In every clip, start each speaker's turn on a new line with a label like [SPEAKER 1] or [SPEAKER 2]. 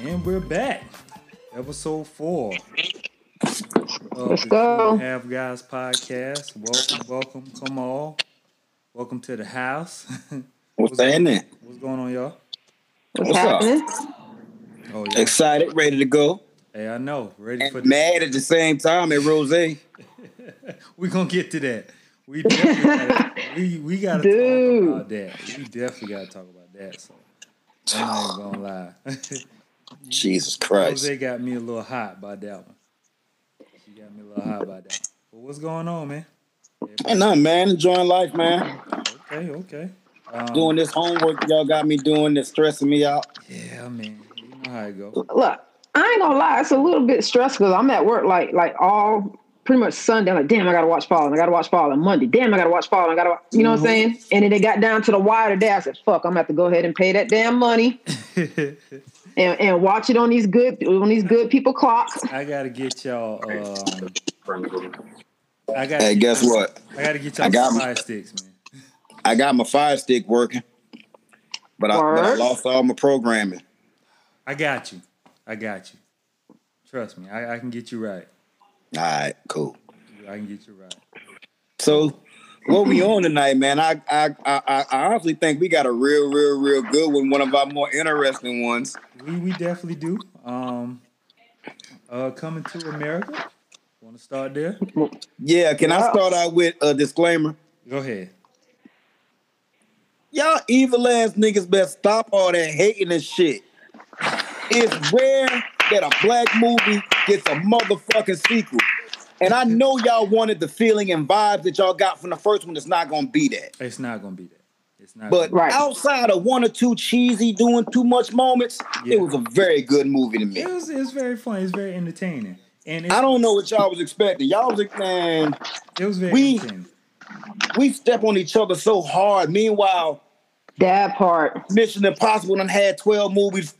[SPEAKER 1] And we're back. Episode four. Uh, of
[SPEAKER 2] Let's
[SPEAKER 1] the
[SPEAKER 2] go.
[SPEAKER 1] Two and a Half Guys podcast. Welcome, welcome. Come all. Welcome to the house.
[SPEAKER 3] What's happening?
[SPEAKER 1] What's going on, y'all?
[SPEAKER 2] What's,
[SPEAKER 3] What's up?
[SPEAKER 2] happening?
[SPEAKER 1] Oh, yeah.
[SPEAKER 3] Excited, ready to go,
[SPEAKER 1] Hey, I know. Ready for
[SPEAKER 3] and mad at the same time at Rose.
[SPEAKER 1] We're going to get to that. We definitely gotta, we, we gotta
[SPEAKER 2] Dude.
[SPEAKER 1] talk about that. We definitely got to talk about that. So. I'm not even going to lie.
[SPEAKER 3] Jesus Christ!
[SPEAKER 1] Jose got me a little hot by that one. She got me a little hot by that. one. But what's going on, man?
[SPEAKER 3] Ain't nothing, man. Enjoying life, man.
[SPEAKER 1] Okay, okay. Um,
[SPEAKER 3] Doing this homework y'all got me doing that's stressing me out.
[SPEAKER 1] Yeah, man. You know how it go.
[SPEAKER 2] Look, I ain't gonna lie, it's a little bit stressful because I'm at work like like all pretty much Sunday. I'm like, damn, I gotta watch fall, and I gotta watch fall on Monday. Damn, I gotta watch fall, and I gotta, wa-" you know what I'm saying? And then it got down to the wire today. I said, fuck, I'm gonna have to go ahead and pay that damn money and, and watch it on these good on these good people clocks.
[SPEAKER 1] I gotta get y'all. Um, I got.
[SPEAKER 3] Hey, guess what?
[SPEAKER 1] I gotta get y'all
[SPEAKER 3] I got
[SPEAKER 1] some
[SPEAKER 3] me.
[SPEAKER 1] fire sticks, man.
[SPEAKER 3] I got my fire stick working, but I, but I
[SPEAKER 2] Word.
[SPEAKER 3] lost all my programming.
[SPEAKER 1] I got you. I got you. Trust me. I, I can get you right.
[SPEAKER 3] All right, cool.
[SPEAKER 1] I can get you right.
[SPEAKER 3] So, what we on tonight, man? I I I, I- I honestly think we got a real, real, real good one. One of our more interesting ones.
[SPEAKER 1] We we definitely do. Um, uh, coming to America. Want to start there?
[SPEAKER 3] Yeah, can I
[SPEAKER 2] Wow.
[SPEAKER 3] start out with a disclaimer?
[SPEAKER 1] Go ahead.
[SPEAKER 3] Y'all evil ass niggas better stop all that hating and shit. It's rare that a black movie gets a motherfucking sequel. And I know y'all wanted the feeling and vibes that y'all got from the first one. It's not gonna be that.
[SPEAKER 1] It's not gonna be that. It's not.
[SPEAKER 3] But
[SPEAKER 2] Right.
[SPEAKER 3] outside of one or two cheesy doing too much moments,
[SPEAKER 1] Yeah.
[SPEAKER 3] it was a very good movie to me.
[SPEAKER 1] It was, it's very fun. It's very entertaining, and it,
[SPEAKER 3] I don't know what y'all was expecting. Y'all was like, man,
[SPEAKER 1] it was very
[SPEAKER 3] we-
[SPEAKER 1] entertaining.
[SPEAKER 3] we step on each other so hard. Meanwhile,
[SPEAKER 2] That part.
[SPEAKER 3] Mission Impossible done had 12 movies.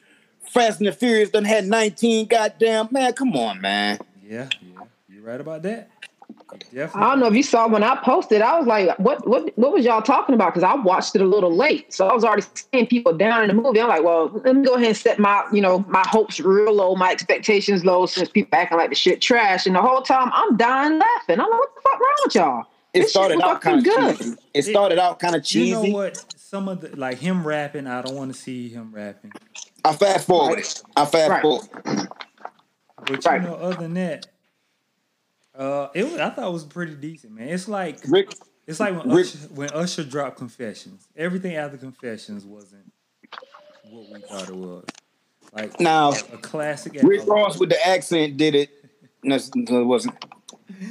[SPEAKER 3] Fast and the Furious done had 19. Goddamn, man, come on, man.
[SPEAKER 1] Yeah, yeah, you're right about that. You Definitely.
[SPEAKER 2] I don't know if you saw when I posted, I was like, what what what was y'all talking about? Because I watched it a little late. So I was already seeing people down in the movie. I'm like, well, let me go ahead and set my, you know, my hopes real low, my expectations low since people acting like the shit trash. And the whole time I'm dying laughing. I'm like, what the fuck wrong with y'all?
[SPEAKER 3] It
[SPEAKER 2] This shit
[SPEAKER 3] started
[SPEAKER 2] was
[SPEAKER 3] out
[SPEAKER 2] fucking
[SPEAKER 3] kind of cheesy. It started out kind of cheesy.
[SPEAKER 1] You know what? Some of the like him rapping, I don't want to see him rapping.
[SPEAKER 3] I fast forward. it. I fast
[SPEAKER 2] Right.
[SPEAKER 3] forward.
[SPEAKER 1] But
[SPEAKER 2] Right.
[SPEAKER 1] you know, other than that, uh, it was, I thought it was pretty decent, man. It's like
[SPEAKER 3] Rick,
[SPEAKER 1] it's like when
[SPEAKER 3] Rick-
[SPEAKER 1] Usher, when Usher dropped Confessions. Everything after Confessions wasn't what we thought it was. Like
[SPEAKER 3] now,
[SPEAKER 1] a classic.
[SPEAKER 3] Rick
[SPEAKER 1] album.
[SPEAKER 3] Ross with the accent did it. No, that wasn't.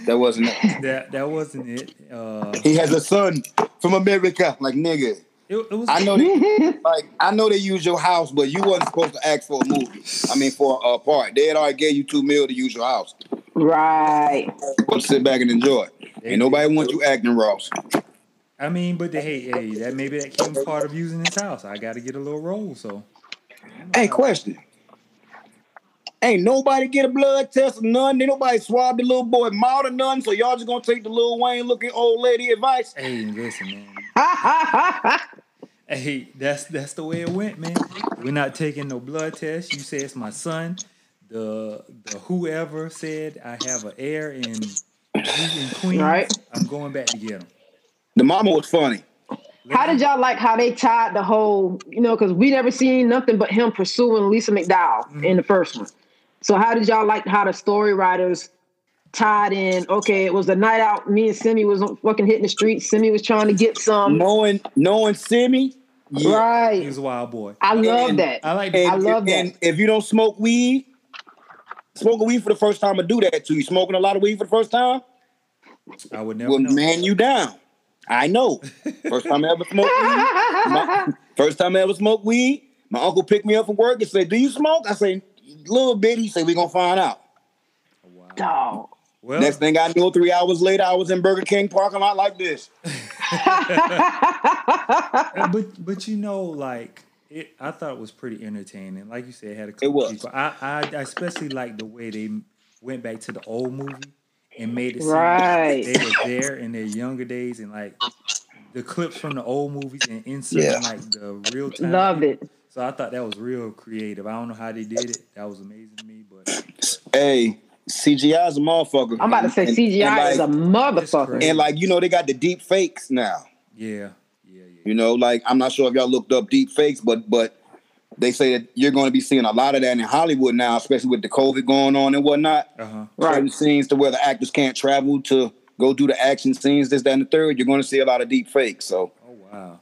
[SPEAKER 3] That wasn't. it.
[SPEAKER 1] That that wasn't it. Uh,
[SPEAKER 3] He has a son from America. Like, nigga.
[SPEAKER 1] it, it was.
[SPEAKER 3] I know they, like I know they use your house, but you wasn't supposed to ask for a movie. I mean for a part. They had already gave you two mil to use your house.
[SPEAKER 2] Right.
[SPEAKER 3] But sit back and enjoy. Ain't nobody want you acting Ross.
[SPEAKER 1] I mean, but the hey, hey, that maybe that came part of using his house. I got to get a little roll, so
[SPEAKER 3] Hey, question. Ain't nobody get a blood test or none. Ain't nobody swab the little boy mouth or none. So y'all just gonna take the little Wayne looking old lady advice.
[SPEAKER 1] hey, listen, man.
[SPEAKER 2] right.
[SPEAKER 1] Hey, that's that's the way it went, man. We're not taking no blood test. You say it's my son. The the whoever said I have an heir in, in Queens.
[SPEAKER 2] Right.
[SPEAKER 1] I'm going back to get him.
[SPEAKER 3] The mama was funny.
[SPEAKER 2] How did y'all like how they tied the whole, you know, because we never seen nothing but him pursuing Lisa McDowell
[SPEAKER 3] Mm-hmm.
[SPEAKER 2] in the first one. So how did y'all like how the story writers tied in? Okay, it was the night out. Me and Simi was fucking hitting the streets. Simi was trying to get some.
[SPEAKER 3] Knowing knowing Simi, yeah.
[SPEAKER 1] He
[SPEAKER 2] Right.
[SPEAKER 1] was a wild boy.
[SPEAKER 2] I love
[SPEAKER 3] And-
[SPEAKER 2] that.
[SPEAKER 1] I like
[SPEAKER 3] And,
[SPEAKER 2] I love that.
[SPEAKER 3] and if you don't smoke weed, smoking weed for the first time will do that to you. Smoking a lot of weed for the first time
[SPEAKER 1] I would never
[SPEAKER 3] will
[SPEAKER 1] know.
[SPEAKER 3] man you down. I know. First time I ever smoked weed. My- first time I ever smoked weed, my uncle picked me up from work and said, Do you smoke? I say, little bit. He said, we gonna find out.
[SPEAKER 1] Wow.
[SPEAKER 2] Dog.
[SPEAKER 1] Well,
[SPEAKER 3] Next thing I knew, three hours later, I was in Burger King parking lot like this.
[SPEAKER 1] Uh, but but you know, like it, I thought it was pretty entertaining. Like you said, it had a couple
[SPEAKER 3] was.
[SPEAKER 1] people. I, I I especially like the way they went back to the old movie and made it seem
[SPEAKER 2] Right.
[SPEAKER 1] like they were there in their younger days and like the clips from the old movies and inserting
[SPEAKER 3] Yeah.
[SPEAKER 1] like the real time.
[SPEAKER 2] Love it.
[SPEAKER 1] So I thought that was real creative. I don't know how they did it. That was amazing to me, but
[SPEAKER 3] Hey, CGI is a motherfucker.
[SPEAKER 2] I'm about to say
[SPEAKER 3] And-
[SPEAKER 2] CGI
[SPEAKER 3] and like,
[SPEAKER 2] is a motherfucker.
[SPEAKER 1] crazy.
[SPEAKER 3] and like you know they got the deep fakes now.
[SPEAKER 1] yeah, yeah, yeah.
[SPEAKER 3] You know, like I'm not sure if y'all looked up deep fakes, but but they say that you're going to be seeing a lot of that in Hollywood now, especially with the COVID going on and whatnot.
[SPEAKER 1] Uh huh.
[SPEAKER 3] Certain
[SPEAKER 2] Right.
[SPEAKER 3] scenes to where the actors can't travel to go do the action scenes, this, that, and the third. You're going to see a lot of deep fakes. So
[SPEAKER 1] Oh wow.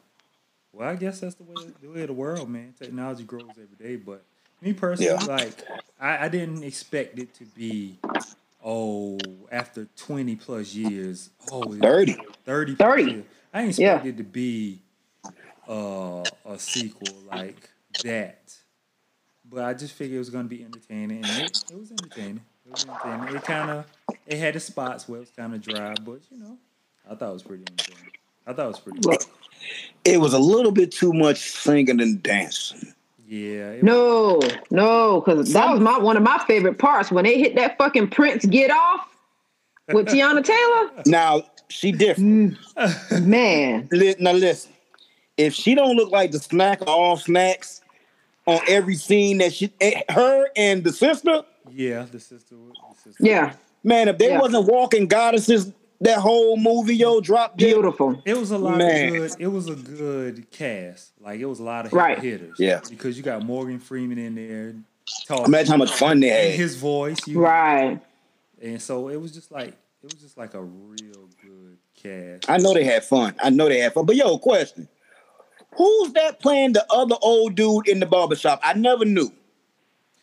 [SPEAKER 1] Well, I guess that's the way the way of the world, man. Technology grows every day, but me personally,
[SPEAKER 3] Yeah.
[SPEAKER 1] like I, I didn't expect it to be oh after twenty plus years. Oh, it's-
[SPEAKER 3] dirty.
[SPEAKER 1] 30
[SPEAKER 2] 30.
[SPEAKER 1] pictures. I ain't
[SPEAKER 2] Yeah.
[SPEAKER 1] expected to be uh, a sequel like that. But I just figured it was gonna be entertaining. And it, it was entertaining. It was entertaining. It kinda it had the spots where it was kinda dry, but you know, I thought it was pretty entertaining. I thought it was pretty
[SPEAKER 2] Look,
[SPEAKER 3] It was a little bit too much singing and dancing.
[SPEAKER 1] Yeah. It,
[SPEAKER 2] No, no, because that was my one of my favorite parts when they hit that fucking Prince get off with Tiana Taylor.
[SPEAKER 3] Now she different.
[SPEAKER 2] Mm. Man,
[SPEAKER 3] Li- Now listen, if she don't look like the snack of all snacks on every scene that she, eh, her and the sister,
[SPEAKER 1] Yeah, the sister was- the sister.
[SPEAKER 2] yeah,
[SPEAKER 3] man, if they
[SPEAKER 2] Yeah.
[SPEAKER 3] wasn't walking goddesses, that whole movie yo drop dead.
[SPEAKER 2] beautiful.
[SPEAKER 1] It was a lot
[SPEAKER 3] Man.
[SPEAKER 1] of good. It was a good cast. Like it was a lot of
[SPEAKER 2] Right.
[SPEAKER 1] hitters.
[SPEAKER 3] Yeah.
[SPEAKER 1] Because you got Morgan Freeman in there talking
[SPEAKER 3] Imagine how much fun they
[SPEAKER 1] and
[SPEAKER 3] had.
[SPEAKER 1] his voice. You
[SPEAKER 2] Right.
[SPEAKER 1] And so it was just like it was just like a real good cast.
[SPEAKER 3] I know they had fun. I know they had fun. But yo, question. Who's that playing the other old dude in the barbershop? I never knew.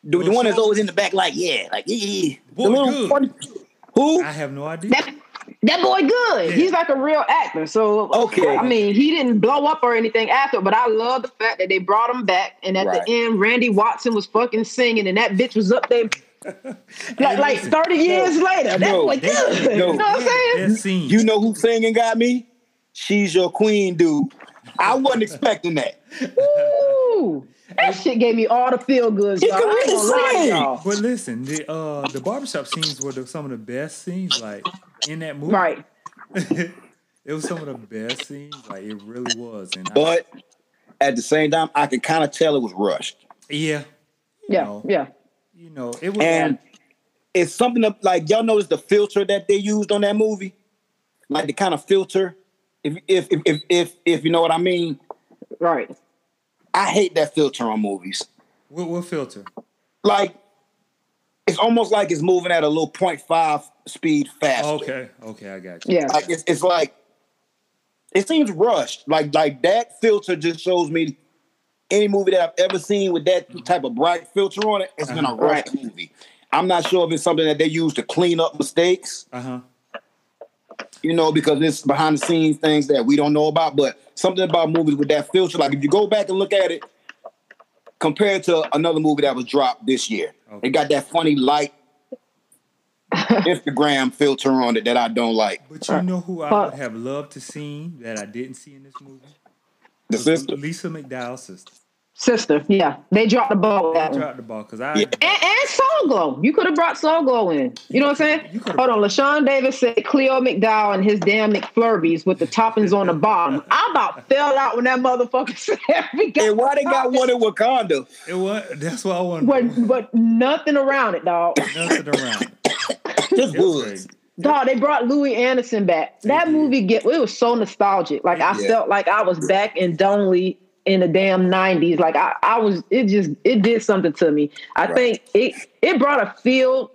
[SPEAKER 3] The, the one that's always in the back, like, yeah, like, yeah, yeah. yeah. The
[SPEAKER 1] Boy, good.
[SPEAKER 3] funny- Who?
[SPEAKER 1] I have no idea.
[SPEAKER 2] That that boy good.
[SPEAKER 1] Yeah.
[SPEAKER 2] He's like a real actor. So
[SPEAKER 3] Okay.
[SPEAKER 2] I mean, he didn't blow up or anything after, but I love the fact that they brought him back. And at
[SPEAKER 3] Right.
[SPEAKER 2] the end, Randy Watson was fucking singing, and that bitch was up there like like
[SPEAKER 1] listen,
[SPEAKER 2] thirty years later. That
[SPEAKER 3] no,
[SPEAKER 2] boy
[SPEAKER 3] they-
[SPEAKER 2] good. you know
[SPEAKER 3] no,
[SPEAKER 2] what I'm saying?
[SPEAKER 1] That scene.
[SPEAKER 3] You know who singing got me? She's your queen, dude. I wasn't expecting that.
[SPEAKER 2] Ooh, that shit gave me all the feel goods.
[SPEAKER 3] You
[SPEAKER 2] y'all.
[SPEAKER 3] can
[SPEAKER 2] I ain't
[SPEAKER 3] really
[SPEAKER 2] gonna lie to
[SPEAKER 3] sing.
[SPEAKER 2] y'all.
[SPEAKER 1] but listen, the uh the barbershop scenes were the, some of the best scenes like in that movie.
[SPEAKER 2] Right.
[SPEAKER 1] it was some of the best scenes. Like it really was. And I-
[SPEAKER 3] But at the same time, I could kind of tell it was rushed.
[SPEAKER 1] yeah,
[SPEAKER 2] Yeah.
[SPEAKER 1] No.
[SPEAKER 2] Yeah.
[SPEAKER 1] you know, it was
[SPEAKER 3] And it's something that, like y'all notice the filter that they used on that movie, like the kind of filter. If if if if if, if you know what I mean,
[SPEAKER 2] Right.
[SPEAKER 3] I hate that filter on movies.
[SPEAKER 1] what, what filter?
[SPEAKER 3] Like it's almost like it's moving at a little 0.5 speed faster.
[SPEAKER 1] Okay, okay, I got you.
[SPEAKER 2] Yeah.
[SPEAKER 3] Like it's, it's like it seems rushed. Like like that filter just shows me any movie that I've ever seen with that type of bright filter on it, it's been a rushed movie. I'm not sure if it's something that they use to clean up mistakes,
[SPEAKER 1] Uh huh.
[SPEAKER 3] you know, because it's behind the scenes things that we don't know about. But something about movies with that filter, like if you go back and look at it compared to another movie that was dropped this year,
[SPEAKER 1] Okay.
[SPEAKER 3] it got that funny light Instagram filter on it that I don't like.
[SPEAKER 1] But you know who I
[SPEAKER 2] But-
[SPEAKER 1] would have loved to see that I didn't see in this movie?
[SPEAKER 3] The sister.
[SPEAKER 1] Lisa McDowell's sister.
[SPEAKER 2] Sister. Yeah. They dropped the ball. with
[SPEAKER 1] I
[SPEAKER 2] that one.
[SPEAKER 1] dropped the ball because I
[SPEAKER 3] Yeah.
[SPEAKER 2] And, and Soul Glow. You could have brought Soul Glow in. You know what I'm saying?
[SPEAKER 1] You could've-
[SPEAKER 2] Hold on. LaShawn Davis said Cleo McDowell and his damn McFlurbies with the toppings on the bottom. I about fell out when that motherfucker said we got
[SPEAKER 3] And why they got
[SPEAKER 2] toppings.
[SPEAKER 3] one in Wakanda?
[SPEAKER 1] it was that's what I wanted.
[SPEAKER 2] But, but nothing around it, dog.
[SPEAKER 1] nothing around.
[SPEAKER 3] Just
[SPEAKER 1] It was
[SPEAKER 3] woods.
[SPEAKER 1] crazy.
[SPEAKER 2] Dog, they brought Louis Anderson back. That
[SPEAKER 1] did.
[SPEAKER 2] movie get it was so nostalgic. Like I
[SPEAKER 3] Yeah.
[SPEAKER 2] felt like I was back in Donley in the damn nineties. Like I, I was it just it did something to me. I
[SPEAKER 3] Right.
[SPEAKER 2] think it it brought a feel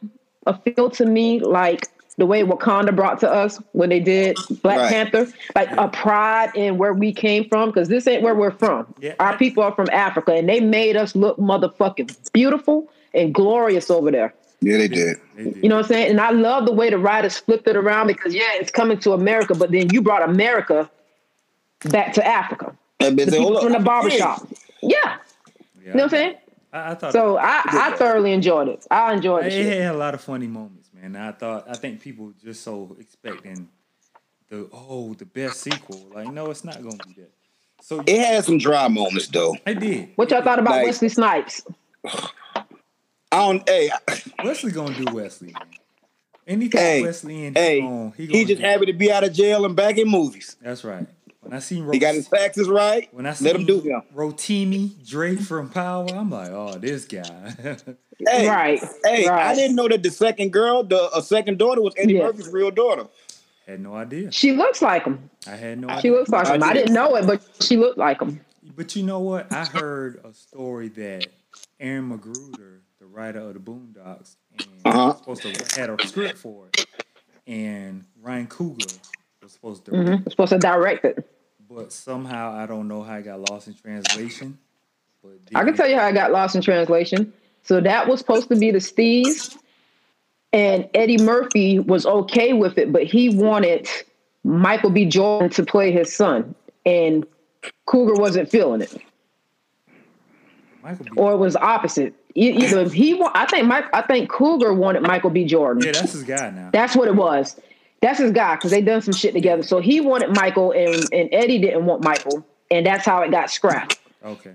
[SPEAKER 2] a feel to me like the way Wakanda brought to us when they did Black
[SPEAKER 3] Right.
[SPEAKER 2] Panther, like a pride in where we came from, because this ain't where we're from.
[SPEAKER 1] Yeah.
[SPEAKER 2] Our people are from Africa, and they made us look motherfucking beautiful and glorious over there.
[SPEAKER 3] Yeah, they did.
[SPEAKER 1] They did.
[SPEAKER 2] You know what I'm saying? And I love the way the writers flipped it around because yeah, it's coming to America, but then you brought America back to Africa.
[SPEAKER 3] And they
[SPEAKER 2] The
[SPEAKER 3] said,
[SPEAKER 2] people
[SPEAKER 3] "Oh, look,
[SPEAKER 2] from the
[SPEAKER 3] I'm
[SPEAKER 2] barbershop. Yeah.
[SPEAKER 1] Yeah,
[SPEAKER 2] You know what I'm saying?
[SPEAKER 1] I, I thought
[SPEAKER 2] So I, I thoroughly enjoyed it. I enjoyed
[SPEAKER 1] it,
[SPEAKER 2] it. shit.
[SPEAKER 1] had a lot of funny moments, man. I thought I think people just so expecting the oh the best sequel. Like no, it's not gonna be that. So
[SPEAKER 3] It had some dry moments though.
[SPEAKER 1] I did.
[SPEAKER 2] What y'all thought about
[SPEAKER 3] Like-
[SPEAKER 2] Wesley Snipes?
[SPEAKER 3] I don't. Hey,
[SPEAKER 1] Wesley gonna do Wesley. Man. Anything
[SPEAKER 3] Hey,
[SPEAKER 1] Wesley in,
[SPEAKER 3] hey,
[SPEAKER 1] on, he,
[SPEAKER 3] he
[SPEAKER 1] gonna
[SPEAKER 3] just
[SPEAKER 1] do.
[SPEAKER 3] happy to be out of jail and back in movies.
[SPEAKER 1] That's right. When I seen
[SPEAKER 3] He got his taxes right.
[SPEAKER 1] when I seen
[SPEAKER 3] Let him do him.
[SPEAKER 1] Rotimi Drake from Power, I'm like, oh, this guy.
[SPEAKER 3] Hey,
[SPEAKER 2] right.
[SPEAKER 3] Hey,
[SPEAKER 2] right.
[SPEAKER 3] I didn't know that the second girl, the uh, second daughter, was Eddie
[SPEAKER 2] Yeah.
[SPEAKER 3] Murphy's real daughter.
[SPEAKER 1] had no idea.
[SPEAKER 2] She looks like him.
[SPEAKER 1] I had no
[SPEAKER 2] She
[SPEAKER 1] idea.
[SPEAKER 2] looks like him. I didn't know it, but she looked like him.
[SPEAKER 1] But you know what? I heard a story that Aaron Magruder, the writer of the Boondocks, and
[SPEAKER 3] Uh-huh.
[SPEAKER 1] was supposed to had a script for it, and Ryan Coogler was supposed to direct
[SPEAKER 2] hmm Supposed to direct it.
[SPEAKER 1] but somehow I don't know how it got lost in translation. But
[SPEAKER 2] I can tell you how I got lost in translation. So that was supposed to be the Steez, and Eddie Murphy was okay with it, but he wanted Michael B. Jordan to play his son, and Cougar wasn't feeling it,
[SPEAKER 1] Michael B.
[SPEAKER 2] or it was opposite. E- Either he, wa- I think Mike, I think Cougar wanted Michael B. Jordan.
[SPEAKER 1] yeah, that's his guy now.
[SPEAKER 2] That's what it was. That's his guy because they done some shit together. So he wanted Michael, and, and Eddie didn't want Michael, and that's how it got scrapped.
[SPEAKER 1] Okay,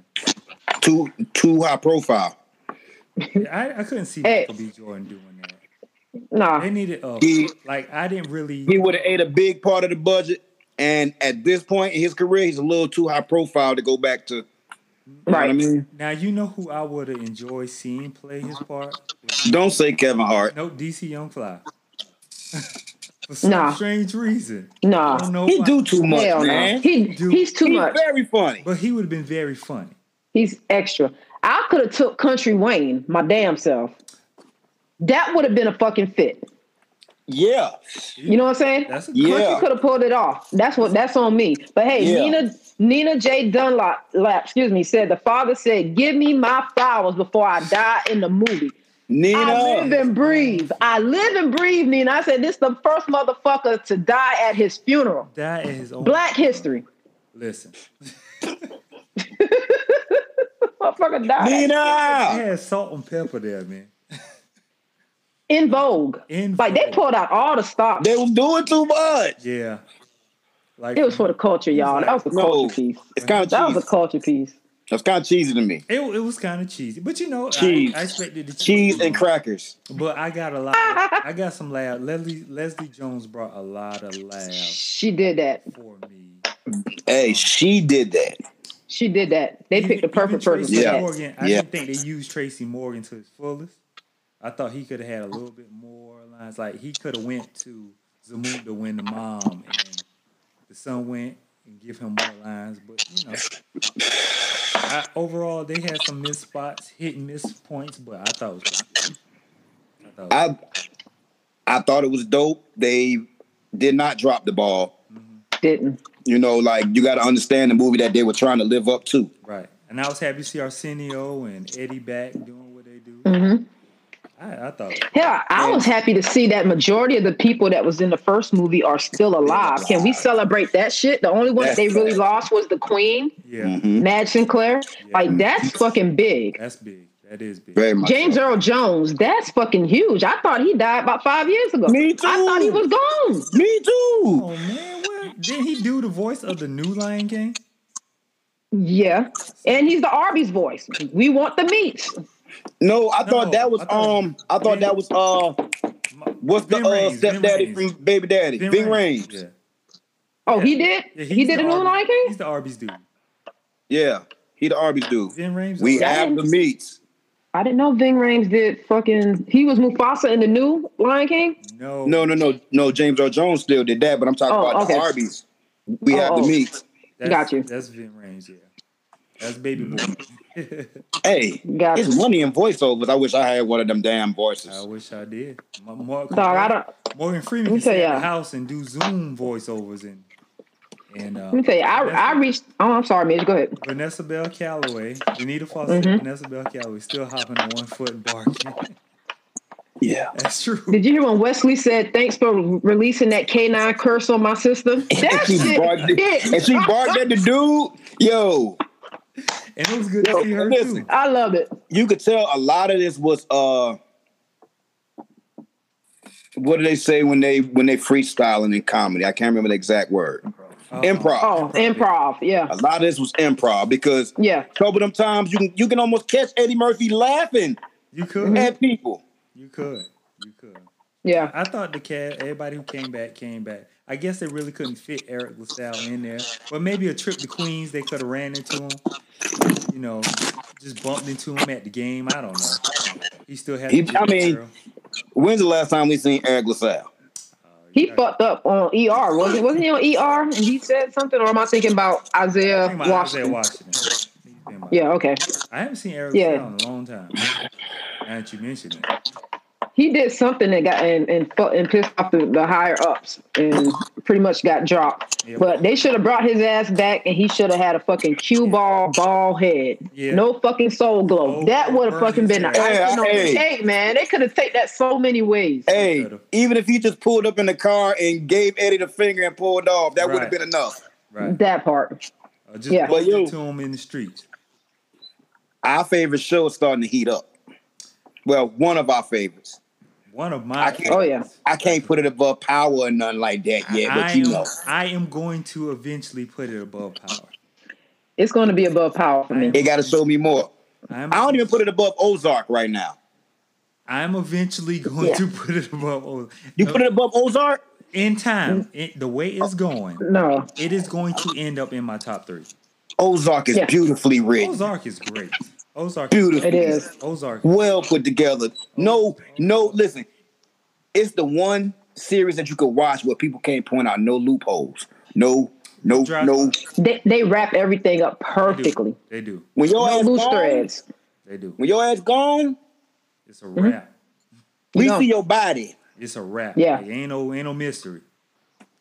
[SPEAKER 3] Too too high profile.
[SPEAKER 1] I, I couldn't see
[SPEAKER 2] Hey.
[SPEAKER 1] Michael B. Jordan doing that.
[SPEAKER 2] Nah,
[SPEAKER 1] They needed uh,
[SPEAKER 3] He-
[SPEAKER 1] like I didn't really.
[SPEAKER 3] He would have ate a big part of the budget. And at this point in his career, he's a little too high profile to go back to.
[SPEAKER 2] right.
[SPEAKER 3] I mean,
[SPEAKER 1] Now you know who I would have enjoyed seeing play his part.
[SPEAKER 3] don't say Kevin Hart.
[SPEAKER 1] No, DC Young Fly. For some
[SPEAKER 2] Nah.
[SPEAKER 1] strange reason,
[SPEAKER 2] Nah.
[SPEAKER 1] I don't know
[SPEAKER 3] He
[SPEAKER 1] why.
[SPEAKER 3] do too much,
[SPEAKER 2] Hell
[SPEAKER 3] man.
[SPEAKER 2] no. He,
[SPEAKER 1] Dude.
[SPEAKER 2] he's too
[SPEAKER 3] He's
[SPEAKER 2] much.
[SPEAKER 3] very funny.
[SPEAKER 1] but he would have been very funny.
[SPEAKER 2] He's extra. I could have took Country Wayne, my damn self. That would have been a fucking fit.
[SPEAKER 3] Yeah.
[SPEAKER 2] You know what I'm saying?
[SPEAKER 1] That's a
[SPEAKER 3] Yeah.
[SPEAKER 2] Country could have pulled it off. That's what. That's on me. But hey,
[SPEAKER 3] Yeah.
[SPEAKER 2] Nina Nina J Dunlap, lap, excuse me, said the father said, "Give me my flowers before I die in the movie." I live
[SPEAKER 3] Nina.
[SPEAKER 2] and breathe. I live and breathe, Nina. I said this the first motherfucker to die at his funeral.
[SPEAKER 1] That is his own
[SPEAKER 2] Black history.
[SPEAKER 1] Listen,
[SPEAKER 2] Motherfucker died
[SPEAKER 1] he
[SPEAKER 3] Nina.
[SPEAKER 1] had salt and pepper there, man.
[SPEAKER 2] in Vogue.
[SPEAKER 1] In
[SPEAKER 2] Like they
[SPEAKER 1] Vogue.
[SPEAKER 2] pulled out all the stops.
[SPEAKER 3] They was doing too much.
[SPEAKER 1] Yeah, like
[SPEAKER 2] It was for the culture, y'all. That was a
[SPEAKER 3] No.
[SPEAKER 2] culture piece.
[SPEAKER 3] It's kind of
[SPEAKER 2] That was
[SPEAKER 3] cheesy.
[SPEAKER 2] a culture piece.
[SPEAKER 3] That's kind of cheesy to me.
[SPEAKER 1] It, it was kind of cheesy, but you know,
[SPEAKER 3] Cheese.
[SPEAKER 1] I, I expected the
[SPEAKER 3] Cheese and crackers.
[SPEAKER 1] But I got a lot. I got some laugh. Leslie Leslie Jones brought a lot of laughs
[SPEAKER 2] She did that.
[SPEAKER 1] for me.
[SPEAKER 3] Hey, she did that.
[SPEAKER 2] She did that. They picked the
[SPEAKER 1] Even- even
[SPEAKER 2] perfect person for
[SPEAKER 1] Tracy
[SPEAKER 3] Yeah.
[SPEAKER 2] that.
[SPEAKER 1] Morgan, I
[SPEAKER 3] Yeah.
[SPEAKER 1] didn't think they used Tracy Morgan to his fullest. I thought he could have had a little bit more lines. Like he could have went to Zamunda when the mom and the son went and give him more lines. But you know, I, overall they had some missed spots, hit and miss points. But I thought it was. I thought it was-
[SPEAKER 3] I I thought it was dope. They did not drop the ball.
[SPEAKER 2] Didn't.
[SPEAKER 3] You know, like you got to understand the movie that they were trying to live up to.
[SPEAKER 1] Right. And I was happy to see Arsenio and Eddie back doing what they do.
[SPEAKER 2] Mm-hmm.
[SPEAKER 1] I, I thought
[SPEAKER 2] Hell, I was happy to see that majority of the people that was in the first movie are still alive. Can we celebrate that shit? The only one that they really lost was the queen,
[SPEAKER 3] Mm-hmm.
[SPEAKER 1] yeah,
[SPEAKER 2] Madge Sinclair. Like that's fucking big.
[SPEAKER 1] that's big. That is big.
[SPEAKER 3] Very much.
[SPEAKER 2] James Earl Jones, that's fucking huge. I thought he died about five years ago.
[SPEAKER 3] Me too.
[SPEAKER 2] I thought he was gone.
[SPEAKER 3] Me too.
[SPEAKER 1] Oh man, what did he do the voice of the new Lion King?
[SPEAKER 2] Yeah. And he's the Arby's voice. We want the meats.
[SPEAKER 3] No, I
[SPEAKER 1] No,
[SPEAKER 3] thought that was
[SPEAKER 1] I thought-
[SPEAKER 3] um. I thought that was uh.
[SPEAKER 1] My-
[SPEAKER 3] What's the
[SPEAKER 1] Vin
[SPEAKER 3] uh,
[SPEAKER 1] Rames, Vin
[SPEAKER 3] stepdaddy
[SPEAKER 1] Rames.
[SPEAKER 3] from Baby Daddy?
[SPEAKER 1] Vin
[SPEAKER 3] Bing Rames.
[SPEAKER 1] Yeah.
[SPEAKER 2] Oh, he did?
[SPEAKER 1] Yeah,
[SPEAKER 2] he
[SPEAKER 1] he's
[SPEAKER 2] did
[SPEAKER 1] the
[SPEAKER 2] a new
[SPEAKER 1] Arby's-
[SPEAKER 2] Lion
[SPEAKER 1] He's
[SPEAKER 2] King?
[SPEAKER 1] the Arby's dude.
[SPEAKER 3] Yeah, he the Arby's dude.
[SPEAKER 1] Vin Rames.
[SPEAKER 3] We
[SPEAKER 1] Arby's.
[SPEAKER 2] That
[SPEAKER 3] have the
[SPEAKER 2] is-
[SPEAKER 3] meats.
[SPEAKER 2] I didn't know Ving Rhames did fucking. He was Mufasa in the new Lion King?
[SPEAKER 1] no,
[SPEAKER 3] No, no, no, no. James Earl Jones still did that, but I'm talking
[SPEAKER 2] Oh,
[SPEAKER 3] about the
[SPEAKER 2] okay.
[SPEAKER 3] Arby's. We
[SPEAKER 2] Oh,
[SPEAKER 3] have the
[SPEAKER 2] oh.
[SPEAKER 3] meats.
[SPEAKER 1] That's,
[SPEAKER 2] got you.
[SPEAKER 1] That's Vin Rames. Yeah, that's Baby Boy.
[SPEAKER 3] Mm-hmm. Hey,
[SPEAKER 2] Got
[SPEAKER 3] it's
[SPEAKER 2] you.
[SPEAKER 3] money in voiceovers. I wish I had one of them damn
[SPEAKER 1] I
[SPEAKER 3] voices.
[SPEAKER 1] wish I did. My, Mark,
[SPEAKER 2] Dog, I don't.
[SPEAKER 1] Morgan
[SPEAKER 2] Let
[SPEAKER 1] Freeman
[SPEAKER 2] me
[SPEAKER 1] can stay in
[SPEAKER 2] tell
[SPEAKER 1] the
[SPEAKER 2] y'all.
[SPEAKER 1] house and do Zoom voiceovers and and uh,
[SPEAKER 2] Let me tell you, I, I reached. Oh, I'm sorry, Mitch. Go ahead.
[SPEAKER 1] Vanessa Bell Calloway, Anita Fawcett,
[SPEAKER 2] Mhm.
[SPEAKER 1] Vanessa Bell Calloway still hopping on one foot and barking.
[SPEAKER 3] Yeah.
[SPEAKER 1] That's true.
[SPEAKER 2] Did you hear when Wesley said, thanks for releasing that canine curse on my sister? That
[SPEAKER 3] And she,
[SPEAKER 2] shit.
[SPEAKER 3] barked,
[SPEAKER 2] hit.
[SPEAKER 3] and she barked at the dude. Yo,
[SPEAKER 1] And it was good
[SPEAKER 3] Yo,
[SPEAKER 1] to see her
[SPEAKER 3] listen.
[SPEAKER 1] too.
[SPEAKER 2] I love it.
[SPEAKER 3] you could tell a lot of this was uh what do they say when they when they freestyling in comedy? I can't remember the exact word.
[SPEAKER 1] Uh,
[SPEAKER 3] Improv.
[SPEAKER 2] Oh, improv. Yeah.
[SPEAKER 3] A lot of this was improv because
[SPEAKER 2] Yeah.
[SPEAKER 3] couple of them times you can you can almost catch Eddie Murphy laughing
[SPEAKER 2] Mm-hmm.
[SPEAKER 1] You could.
[SPEAKER 3] at people.
[SPEAKER 1] You could. You could.
[SPEAKER 2] Yeah.
[SPEAKER 1] I thought the cast, everybody who came back came back. I guess they really couldn't fit Eric LaSalle in there, but maybe a trip to Queens they could have ran into him. You know, just bumped into him at the game. I don't know. He still had.
[SPEAKER 3] He-
[SPEAKER 1] the
[SPEAKER 3] I mean-
[SPEAKER 1] girl.
[SPEAKER 3] When's the last time we seen Eric LaSalle?
[SPEAKER 2] He fucked up on ER, wasn't he? Wasn't he on ER? And he said something, or am I thinking about Isaiah
[SPEAKER 1] Think about Isaiah
[SPEAKER 2] Washington?
[SPEAKER 1] Washington. Think about-
[SPEAKER 2] Yeah, okay.
[SPEAKER 1] I haven't seen Eric
[SPEAKER 2] Yeah.
[SPEAKER 1] LaSalle in a long time. Now that you mention it,
[SPEAKER 2] He did something that got and and, fu- and pissed off the, the higher ups and pretty much got dropped.
[SPEAKER 1] Yeah.
[SPEAKER 2] But they should have brought his ass back, and he should have had a fucking cue ball ball head.
[SPEAKER 1] Yeah.
[SPEAKER 2] No fucking soul glow.
[SPEAKER 1] Oh,
[SPEAKER 2] that would have
[SPEAKER 1] burn
[SPEAKER 2] fucking
[SPEAKER 1] his
[SPEAKER 2] been the
[SPEAKER 1] ass.
[SPEAKER 2] icing on
[SPEAKER 3] Hey,
[SPEAKER 2] the cake, man. They could have taken that so many ways.
[SPEAKER 3] Hey,
[SPEAKER 1] could've.
[SPEAKER 3] even if he just pulled up in the car and gave Eddie the finger and pulled off, that would
[SPEAKER 1] Right.
[SPEAKER 3] have been enough.
[SPEAKER 1] right?
[SPEAKER 2] That part.
[SPEAKER 1] Or just
[SPEAKER 2] Yeah.
[SPEAKER 1] bumped
[SPEAKER 3] But yo-
[SPEAKER 1] into him in the streets.
[SPEAKER 3] Our favorite show is starting to heat up. Well, one of our favorites.
[SPEAKER 1] One of my.
[SPEAKER 3] I can't-
[SPEAKER 2] Oh, yeah.
[SPEAKER 3] I can't put it above power or nothing like that yet,
[SPEAKER 1] I
[SPEAKER 3] but you
[SPEAKER 1] am,
[SPEAKER 3] know.
[SPEAKER 1] I am going to eventually put it above power.
[SPEAKER 2] It's going to be above power for me.
[SPEAKER 3] They gotta show me more.
[SPEAKER 1] I'm,
[SPEAKER 3] I don't even put it above Ozark right now.
[SPEAKER 1] I'm eventually going
[SPEAKER 2] Yeah.
[SPEAKER 1] to put it above. all-
[SPEAKER 3] You put it above Ozark?
[SPEAKER 1] in time.
[SPEAKER 2] Mm.
[SPEAKER 1] It, the way it's going,
[SPEAKER 2] No.
[SPEAKER 1] it is going to end up in my top three.
[SPEAKER 3] Ozark is
[SPEAKER 2] Yeah.
[SPEAKER 3] beautifully written.
[SPEAKER 1] Ozark is great. Ozark,
[SPEAKER 3] Beautiful.
[SPEAKER 2] It is.
[SPEAKER 1] Ozark.
[SPEAKER 3] Well put together. No, no, listen. It's the one series that you could watch where people can't point out no loopholes. No, no,
[SPEAKER 1] Drop-
[SPEAKER 3] no.
[SPEAKER 2] They, they wrap everything up
[SPEAKER 1] They do.
[SPEAKER 2] perfectly.
[SPEAKER 1] They do.
[SPEAKER 3] When your
[SPEAKER 2] No
[SPEAKER 3] ass
[SPEAKER 2] loose
[SPEAKER 3] gone,
[SPEAKER 2] threads.
[SPEAKER 1] They do.
[SPEAKER 2] Mm-hmm.
[SPEAKER 3] when your ass gone,
[SPEAKER 1] It's a wrap.
[SPEAKER 3] we
[SPEAKER 2] No.
[SPEAKER 3] see your body.
[SPEAKER 1] It's a wrap.
[SPEAKER 2] Yeah.
[SPEAKER 1] Like, ain't no ain't no mystery.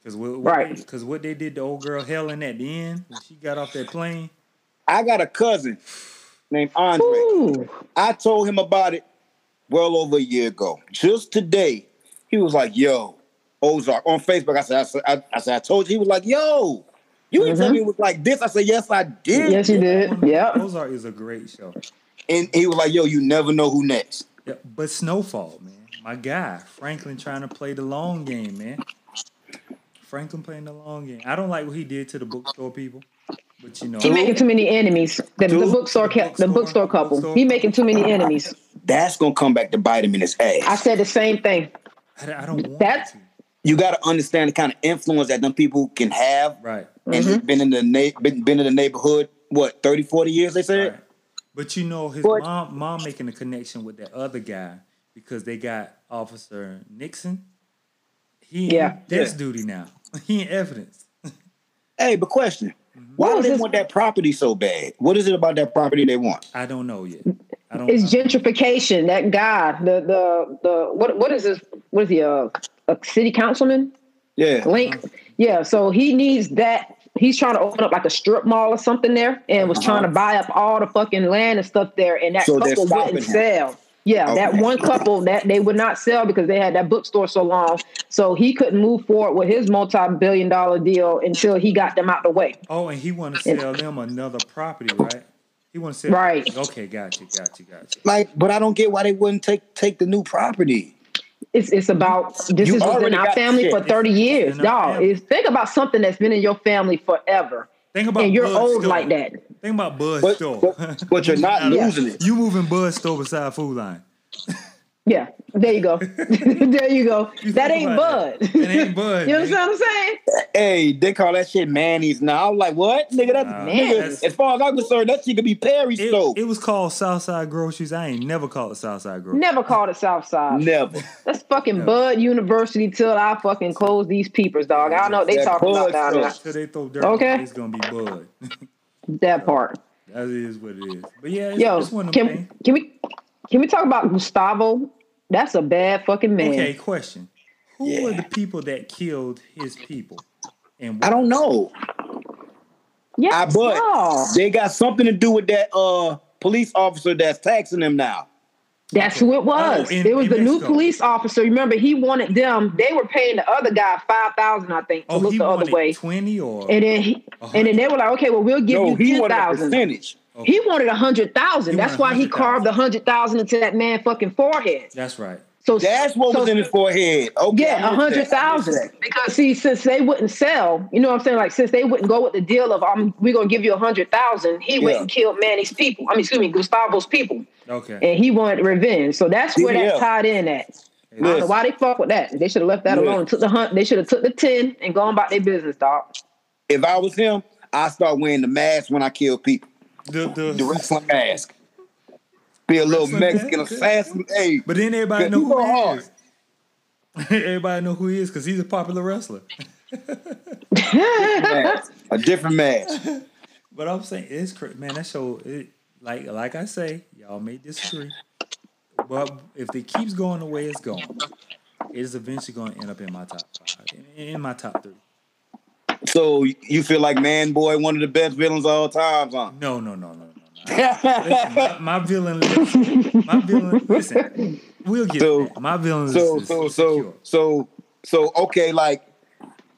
[SPEAKER 1] Cause what,
[SPEAKER 2] Right.
[SPEAKER 1] Because what they did to old girl Helen at the end when she got off that plane.
[SPEAKER 3] I got a cousin named Andre.
[SPEAKER 2] Ooh.
[SPEAKER 3] I told him about it well over a year ago. Just today, he was like, "Yo, Ozark." On Facebook, I said, "I said, I, I, said, I told you." He was like, "Yo, you didn't tell
[SPEAKER 2] Mhm.
[SPEAKER 3] me it was like this." I said, "Yes, I did."
[SPEAKER 2] Yes, you did. Yep.
[SPEAKER 1] Ozark is a great show.
[SPEAKER 3] And he was like, "Yo, you never know who next."
[SPEAKER 1] Yeah, but Snowfall, man, my guy Franklin trying to play the long game, man. Franklin playing the long game. I don't like what he did to the bookstore people, but you know,
[SPEAKER 2] He making too many enemies. The, the
[SPEAKER 3] Dude.
[SPEAKER 2] bookstore ca- the bookstore couple. He making too many enemies.
[SPEAKER 3] That's gonna come back to bite him in his ass.
[SPEAKER 2] I said the same thing.
[SPEAKER 1] I, don't- I don't want
[SPEAKER 2] That's-
[SPEAKER 1] to.
[SPEAKER 3] you got to understand the kind of influence that them people can have,
[SPEAKER 1] Right,
[SPEAKER 3] and
[SPEAKER 2] Mm-hmm.
[SPEAKER 3] they've been in the na- been, been in the neighborhood what 30, 40 years. They said.
[SPEAKER 1] right. But you know, his
[SPEAKER 2] But-
[SPEAKER 1] mom mom making a connection with that other guy because they got Officer Nixon. He in
[SPEAKER 2] Yeah.
[SPEAKER 1] desk
[SPEAKER 3] Yeah.
[SPEAKER 1] duty now. He in evidence.
[SPEAKER 3] Hey, but question. Why
[SPEAKER 1] Mm-hmm.
[SPEAKER 2] What
[SPEAKER 3] do
[SPEAKER 2] was
[SPEAKER 3] they
[SPEAKER 2] his-
[SPEAKER 3] want that property so bad? What is it about that property they want?
[SPEAKER 1] I don't know yet. I don't.
[SPEAKER 2] It's
[SPEAKER 1] I don't-
[SPEAKER 2] gentrification. That guy, the the the what what is this? What is he a, a city councilman?
[SPEAKER 3] Yeah.
[SPEAKER 2] Link. Yeah. So he needs that. He's trying to open up like a strip mall or something there, and was trying to buy up all the fucking land and stuff there, and that
[SPEAKER 3] Uh-huh. So they're
[SPEAKER 2] couple
[SPEAKER 3] stopping
[SPEAKER 2] wouldn't
[SPEAKER 3] him.
[SPEAKER 2] sell. Yeah, that
[SPEAKER 3] Okay.
[SPEAKER 2] one couple that they would not sell because they had that bookstore so long, so he couldn't move forward with his multi-billion dollar deal until he got them out the way.
[SPEAKER 1] Oh, and he want to
[SPEAKER 2] It-
[SPEAKER 1] sell them another property, right? He want to sell.
[SPEAKER 2] Right.
[SPEAKER 1] Okay, gotcha, gotcha, gotcha.
[SPEAKER 3] Like, but I don't get why they wouldn't take take the new property.
[SPEAKER 2] It's it's about this
[SPEAKER 3] You
[SPEAKER 2] is what's in
[SPEAKER 3] already
[SPEAKER 2] our
[SPEAKER 3] got
[SPEAKER 2] family
[SPEAKER 3] shit.
[SPEAKER 2] for thirty years,
[SPEAKER 1] in our
[SPEAKER 2] dog.
[SPEAKER 1] family.
[SPEAKER 2] Is think about something that's been in your family forever,
[SPEAKER 1] Think about
[SPEAKER 2] and you're
[SPEAKER 1] Bud
[SPEAKER 2] old
[SPEAKER 1] Store.
[SPEAKER 2] like that.
[SPEAKER 1] Think about Bud
[SPEAKER 3] But,
[SPEAKER 1] Store.
[SPEAKER 3] but, but you're not
[SPEAKER 1] Yeah.
[SPEAKER 3] losing it.
[SPEAKER 1] you moving Bud Store beside Food Line.
[SPEAKER 2] Yeah, there you go, there you go.
[SPEAKER 1] You
[SPEAKER 2] that
[SPEAKER 1] think
[SPEAKER 2] ain't
[SPEAKER 1] about
[SPEAKER 2] Bud.
[SPEAKER 1] that. That ain't Bud,
[SPEAKER 2] you know what
[SPEAKER 1] man.
[SPEAKER 2] I'm saying?
[SPEAKER 3] Hey, they call that shit Manny's now. I'm like, what? Nigga, that's,
[SPEAKER 1] Nah,
[SPEAKER 2] Man.
[SPEAKER 3] nigga, as far as I'm concerned, that shit could be Perry's
[SPEAKER 1] It,
[SPEAKER 3] store.
[SPEAKER 1] it was called Southside Groceries. I ain't never called it Southside Groceries.
[SPEAKER 2] Never called it Southside.
[SPEAKER 3] Never.
[SPEAKER 2] That's fucking Bud University till I fucking close these peepers, dog. I don't know what they
[SPEAKER 3] That
[SPEAKER 2] talking about
[SPEAKER 3] Bud
[SPEAKER 2] down there.
[SPEAKER 3] stuff.
[SPEAKER 1] Till they throw dirt.
[SPEAKER 2] Okay.
[SPEAKER 1] on it, It's gonna be Bud.
[SPEAKER 2] That part.
[SPEAKER 1] that is what it is. But yeah, it's,
[SPEAKER 2] Yo,
[SPEAKER 1] it's one of them
[SPEAKER 2] can
[SPEAKER 1] things.
[SPEAKER 2] can we can we talk about Gustavo? That's a bad fucking man.
[SPEAKER 1] Okay, question. Who
[SPEAKER 3] Yeah.
[SPEAKER 1] were the people that killed his people? And
[SPEAKER 3] I don't know.
[SPEAKER 2] Yeah,
[SPEAKER 3] I but
[SPEAKER 2] no.
[SPEAKER 3] they got something to do with that uh police officer that's taxing them now.
[SPEAKER 2] That's who it was.
[SPEAKER 1] Oh, in-
[SPEAKER 2] it was
[SPEAKER 1] in
[SPEAKER 2] the new
[SPEAKER 1] Mexico.
[SPEAKER 2] police officer. Remember, he wanted them. They were paying the other guy five thousand, I think, to
[SPEAKER 1] Oh,
[SPEAKER 2] look
[SPEAKER 1] he
[SPEAKER 2] the other
[SPEAKER 1] wanted
[SPEAKER 2] way.
[SPEAKER 1] twenty or
[SPEAKER 2] And then, he,
[SPEAKER 1] Uh-huh.
[SPEAKER 2] and then they were like, "Okay, well, we'll give
[SPEAKER 3] No,
[SPEAKER 2] you
[SPEAKER 3] he
[SPEAKER 2] ten
[SPEAKER 3] wanted a
[SPEAKER 2] thousand.
[SPEAKER 3] percentage.
[SPEAKER 2] He wanted a hundred thousand.
[SPEAKER 1] He
[SPEAKER 2] That's
[SPEAKER 1] wanted
[SPEAKER 2] why he
[SPEAKER 1] 100,000.
[SPEAKER 2] carved a hundred thousand into that man fucking forehead.
[SPEAKER 1] that's right.
[SPEAKER 2] So
[SPEAKER 3] That's what
[SPEAKER 2] so-
[SPEAKER 3] was in his forehead. Okay, I
[SPEAKER 2] Yeah, a
[SPEAKER 3] missed
[SPEAKER 2] hundred
[SPEAKER 3] that. I missed
[SPEAKER 2] thousand.
[SPEAKER 3] that.
[SPEAKER 2] Because see, since they wouldn't sell, you know what I'm saying? Like since they wouldn't go with the deal of um, we're gonna give you a hundred thousand, he went
[SPEAKER 3] Yeah.
[SPEAKER 2] and killed Manny's people. I mean, excuse me, Gustavo's people,
[SPEAKER 1] Okay.
[SPEAKER 2] and he wanted revenge. So that's where
[SPEAKER 3] Yeah.
[SPEAKER 2] that tied in at.
[SPEAKER 1] It
[SPEAKER 2] I don't know why they fuck with that. They should have left that
[SPEAKER 3] Listen.
[SPEAKER 2] alone. Took the hunt. They should have took the ten and gone about their business, dog.
[SPEAKER 3] If I was him, I start wearing the mask when I kill people.
[SPEAKER 1] The, the,
[SPEAKER 3] The wrestling mask. Be a little
[SPEAKER 1] Wrestling
[SPEAKER 3] Mexican
[SPEAKER 1] mask?
[SPEAKER 3] assassin. Hey,
[SPEAKER 1] but then everybody
[SPEAKER 3] Yeah,
[SPEAKER 1] know
[SPEAKER 3] he go
[SPEAKER 1] who he
[SPEAKER 3] hard.
[SPEAKER 1] is. everybody know who he is because he's a popular wrestler.
[SPEAKER 3] mask. a different mask.
[SPEAKER 1] But I'm saying it's cra- man. That show, it, like like I say, y'all may disagree, but if it keeps going the way it's going, it is eventually going to end up in my top five, in, in my top three.
[SPEAKER 3] So you feel like Man Boy, one of the best villains of all times, huh?
[SPEAKER 1] No, no, no, no, no. no. Listen, my, my villain list. My villain. Listen, we'll get
[SPEAKER 3] So-
[SPEAKER 1] that. my villain list.
[SPEAKER 3] so
[SPEAKER 1] is
[SPEAKER 3] so
[SPEAKER 1] secure.
[SPEAKER 3] so so so okay like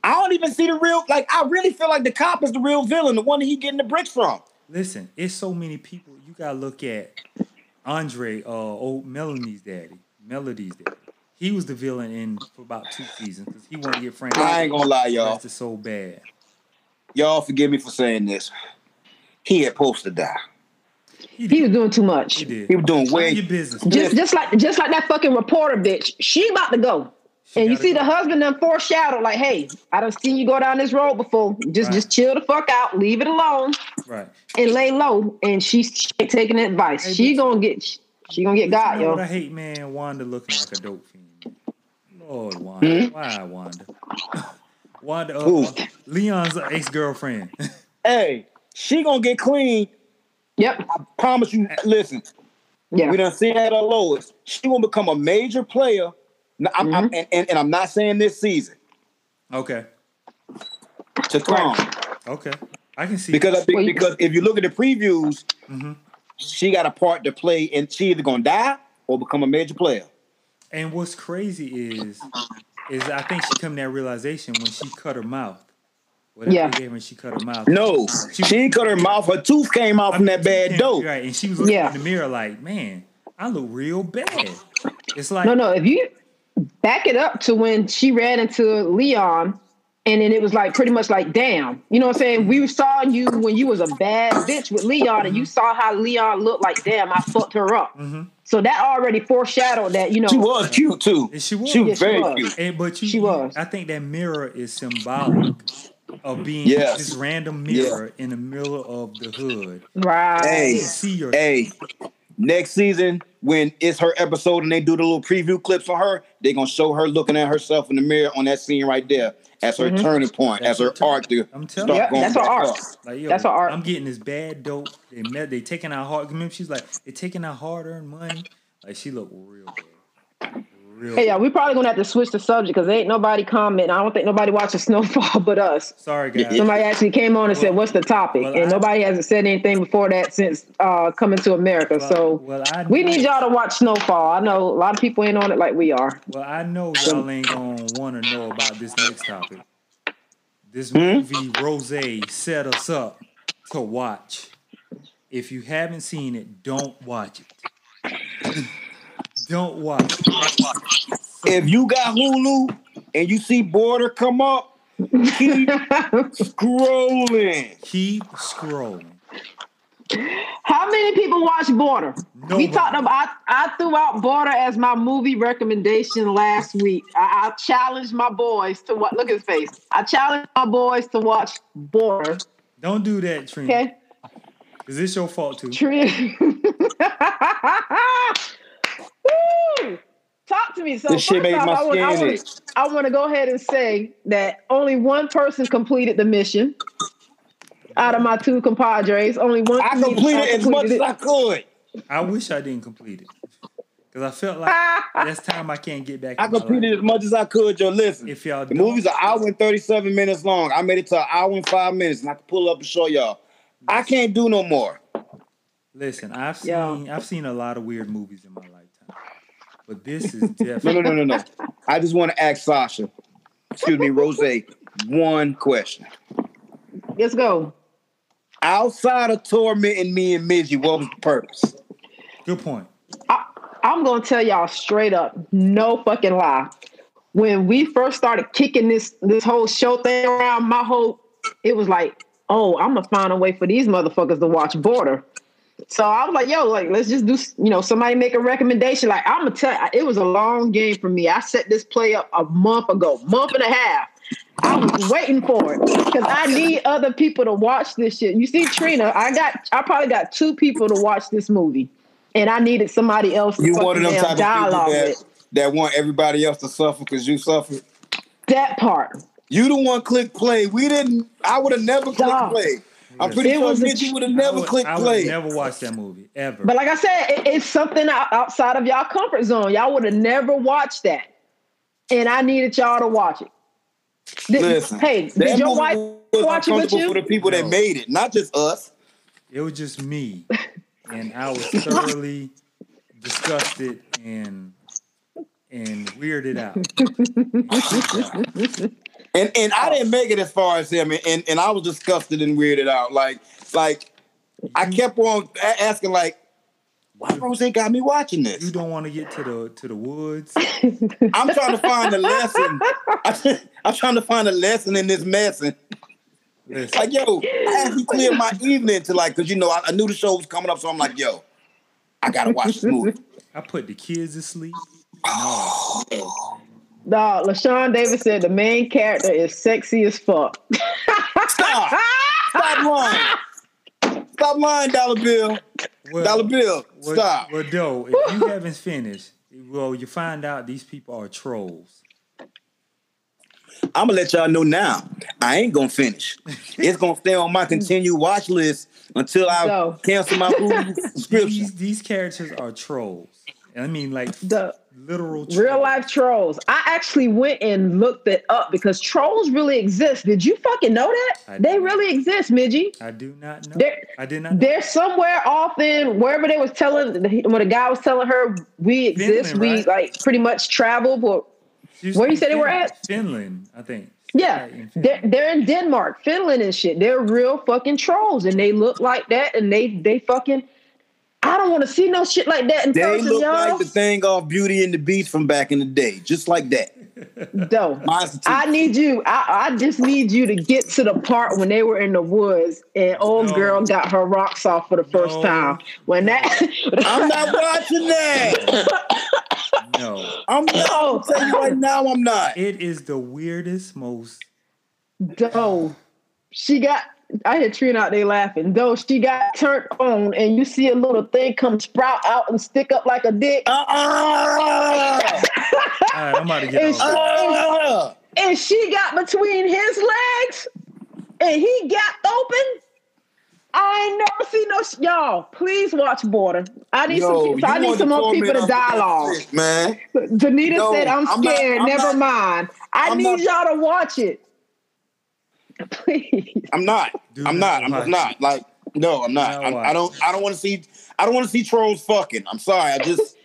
[SPEAKER 3] i don't even see the real like i really feel like the cop is the real villain the one that he getting the bricks from
[SPEAKER 1] Listen, it's so many people. You gotta look at Andre, uh, old Melanie's daddy, Melody's daddy. He was the villain in for about two seasons because he wanted to get Frank.
[SPEAKER 3] i ain't gonna lie y'all
[SPEAKER 1] That's just so bad.
[SPEAKER 3] y'all forgive me for saying this he had supposed to die
[SPEAKER 2] He was doing too much.
[SPEAKER 1] He did.
[SPEAKER 3] he was doing
[SPEAKER 1] Mind your
[SPEAKER 3] way
[SPEAKER 1] business.
[SPEAKER 2] Just, just like, just like that fucking reporter bitch. She about to go, and you
[SPEAKER 1] gotta
[SPEAKER 2] see the
[SPEAKER 1] go.
[SPEAKER 2] husband then foreshadowed, like, "Hey, I done seen you go down this road before. Just,
[SPEAKER 1] Right.
[SPEAKER 2] just chill the fuck out, leave it alone,
[SPEAKER 1] Right.
[SPEAKER 2] and lay low." And she's she ain't taking advice.
[SPEAKER 1] Hey,
[SPEAKER 2] she
[SPEAKER 1] bitch.
[SPEAKER 2] gonna get, she gonna get
[SPEAKER 1] you
[SPEAKER 2] God,
[SPEAKER 1] know what I
[SPEAKER 2] yo.
[SPEAKER 1] hate, man? Wanda looking like a dope fiend. Lord, Wanda. Why, Wanda? Wanda, uh,
[SPEAKER 3] Hmm? Who?
[SPEAKER 1] Leon's ex girlfriend.
[SPEAKER 3] hey she gonna get clean
[SPEAKER 2] Yep.
[SPEAKER 3] promise you listen
[SPEAKER 2] Yeah.
[SPEAKER 3] we done seen her at her lowest she gonna become a major player N- I'm, I'm-
[SPEAKER 1] Mm-hmm.
[SPEAKER 3] and, and, and i'm not saying this season
[SPEAKER 1] okay.
[SPEAKER 3] to come
[SPEAKER 1] Okay. I can see
[SPEAKER 3] because I
[SPEAKER 2] Well,
[SPEAKER 3] think,
[SPEAKER 2] you-
[SPEAKER 3] because if you look at the previews,
[SPEAKER 1] Mhm.
[SPEAKER 3] she got a part to play, and she either gonna die or become a major player.
[SPEAKER 1] And what's crazy is, is I think she come to that realization when she cut her mouth. Whatever
[SPEAKER 2] Yeah.
[SPEAKER 1] they gave her, she cut her mouth.
[SPEAKER 3] No, she, ain't cut her mouth. Her tooth came out from that bad dope.
[SPEAKER 1] Right, and she was looking
[SPEAKER 2] Yeah.
[SPEAKER 1] in the mirror like, man, I look real bad. It's like,
[SPEAKER 2] No, no. If you back it up to when she ran into Leon, and then it was like pretty much like, damn, you know what I'm saying? We saw you when you was a bad bitch with Leon, and you saw how Leon looked like, damn, I fucked her up.
[SPEAKER 1] Mm-hmm.
[SPEAKER 2] So that already foreshadowed that, you know.
[SPEAKER 3] She was cute too.
[SPEAKER 1] And she was.
[SPEAKER 2] Yes, she
[SPEAKER 3] very
[SPEAKER 2] was.
[SPEAKER 3] cute.
[SPEAKER 1] And but you,
[SPEAKER 2] She was.
[SPEAKER 1] I think that mirror is symbolic of being
[SPEAKER 3] Yes.
[SPEAKER 1] this random mirror in the middle of the hood.
[SPEAKER 2] Right.
[SPEAKER 1] You
[SPEAKER 3] Hey.
[SPEAKER 1] see your
[SPEAKER 3] Hey, next season when it's her episode and they do the little preview clips on her, they gonna show her looking at herself in the mirror on that scene right there as her turning point,
[SPEAKER 1] That's
[SPEAKER 3] as her
[SPEAKER 1] what I'm
[SPEAKER 3] arc. To
[SPEAKER 1] Mm-hmm. I'm telling
[SPEAKER 3] start
[SPEAKER 1] you.
[SPEAKER 2] Yep,
[SPEAKER 3] going
[SPEAKER 2] that's her
[SPEAKER 3] back
[SPEAKER 2] arc.
[SPEAKER 3] up.
[SPEAKER 1] like, yo,
[SPEAKER 2] That's her art.
[SPEAKER 1] I'm getting this bad dope. They met. They taking our hard. Remember, she's like, they taking our hard earned money. Like she looked real bad. Real.
[SPEAKER 2] Hey,
[SPEAKER 1] bad.
[SPEAKER 2] y'all, we probably gonna have to switch the subject because ain't nobody commenting. I don't think nobody watches Snowfall but us.
[SPEAKER 1] Sorry guys.
[SPEAKER 2] Somebody actually came on and said, "What's the topic?"
[SPEAKER 1] well,
[SPEAKER 2] and
[SPEAKER 1] I-
[SPEAKER 2] nobody hasn't said anything before that since uh, coming to America.
[SPEAKER 1] Well,
[SPEAKER 2] so
[SPEAKER 1] well, I
[SPEAKER 2] we
[SPEAKER 1] know-
[SPEAKER 2] need y'all to watch Snowfall. I know a lot of people ain't on it like we are.
[SPEAKER 1] Well, I know y'all ain't gonna want to know about this next topic. This movie Rose set us up to watch. If you haven't seen it, don't watch it. don't watch. It.
[SPEAKER 3] If you got Hulu and you see Border come up, keep scrolling.
[SPEAKER 1] Keep scrolling.
[SPEAKER 2] How many people watch Border?
[SPEAKER 1] Nobody.
[SPEAKER 2] We talked about. I, I threw out Border as my movie recommendation last week. I, I challenged my boys to what? Look at his face. I challenged my boys to watch Border.
[SPEAKER 1] Don't do that, Trina.
[SPEAKER 2] Okay.
[SPEAKER 1] Is this your fault too?
[SPEAKER 2] Tree. Woo! Talk to me. So
[SPEAKER 3] This shit
[SPEAKER 2] first
[SPEAKER 3] make
[SPEAKER 2] off,
[SPEAKER 3] my
[SPEAKER 2] I wanna- I
[SPEAKER 3] skin
[SPEAKER 2] wanna-
[SPEAKER 3] itch.
[SPEAKER 2] I want to go ahead and say that only one person completed the mission out of my two compadres. Only one.
[SPEAKER 3] I completed as much as I could.
[SPEAKER 1] I wish I didn't complete it because I felt like that's time I can't get back.
[SPEAKER 3] I
[SPEAKER 1] in my life.
[SPEAKER 3] completed as much as I could, Joe. Listen,
[SPEAKER 1] If y'all
[SPEAKER 3] the
[SPEAKER 1] don't-
[SPEAKER 3] movie's an hour and 37 minutes long. I made it to an hour and five minutes, and I can pull up and show y'all. I can't do no more.
[SPEAKER 1] Listen, I've seen
[SPEAKER 2] Yeah.
[SPEAKER 1] I've seen a lot of weird movies in my lifetime, but this is definitely
[SPEAKER 3] No, no, no, no, no. I just want to ask Sasha, excuse me, Rose, one question.
[SPEAKER 2] Let's go.
[SPEAKER 3] Outside of tormenting me and Midgie, what was the purpose?
[SPEAKER 1] good point.
[SPEAKER 2] I, I'm gonna tell y'all straight up, no fucking lie. When we first started kicking this this whole show thing around, my whole it was like, oh, I'm gonna find a way for these motherfuckers to watch Border. So I was like, yo, like let's just do, you know, somebody make a recommendation. Like I'm gonna tell, it was a long game for me. I set this play up a month ago, month and a half. I was waiting for it because I need other people to watch this shit. You see, Trina, I got, I probably got two people to watch this movie, and I needed somebody else. To
[SPEAKER 3] You one of them
[SPEAKER 2] fucking
[SPEAKER 3] type of
[SPEAKER 2] damn
[SPEAKER 3] people
[SPEAKER 2] dialogue
[SPEAKER 3] that,
[SPEAKER 2] with.
[SPEAKER 3] that want everybody else to suffer because you suffered.
[SPEAKER 2] that part.
[SPEAKER 3] You the one click play. We didn't. I would have never clicked
[SPEAKER 2] Dog.
[SPEAKER 3] play. I'm pretty
[SPEAKER 2] It
[SPEAKER 3] sure
[SPEAKER 2] was a-
[SPEAKER 3] Mitch, you would have never
[SPEAKER 1] I would,
[SPEAKER 3] clicked
[SPEAKER 1] I would
[SPEAKER 3] play.
[SPEAKER 1] never watch that movie ever.
[SPEAKER 2] But like I said, it, it's something out- outside of y'all comfort zone. Y'all would have never watched that, and I needed y'all to watch it. Did-
[SPEAKER 3] Listen,
[SPEAKER 2] hey,
[SPEAKER 3] that
[SPEAKER 2] did your
[SPEAKER 3] movie
[SPEAKER 2] wife
[SPEAKER 3] was
[SPEAKER 2] watch it with
[SPEAKER 3] uncomfortable for the
[SPEAKER 2] you?
[SPEAKER 3] people that
[SPEAKER 1] No.
[SPEAKER 3] made it, not just us.
[SPEAKER 1] it was just me, and I was thoroughly disgusted and and weirded out.
[SPEAKER 3] And and
[SPEAKER 1] Oh.
[SPEAKER 3] I didn't make it as far as him, and, and, and I was disgusted and weirded out. Like like I
[SPEAKER 1] Mm-hmm.
[SPEAKER 3] kept on a- asking like, why Rose ain't got me watching
[SPEAKER 1] You
[SPEAKER 3] this?
[SPEAKER 1] don't want to get to the to the woods.
[SPEAKER 3] I'm trying to find a lesson. I, am trying to find a lesson in this mess. And it's
[SPEAKER 1] Listen,
[SPEAKER 3] like yo, I had to clear my evening to like, cause you know I, I knew the show was coming up, so I'm like yo, I gotta watch this movie.
[SPEAKER 1] I put the kids to sleep.
[SPEAKER 2] Dog, LaShawn Davis said the main character is sexy as fuck.
[SPEAKER 3] Stop! Stop lying! Stop lying, Dollar Bill.
[SPEAKER 1] Well,
[SPEAKER 3] Dollar Bill,
[SPEAKER 1] well,
[SPEAKER 3] stop.
[SPEAKER 1] Well, though, if you haven't finished, well, you find out these people are trolls.
[SPEAKER 3] I'm gonna let y'all know now. I ain't gonna finish. It's gonna stay on my continued watch list until I
[SPEAKER 2] No.
[SPEAKER 3] cancel my Hulu
[SPEAKER 1] These
[SPEAKER 3] subscription.
[SPEAKER 1] these characters are trolls. I mean, like
[SPEAKER 2] The
[SPEAKER 1] literal trolls.
[SPEAKER 2] real life trolls. I actually went and looked it up because trolls really exist. Did you fucking know
[SPEAKER 1] I
[SPEAKER 2] that? They
[SPEAKER 1] didn't.
[SPEAKER 2] really exist, Midgie.
[SPEAKER 1] I do not know.
[SPEAKER 2] There-
[SPEAKER 1] I did not. know.
[SPEAKER 2] They're somewhere off in wherever they was telling when the guy was telling her we exist,
[SPEAKER 1] Finland,
[SPEAKER 2] we
[SPEAKER 1] right?
[SPEAKER 2] like pretty much travel, but
[SPEAKER 1] She's
[SPEAKER 2] Where you
[SPEAKER 1] in
[SPEAKER 2] say they were
[SPEAKER 1] Finland.
[SPEAKER 2] at?
[SPEAKER 1] Finland, I think.
[SPEAKER 2] Yeah,
[SPEAKER 1] Right, in
[SPEAKER 2] they're,
[SPEAKER 1] Finland.
[SPEAKER 2] they're in Denmark, Finland, and shit. They're real fucking trolls, and they look like that, and they they fucking. I don't want to see no shit like that in
[SPEAKER 3] They
[SPEAKER 2] person,
[SPEAKER 3] look
[SPEAKER 2] y'all.
[SPEAKER 3] like the thing off Beauty and the Beast from back in the day, just like that.
[SPEAKER 2] Though,
[SPEAKER 3] Mine's the teeth.
[SPEAKER 2] I need you. I, I just need you to get to the part when they were in the woods and old
[SPEAKER 1] No.
[SPEAKER 2] girl got her rocks off for the first
[SPEAKER 1] No.
[SPEAKER 2] time. When that,
[SPEAKER 3] I'm not watching that.
[SPEAKER 1] No,
[SPEAKER 3] I'm not.
[SPEAKER 2] No.
[SPEAKER 3] I'm telling you right now, I'm not.
[SPEAKER 1] it is the weirdest, most.
[SPEAKER 2] though she got I hear Trina out there laughing. Though she got turned on and you see a little thing come sprout out and stick up like a dick.
[SPEAKER 1] All
[SPEAKER 3] Uh-uh.
[SPEAKER 1] right, I'm about to get
[SPEAKER 2] It's-
[SPEAKER 1] off.
[SPEAKER 3] Uh-uh.
[SPEAKER 2] And she got between his legs and he got open. I ain't never seen no sh- y'all. Please watch Border. I need
[SPEAKER 3] Yo,
[SPEAKER 2] some. I
[SPEAKER 3] you
[SPEAKER 2] need
[SPEAKER 3] want
[SPEAKER 2] some more
[SPEAKER 3] call me
[SPEAKER 2] people to
[SPEAKER 3] out for that
[SPEAKER 2] dialogue.
[SPEAKER 3] shit, man.
[SPEAKER 2] Danita
[SPEAKER 3] No,
[SPEAKER 2] said, "I'm
[SPEAKER 3] I'm not-
[SPEAKER 2] scared.
[SPEAKER 3] I'm
[SPEAKER 2] never
[SPEAKER 3] not-
[SPEAKER 2] mind. I
[SPEAKER 3] I'm
[SPEAKER 2] need
[SPEAKER 3] not-
[SPEAKER 2] y'all to watch it, please."
[SPEAKER 3] I'm not.
[SPEAKER 1] Do
[SPEAKER 3] I'm
[SPEAKER 1] not
[SPEAKER 3] not. I'm just
[SPEAKER 1] watch.
[SPEAKER 3] not. Like, no, I'm not.
[SPEAKER 1] Now
[SPEAKER 3] I'm,
[SPEAKER 1] watch.
[SPEAKER 3] I don't. I don't want to see. I don't want to see trolls fucking. I'm sorry. I just.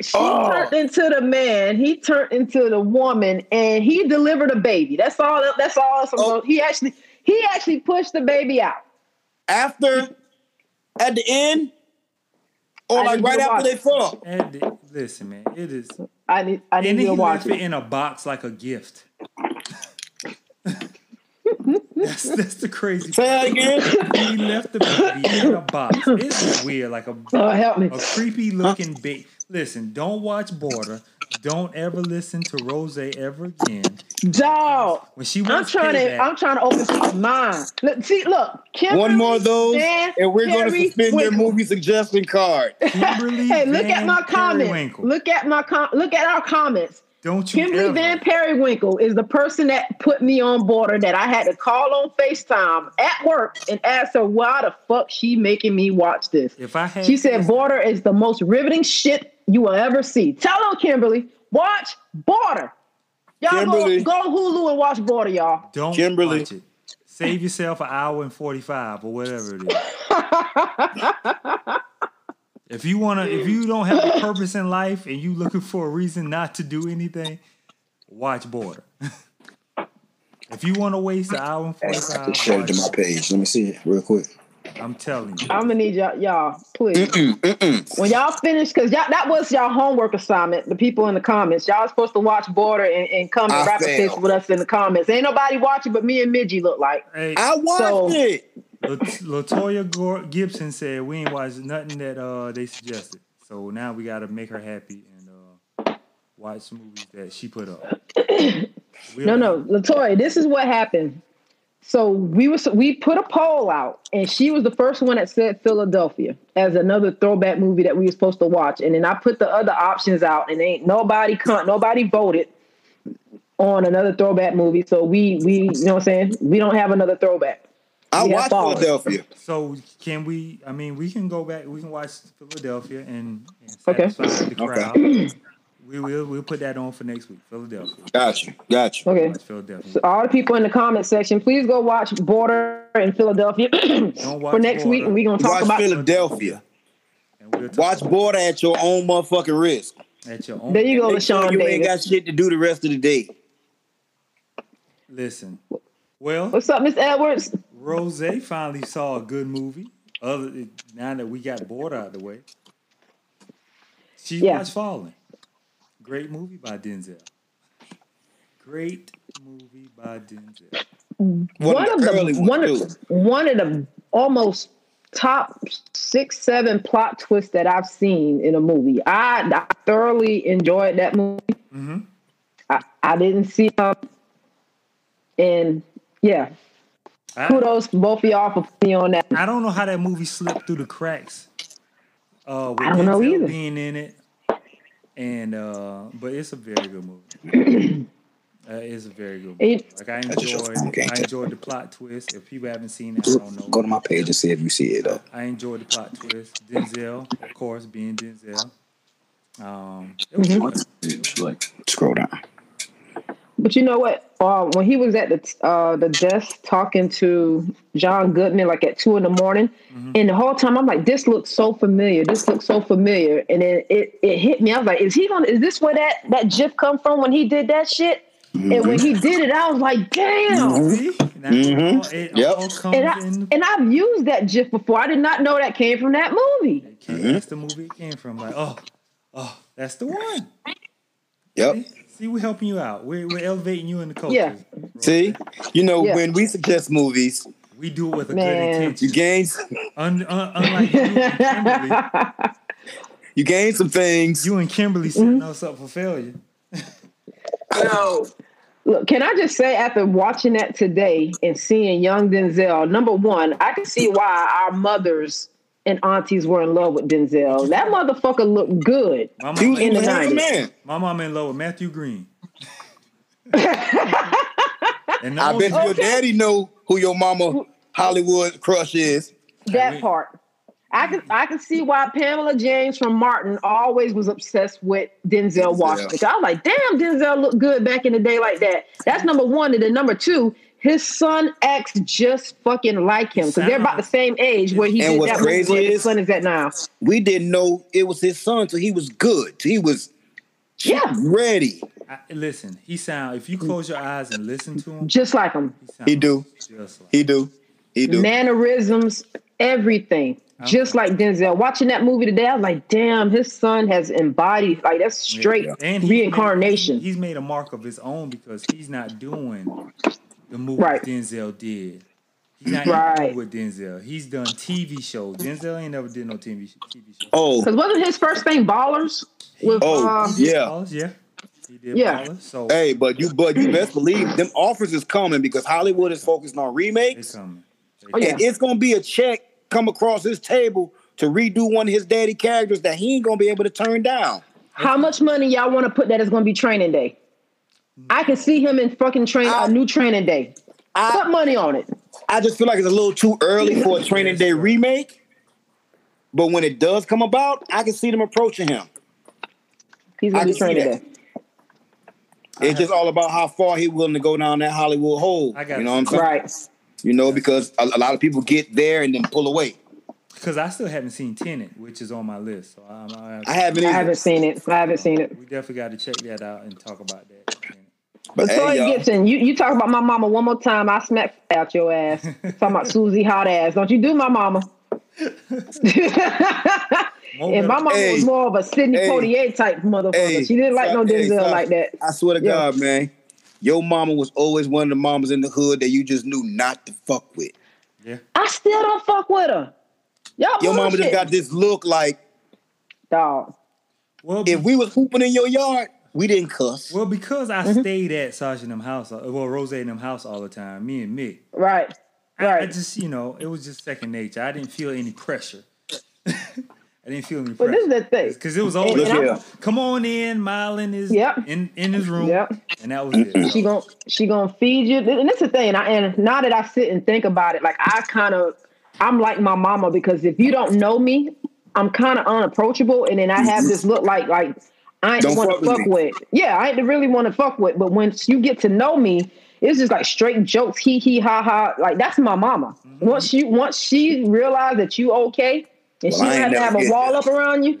[SPEAKER 2] She
[SPEAKER 3] Oh.
[SPEAKER 2] turned into the man. He turned into the woman, and he delivered a baby. That's all. That's all. it's
[SPEAKER 3] Oh.
[SPEAKER 2] about. He actually, he actually pushed the baby out.
[SPEAKER 3] after at the end or
[SPEAKER 2] I need
[SPEAKER 3] like
[SPEAKER 2] you
[SPEAKER 3] right
[SPEAKER 2] to
[SPEAKER 3] after
[SPEAKER 2] watch
[SPEAKER 3] they
[SPEAKER 2] it.
[SPEAKER 3] fuck.
[SPEAKER 1] And it- listen, man, it is.
[SPEAKER 2] I need. I need
[SPEAKER 1] And
[SPEAKER 2] you
[SPEAKER 1] he
[SPEAKER 2] to watch
[SPEAKER 1] left it
[SPEAKER 2] it.
[SPEAKER 1] in a box like a gift. that's that's the crazy.
[SPEAKER 3] Say that again.
[SPEAKER 1] part. He left the baby in a box. It's weird, like a
[SPEAKER 2] Oh, help me.
[SPEAKER 1] a creepy looking baby. Listen, don't watch Border. Don't ever listen to Rose ever again.
[SPEAKER 2] Dog.
[SPEAKER 1] When she
[SPEAKER 2] I'm
[SPEAKER 1] wants
[SPEAKER 2] trying
[SPEAKER 1] payback,
[SPEAKER 2] to. I'm trying to open up mine. Look, see, look. Kimberly,
[SPEAKER 3] One more of those,
[SPEAKER 2] Van
[SPEAKER 3] and we're going to
[SPEAKER 2] Perry
[SPEAKER 3] suspend your
[SPEAKER 2] Winkle.
[SPEAKER 3] movie suggestion card.
[SPEAKER 1] Kimberly
[SPEAKER 2] Hey, look at
[SPEAKER 1] Van
[SPEAKER 2] my comments.
[SPEAKER 1] Periwinkle.
[SPEAKER 2] Look at my com- Look at our comments.
[SPEAKER 1] Don't you
[SPEAKER 2] Kimberly
[SPEAKER 1] ever.
[SPEAKER 2] Van Periwinkle is the person that put me on border that I had to call on FaceTime at work and ask her why the fuck she making me watch this.
[SPEAKER 1] if I had,
[SPEAKER 2] She said border is the most riveting shit you will ever see. Tell her, Kimberly, watch border. Y'all go,
[SPEAKER 3] Kimberly.
[SPEAKER 2] go Hulu and watch border, y'all.
[SPEAKER 1] don't
[SPEAKER 3] Kimberly.
[SPEAKER 1] watch it. Save yourself an hour and forty five or whatever it is. if you wanna, if you don't have a purpose in life and you looking for a reason not to do anything, watch Border. if you want to waste an hour and forty five,
[SPEAKER 3] Share to my page. Let me see it real quick.
[SPEAKER 1] I'm telling you.
[SPEAKER 2] I'm gonna need y'all, y'all, please.
[SPEAKER 3] Mm, mm-mm.
[SPEAKER 2] When y'all finish, because y'all that was y'all homework assignment. The people in the comments, y'all supposed to watch Border and, and come and
[SPEAKER 3] I
[SPEAKER 2] rap a fist
[SPEAKER 3] failed.
[SPEAKER 2] with us in the comments. Ain't nobody watching, but me and Midgie look like.
[SPEAKER 1] Hey,
[SPEAKER 3] I watched
[SPEAKER 2] So-
[SPEAKER 3] it.
[SPEAKER 1] La- Latoya Gor- Gibson said we ain't watched nothing that uh they suggested. So now we gotta make her happy and uh watch movies that she put up. We'll-
[SPEAKER 2] No, no, Latoya, this is what happened. So we was we put a poll out, and she was the first one that said Philadelphia as another throwback movie that we were supposed to watch. And then I put the other options out, and ain't nobody con- nobody voted on another throwback movie. So we we you know what I'm saying we don't have another throwback.
[SPEAKER 3] I
[SPEAKER 2] Yeah,
[SPEAKER 3] watched
[SPEAKER 2] ballers.
[SPEAKER 3] Philadelphia.
[SPEAKER 1] So can we? I mean, we can go back. We can watch Philadelphia and, and
[SPEAKER 2] Okay.
[SPEAKER 1] satisfy the
[SPEAKER 3] Okay.
[SPEAKER 1] crowd. We will. We'll put that on for next week. Philadelphia.
[SPEAKER 3] Gotcha, gotcha.
[SPEAKER 2] Okay,
[SPEAKER 1] Watch Philadelphia.
[SPEAKER 2] so all the people in the comment section, please go watch Border in Philadelphia for
[SPEAKER 1] watch
[SPEAKER 2] next week,
[SPEAKER 1] Border.
[SPEAKER 2] and we're gonna talk
[SPEAKER 3] Watch
[SPEAKER 2] about
[SPEAKER 3] Philadelphia.
[SPEAKER 1] and we'll talk
[SPEAKER 3] Watch
[SPEAKER 1] about
[SPEAKER 3] Border at your own motherfucking risk.
[SPEAKER 1] it at your own.
[SPEAKER 2] there you go,
[SPEAKER 3] Make sure
[SPEAKER 2] LaShawn
[SPEAKER 3] you ain't
[SPEAKER 2] Davis.
[SPEAKER 3] got shit to do the rest of the day.
[SPEAKER 1] Listen. Well,
[SPEAKER 2] What's up, Miss Edwards?
[SPEAKER 1] Rose finally saw a good movie. Other now that we got bored out of the way, she
[SPEAKER 2] Yeah.
[SPEAKER 1] watched Falling. Great movie by Denzel. Great movie by Denzel.
[SPEAKER 3] One,
[SPEAKER 2] one
[SPEAKER 3] of the, early ones,
[SPEAKER 2] one
[SPEAKER 3] too.
[SPEAKER 2] of one of the almost top six seven plot twists that I've seen in a movie. I, I thoroughly enjoyed that movie.
[SPEAKER 3] Mm-hmm.
[SPEAKER 2] I, I didn't see um, and yeah,
[SPEAKER 1] I-
[SPEAKER 2] kudos to both of y'all for putting me on that.
[SPEAKER 1] I don't know how that movie slipped through the cracks. Uh, with
[SPEAKER 2] I don't know
[SPEAKER 1] Denzel
[SPEAKER 2] either.
[SPEAKER 1] Being in it, and uh, but it's a very good movie. uh, it's a very good movie.
[SPEAKER 2] It-
[SPEAKER 1] like I enjoyed,
[SPEAKER 4] Okay.
[SPEAKER 1] I enjoyed the plot twist. If people haven't seen it, I don't know.
[SPEAKER 4] Go to my page and see if you see it though.
[SPEAKER 1] I enjoyed the plot twist. Denzel, of course, being Denzel. Um, it was good.
[SPEAKER 4] Like scroll down.
[SPEAKER 2] But you know what? Uh, when he was at the uh, the desk talking to John Goodman, like at two in the morning, and the whole time I'm like, "This looks so familiar. This looks so familiar." And then it, it hit me. I was like, "Is he gonna? Is this where that that GIF come from when he did that shit?" And when he did it, I was like, "Damn!"
[SPEAKER 1] See, Now it all- it
[SPEAKER 3] Mm-hmm. Yep.
[SPEAKER 1] all comes
[SPEAKER 2] And I
[SPEAKER 1] in.
[SPEAKER 2] and I've used that GIF before. I did not know that came from that movie.
[SPEAKER 1] it
[SPEAKER 3] Mm-hmm.
[SPEAKER 1] came- That's the movie it came from. Like, oh, oh, that's the one.
[SPEAKER 3] Yep.
[SPEAKER 1] See, we're helping you out. We're, we're elevating you in the culture.
[SPEAKER 2] Yeah.
[SPEAKER 3] See, you know
[SPEAKER 2] Yeah.
[SPEAKER 3] when we suggest movies,
[SPEAKER 1] We do it with a
[SPEAKER 2] Man.
[SPEAKER 1] good intention.
[SPEAKER 3] you gain
[SPEAKER 1] Un, un, unlike you and Kimberly,
[SPEAKER 3] you gain some things.
[SPEAKER 1] you and Kimberly setting us up for failure.
[SPEAKER 2] No. Look, can I just say after watching that today and seeing young Denzel, number one, I can see why our mothers and aunties were in love with Denzel. That motherfucker looked good.
[SPEAKER 1] My
[SPEAKER 3] He
[SPEAKER 1] mom,
[SPEAKER 3] was, he
[SPEAKER 2] In
[SPEAKER 3] was
[SPEAKER 2] the
[SPEAKER 3] a handsome
[SPEAKER 2] 90s.
[SPEAKER 3] man.
[SPEAKER 1] my mom in love with Matthew Green. and
[SPEAKER 3] I
[SPEAKER 1] not
[SPEAKER 3] bet
[SPEAKER 1] only-
[SPEAKER 3] your daddy know who your mama Hollywood crush is.
[SPEAKER 1] we-
[SPEAKER 2] That part. I can I can see why Pamela James from Martin always was obsessed with Denzel
[SPEAKER 3] Denzel.
[SPEAKER 2] Washington. I was like, damn, Denzel looked good back in the day like that. That's number one. And then number two, his son acts just fucking like him because they're about the same age where he
[SPEAKER 3] And
[SPEAKER 2] did
[SPEAKER 3] what's
[SPEAKER 2] that movie
[SPEAKER 3] crazy
[SPEAKER 2] where his
[SPEAKER 3] is-
[SPEAKER 2] son is at now.
[SPEAKER 3] We didn't know it was his son till he was good. till He was
[SPEAKER 2] Yeah,
[SPEAKER 3] ready.
[SPEAKER 1] I, listen, he sound. If you close your eyes and listen to him,
[SPEAKER 2] just like him.
[SPEAKER 1] he, sound
[SPEAKER 3] He do.
[SPEAKER 1] just like.
[SPEAKER 3] He do. He do.
[SPEAKER 2] Mannerisms, everything. Just like Denzel. Watching that movie today, I was like, damn, his son has embodied, like, that's straight
[SPEAKER 1] And he's made-
[SPEAKER 2] reincarnation.
[SPEAKER 1] he's made a mark of his own because he's not doing the movies
[SPEAKER 2] Right.
[SPEAKER 1] Denzel did. He's not
[SPEAKER 2] Right.
[SPEAKER 1] even with Denzel. He's done TV shows. Denzel ain't never did no TV, sh- TV show.
[SPEAKER 3] Oh,
[SPEAKER 2] Because wasn't his first thing Ballers? With,
[SPEAKER 3] Oh,
[SPEAKER 2] uh,
[SPEAKER 3] yeah.
[SPEAKER 1] Oh, yeah. He did
[SPEAKER 2] Yeah.
[SPEAKER 1] Ballers, so
[SPEAKER 3] hey, but you but you best believe them offers is coming because Hollywood is focused on
[SPEAKER 1] it's
[SPEAKER 3] remakes.
[SPEAKER 1] coming. They
[SPEAKER 2] Oh, yeah.
[SPEAKER 3] And it's gonna be a check come across his table to redo one of his daddy characters that he ain't gonna be able to turn down.
[SPEAKER 2] How much money y'all want to put that is going to be training day? I can see him in fucking train
[SPEAKER 3] I-
[SPEAKER 2] a new training day. put money on it.
[SPEAKER 3] I just feel like it's a little too early for a training day remake. But when it does come about, I can see them approaching him.
[SPEAKER 2] He's
[SPEAKER 3] I
[SPEAKER 2] going to be
[SPEAKER 3] can see
[SPEAKER 2] training
[SPEAKER 3] that.
[SPEAKER 2] day.
[SPEAKER 3] It's just all about how far he willing to go down that Hollywood hole.
[SPEAKER 1] I got
[SPEAKER 3] you know what I'm
[SPEAKER 1] it.
[SPEAKER 3] saying?
[SPEAKER 2] Right.
[SPEAKER 3] You know, because a, a lot of people get there and then pull away.
[SPEAKER 1] Because I still haven't seen Tenant, which is on my list. So I'm, I,
[SPEAKER 3] I haven't
[SPEAKER 2] I
[SPEAKER 3] even.
[SPEAKER 2] haven't seen it. I haven't seen it.
[SPEAKER 1] we definitely got to check that out and talk about that.
[SPEAKER 3] but hey,
[SPEAKER 2] Latoya
[SPEAKER 3] y'all.
[SPEAKER 2] Gibson, you, you talk about my mama one more time. I smack out your ass. talking about Susie hot ass. Don't you do my mama.
[SPEAKER 1] Mo
[SPEAKER 2] and my
[SPEAKER 1] better-
[SPEAKER 2] mama
[SPEAKER 3] Hey.
[SPEAKER 2] was more of a Sidney
[SPEAKER 3] Hey.
[SPEAKER 2] Poitier type motherfucker.
[SPEAKER 3] Hey,
[SPEAKER 2] she didn't like no
[SPEAKER 3] hey,
[SPEAKER 2] Denzel
[SPEAKER 3] stop.
[SPEAKER 2] like that.
[SPEAKER 3] I swear to
[SPEAKER 2] Yeah.
[SPEAKER 3] God, man, your mama was always one of the mamas in the hood that you just knew not to fuck with.
[SPEAKER 1] Yeah.
[SPEAKER 2] I still don't fuck with her. Y'all
[SPEAKER 5] Your mama just
[SPEAKER 2] bullshitting.
[SPEAKER 5] got this look like
[SPEAKER 2] dog.
[SPEAKER 1] Well,
[SPEAKER 5] if we was hooping in your yard, we didn't cuss.
[SPEAKER 1] well, because I
[SPEAKER 2] Mm-hmm.
[SPEAKER 1] stayed at Sasha and them house, uh, well, Rose and them house all the time, me and Mick.
[SPEAKER 2] Right.
[SPEAKER 1] I- I
[SPEAKER 2] Right.
[SPEAKER 1] just, you know, it was just second nature. I didn't feel any pressure. I didn't feel any
[SPEAKER 2] But this
[SPEAKER 1] pressure.
[SPEAKER 2] is the thing.
[SPEAKER 1] Because it was always
[SPEAKER 2] And
[SPEAKER 3] I'm-
[SPEAKER 1] come on in, Marlon is
[SPEAKER 2] Yep.
[SPEAKER 1] in, in his room.
[SPEAKER 2] Yep.
[SPEAKER 1] And that was it.
[SPEAKER 2] she gon' she gonna feed you. And that's the thing. And, I, and now that I sit and think about it, like I kind of I'm like my mama because if you don't know me, I'm kind of unapproachable, and then I have this look like like I ain't
[SPEAKER 3] Don't
[SPEAKER 2] want
[SPEAKER 3] fuck
[SPEAKER 2] to
[SPEAKER 3] with
[SPEAKER 2] fuck
[SPEAKER 3] me.
[SPEAKER 2] with. Yeah, I ain't really want to fuck with. But once you get to know me, it's just like straight jokes, hee hee ha ha. Like that's my mama.
[SPEAKER 3] Mm-hmm.
[SPEAKER 2] Once you once she realized that you okay, and
[SPEAKER 3] Well,
[SPEAKER 2] she
[SPEAKER 3] I
[SPEAKER 2] don't
[SPEAKER 3] ain't
[SPEAKER 2] have to
[SPEAKER 3] never
[SPEAKER 2] have a
[SPEAKER 3] get
[SPEAKER 2] wall
[SPEAKER 3] that.
[SPEAKER 2] up around you.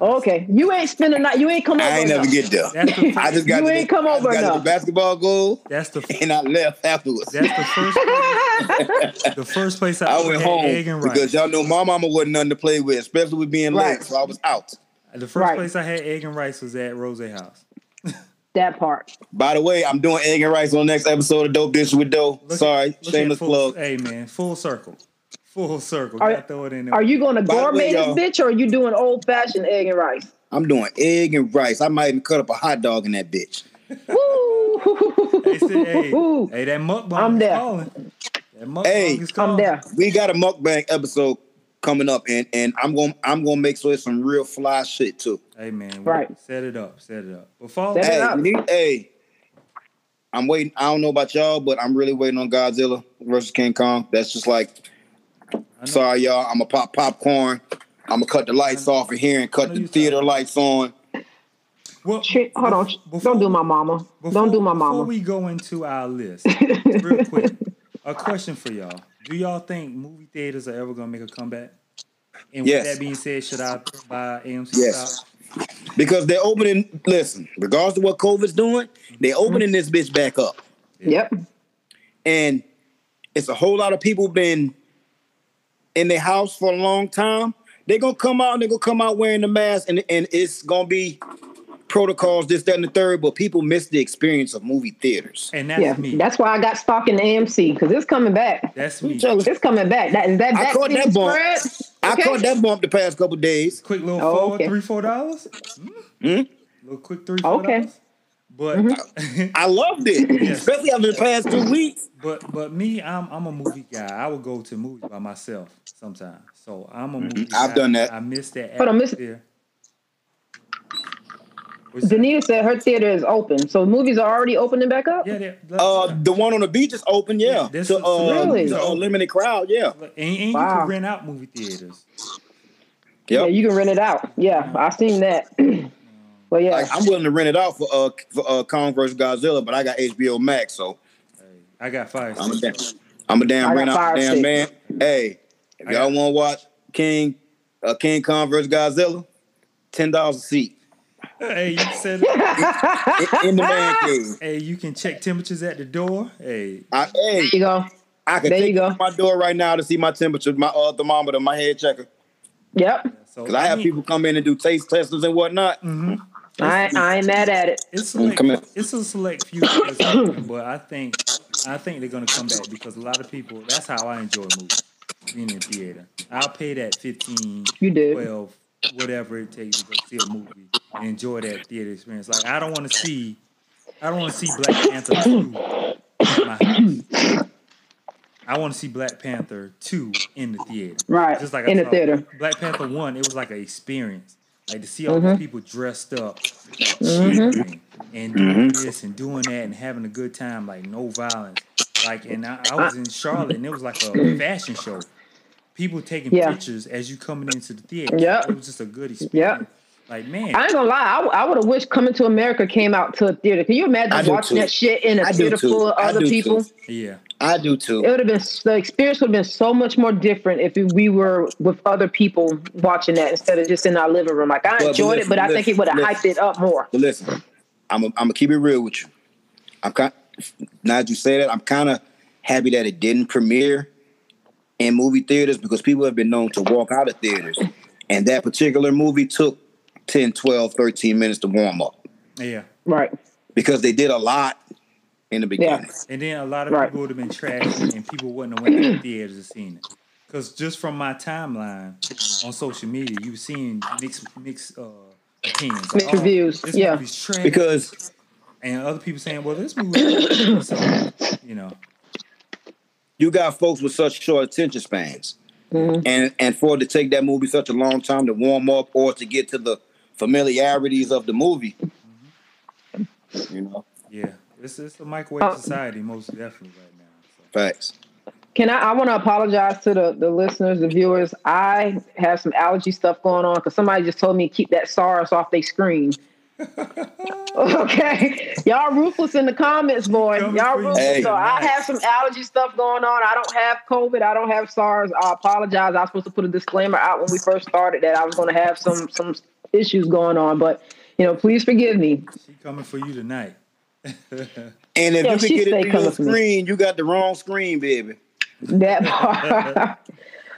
[SPEAKER 2] Okay, you ain't spending night. You ain't come over.
[SPEAKER 3] I ain't never
[SPEAKER 2] enough.
[SPEAKER 3] get there.
[SPEAKER 1] That's the,
[SPEAKER 3] I just got
[SPEAKER 2] You
[SPEAKER 3] to
[SPEAKER 2] ain't
[SPEAKER 3] the,
[SPEAKER 2] come
[SPEAKER 3] I just
[SPEAKER 2] over
[SPEAKER 3] got to
[SPEAKER 2] enough.
[SPEAKER 3] the basketball goal
[SPEAKER 1] that's the
[SPEAKER 3] and I left afterwards.
[SPEAKER 1] that's the first the first place I,
[SPEAKER 3] I
[SPEAKER 1] had
[SPEAKER 3] went home
[SPEAKER 1] egg and rice.
[SPEAKER 3] because y'all know my mama wasn't nothing to play with, especially with being
[SPEAKER 2] Right.
[SPEAKER 3] late. So I was out.
[SPEAKER 1] The first
[SPEAKER 2] Right.
[SPEAKER 1] place I had egg and rice was at Rose House.
[SPEAKER 2] that part.
[SPEAKER 3] By the way, I'm doing egg and rice on the next episode of Dope Dish with Doe.
[SPEAKER 1] Look at-
[SPEAKER 3] Sorry,
[SPEAKER 1] look at
[SPEAKER 3] shameless
[SPEAKER 1] full,
[SPEAKER 3] plug.
[SPEAKER 1] Hey man, full circle, full circle.
[SPEAKER 2] Are-
[SPEAKER 1] Gotta throw it in there.
[SPEAKER 2] Are you going to
[SPEAKER 3] By the way,
[SPEAKER 2] gourmet this
[SPEAKER 3] y'all-
[SPEAKER 2] bitch or are you doing old fashioned egg and rice?
[SPEAKER 3] I'm doing egg and rice. I might even cut up a hot dog in that bitch.
[SPEAKER 2] Woo!
[SPEAKER 1] Hey, say- hey, hey, that mukbang
[SPEAKER 2] I'm
[SPEAKER 1] is
[SPEAKER 2] there.
[SPEAKER 1] calling. That mukbang
[SPEAKER 3] Hey,
[SPEAKER 1] is calling.
[SPEAKER 2] I'm there.
[SPEAKER 3] We got a mukbang episode coming up, and and I'm gonna I'm gonna make sure it's some real fly shit too.
[SPEAKER 1] Hey man,
[SPEAKER 2] Right.
[SPEAKER 1] Set it up. Set it up. Before
[SPEAKER 2] Set it
[SPEAKER 3] Hey,
[SPEAKER 2] up.
[SPEAKER 3] me- hey, I'm waiting. I don't know about y'all, but I'm really waiting on Godzilla versus King Kong. That's just like,
[SPEAKER 1] I know-
[SPEAKER 3] sorry y'all, I'm gonna pop popcorn. I'm gonna cut the lights off in here and
[SPEAKER 1] I
[SPEAKER 3] cut
[SPEAKER 1] know
[SPEAKER 3] the
[SPEAKER 1] you
[SPEAKER 3] theater
[SPEAKER 1] talking.
[SPEAKER 3] lights on.
[SPEAKER 1] Well,
[SPEAKER 2] Shit, hold on. Shh,
[SPEAKER 1] before-
[SPEAKER 2] Don't do my mama.
[SPEAKER 1] before-
[SPEAKER 2] Don't do my
[SPEAKER 1] Before
[SPEAKER 2] mama.
[SPEAKER 1] we go into our list, real quick, a question for y'all: Do y'all think movie theaters are ever gonna make a comeback? And
[SPEAKER 3] Yes.
[SPEAKER 1] with that being said, should I buy AMC
[SPEAKER 3] Yes.
[SPEAKER 1] stock?
[SPEAKER 3] Because they're opening, listen, regardless of what COVID's doing, they're
[SPEAKER 1] Mm-hmm.
[SPEAKER 3] opening this bitch back up.
[SPEAKER 2] Yep.
[SPEAKER 3] And it's a whole lot of people been in their house for a long time. They're gonna come out and they're gonna come out wearing the mask and, and it's gonna be protocols, this, that, and the third, but people miss the experience of movie theaters.
[SPEAKER 1] And that's
[SPEAKER 2] Yeah.
[SPEAKER 1] me.
[SPEAKER 2] That's why I got stock in the AMC because it's coming back.
[SPEAKER 1] That's me.
[SPEAKER 3] Jealous.
[SPEAKER 2] It's coming back. That is that
[SPEAKER 3] I caught
[SPEAKER 2] vaccine
[SPEAKER 3] that ball.
[SPEAKER 2] spread.
[SPEAKER 3] I
[SPEAKER 2] Okay.
[SPEAKER 3] caught that bump the past couple days.
[SPEAKER 1] quick little
[SPEAKER 2] Oh,
[SPEAKER 1] four,
[SPEAKER 2] okay.
[SPEAKER 1] three, four dollars. Hmm?
[SPEAKER 3] Hmm?
[SPEAKER 1] Little quick three, four
[SPEAKER 2] Okay. Mm-hmm.
[SPEAKER 1] dollars. But
[SPEAKER 3] I loved it,
[SPEAKER 1] Yes.
[SPEAKER 3] especially after the past two weeks.
[SPEAKER 1] but but me, I'm I'm a movie guy. I would go to movies by myself sometimes. So I'm a movie.
[SPEAKER 3] Mm-hmm. I've
[SPEAKER 1] guy.
[SPEAKER 3] done that.
[SPEAKER 1] I miss that.
[SPEAKER 2] But I miss-
[SPEAKER 1] atmosphere. What's that?
[SPEAKER 2] Danita said her theater is open, so movies are already opening back up.
[SPEAKER 1] Yeah, that,
[SPEAKER 3] Uh, the one on the beach is open, yeah.
[SPEAKER 1] Yeah, this
[SPEAKER 3] to,
[SPEAKER 1] is-
[SPEAKER 3] uh,
[SPEAKER 2] Really?
[SPEAKER 3] to a limited crowd, yeah.
[SPEAKER 1] and, and you
[SPEAKER 2] Wow.
[SPEAKER 1] can rent out movie theaters.
[SPEAKER 2] Yeah,
[SPEAKER 3] Yep.
[SPEAKER 2] you can rent it out. Yeah, I seen that. but yeah,
[SPEAKER 3] Like I'm willing to rent it out for uh for uh Kong versus Godzilla, but I got HBO Max, so
[SPEAKER 1] I got five.
[SPEAKER 3] I'm a damn I'm a
[SPEAKER 2] I
[SPEAKER 3] damn
[SPEAKER 2] got
[SPEAKER 3] rent out
[SPEAKER 2] five,
[SPEAKER 3] damn
[SPEAKER 2] six.
[SPEAKER 3] man. Hey, if
[SPEAKER 1] I got-
[SPEAKER 3] y'all wanna watch King uh King Kong versus Godzilla, ten dollars a seat.
[SPEAKER 1] Hey, you said it.
[SPEAKER 3] In, in the man cave.
[SPEAKER 1] Hey, you can check temperatures at the door. Hey,
[SPEAKER 3] I hey,
[SPEAKER 2] you go.
[SPEAKER 3] I can
[SPEAKER 2] There
[SPEAKER 3] take
[SPEAKER 2] you go.
[SPEAKER 3] it to my door right now to see my temperature, my uh, thermometer, my head checker.
[SPEAKER 2] Yep.
[SPEAKER 1] so
[SPEAKER 3] Cause I have
[SPEAKER 1] mean,
[SPEAKER 3] people come in and do taste testers and whatnot.
[SPEAKER 1] Mm.
[SPEAKER 2] I I ain't mad at it.
[SPEAKER 1] It's select,
[SPEAKER 3] come here.
[SPEAKER 1] it's a select few, that's happening, but I think I think they're gonna come back because a lot of people. That's how I enjoy movies, being in theater. I'll pay that 15,
[SPEAKER 2] You did.
[SPEAKER 1] 12, whatever it takes to go see a movie and enjoy that theater experience. Like I don't want to see, I don't want to see Black Panther two at my house. I want to see Black Panther two in the theater,
[SPEAKER 2] Right,
[SPEAKER 1] Just like I
[SPEAKER 2] in the
[SPEAKER 1] saw
[SPEAKER 2] theater.
[SPEAKER 1] Black Panther one, it was like an experience. Like to see all
[SPEAKER 2] Mm-hmm.
[SPEAKER 1] these people dressed up cheering and doing this and doing that and having a good time, like no violence. Like, and I, I was in Charlotte and it was like a fashion show. People taking
[SPEAKER 2] Mm. Yeah.
[SPEAKER 1] pictures as you coming into the theater.
[SPEAKER 2] Yep.
[SPEAKER 1] It was just a good experience. Like, man,
[SPEAKER 2] I ain't gonna lie, I, would have wished Coming to America came out to a theater. Can you
[SPEAKER 3] I
[SPEAKER 2] imagine
[SPEAKER 3] do
[SPEAKER 2] watching
[SPEAKER 3] too.
[SPEAKER 2] that shit in a
[SPEAKER 3] I do
[SPEAKER 2] theater
[SPEAKER 3] too.
[SPEAKER 2] full of
[SPEAKER 3] I
[SPEAKER 2] other
[SPEAKER 3] do
[SPEAKER 2] people?
[SPEAKER 3] too.
[SPEAKER 1] yeah.
[SPEAKER 3] I do too.
[SPEAKER 2] It would have been the experience would have been so much more different if we were with other people watching that instead of just in our living room. Like I
[SPEAKER 3] Well,
[SPEAKER 2] enjoyed it,
[SPEAKER 3] listen,
[SPEAKER 2] but I think it
[SPEAKER 3] listen,
[SPEAKER 2] would have
[SPEAKER 3] listen.
[SPEAKER 2] hyped it up more.
[SPEAKER 3] But listen, I'm i I'm gonna keep it real with you. I'm kind now that you say that, I'm kind of happy that it didn't premiere in movie theaters because people have been known to walk out of theaters, and that particular movie took 10, 12, 13 minutes to warm up
[SPEAKER 1] Yeah.
[SPEAKER 2] Right.
[SPEAKER 3] because they did a lot in the beginning.
[SPEAKER 1] And then a lot of
[SPEAKER 2] Right.
[SPEAKER 1] people would have been trashed, and people wouldn't have went to the theaters and seen it. Because just from my timeline on social media, you've seen mixed mixed uh, opinions, like, oh,
[SPEAKER 2] Mixed reviews,
[SPEAKER 1] This
[SPEAKER 2] yeah.
[SPEAKER 1] movie's trash,
[SPEAKER 3] Because
[SPEAKER 1] and other people saying, "Well, this movie," was trash." so, you know,
[SPEAKER 3] you got folks with such short attention spans. And and for it to take that movie such a long time to warm up or to get to the familiarities of the movie. You know,
[SPEAKER 1] yeah, it's it's a microwave
[SPEAKER 2] Uh,
[SPEAKER 1] society most definitely right now. So.
[SPEAKER 3] facts.
[SPEAKER 2] Can I? I want to apologize to the, the listeners, the viewers. I have some allergy stuff going on because somebody just told me keep that SARS off their screen. okay, y'all ruthless in the comments, boy.
[SPEAKER 1] Coming
[SPEAKER 2] Y'all
[SPEAKER 1] for you.
[SPEAKER 2] ruthless.
[SPEAKER 3] Hey.
[SPEAKER 2] So I have some allergy stuff going on. I don't have COVID. I don't have SARS. I apologize. I was supposed to put a disclaimer out when we first started that I was going to have some some issues going on, but you know, please forgive me.
[SPEAKER 1] She coming for you tonight.
[SPEAKER 3] And if
[SPEAKER 2] Yo,
[SPEAKER 3] you can
[SPEAKER 2] she
[SPEAKER 3] get
[SPEAKER 2] stay
[SPEAKER 3] it through your
[SPEAKER 2] coming for me.
[SPEAKER 3] screen, you got the wrong screen, baby.
[SPEAKER 2] That part.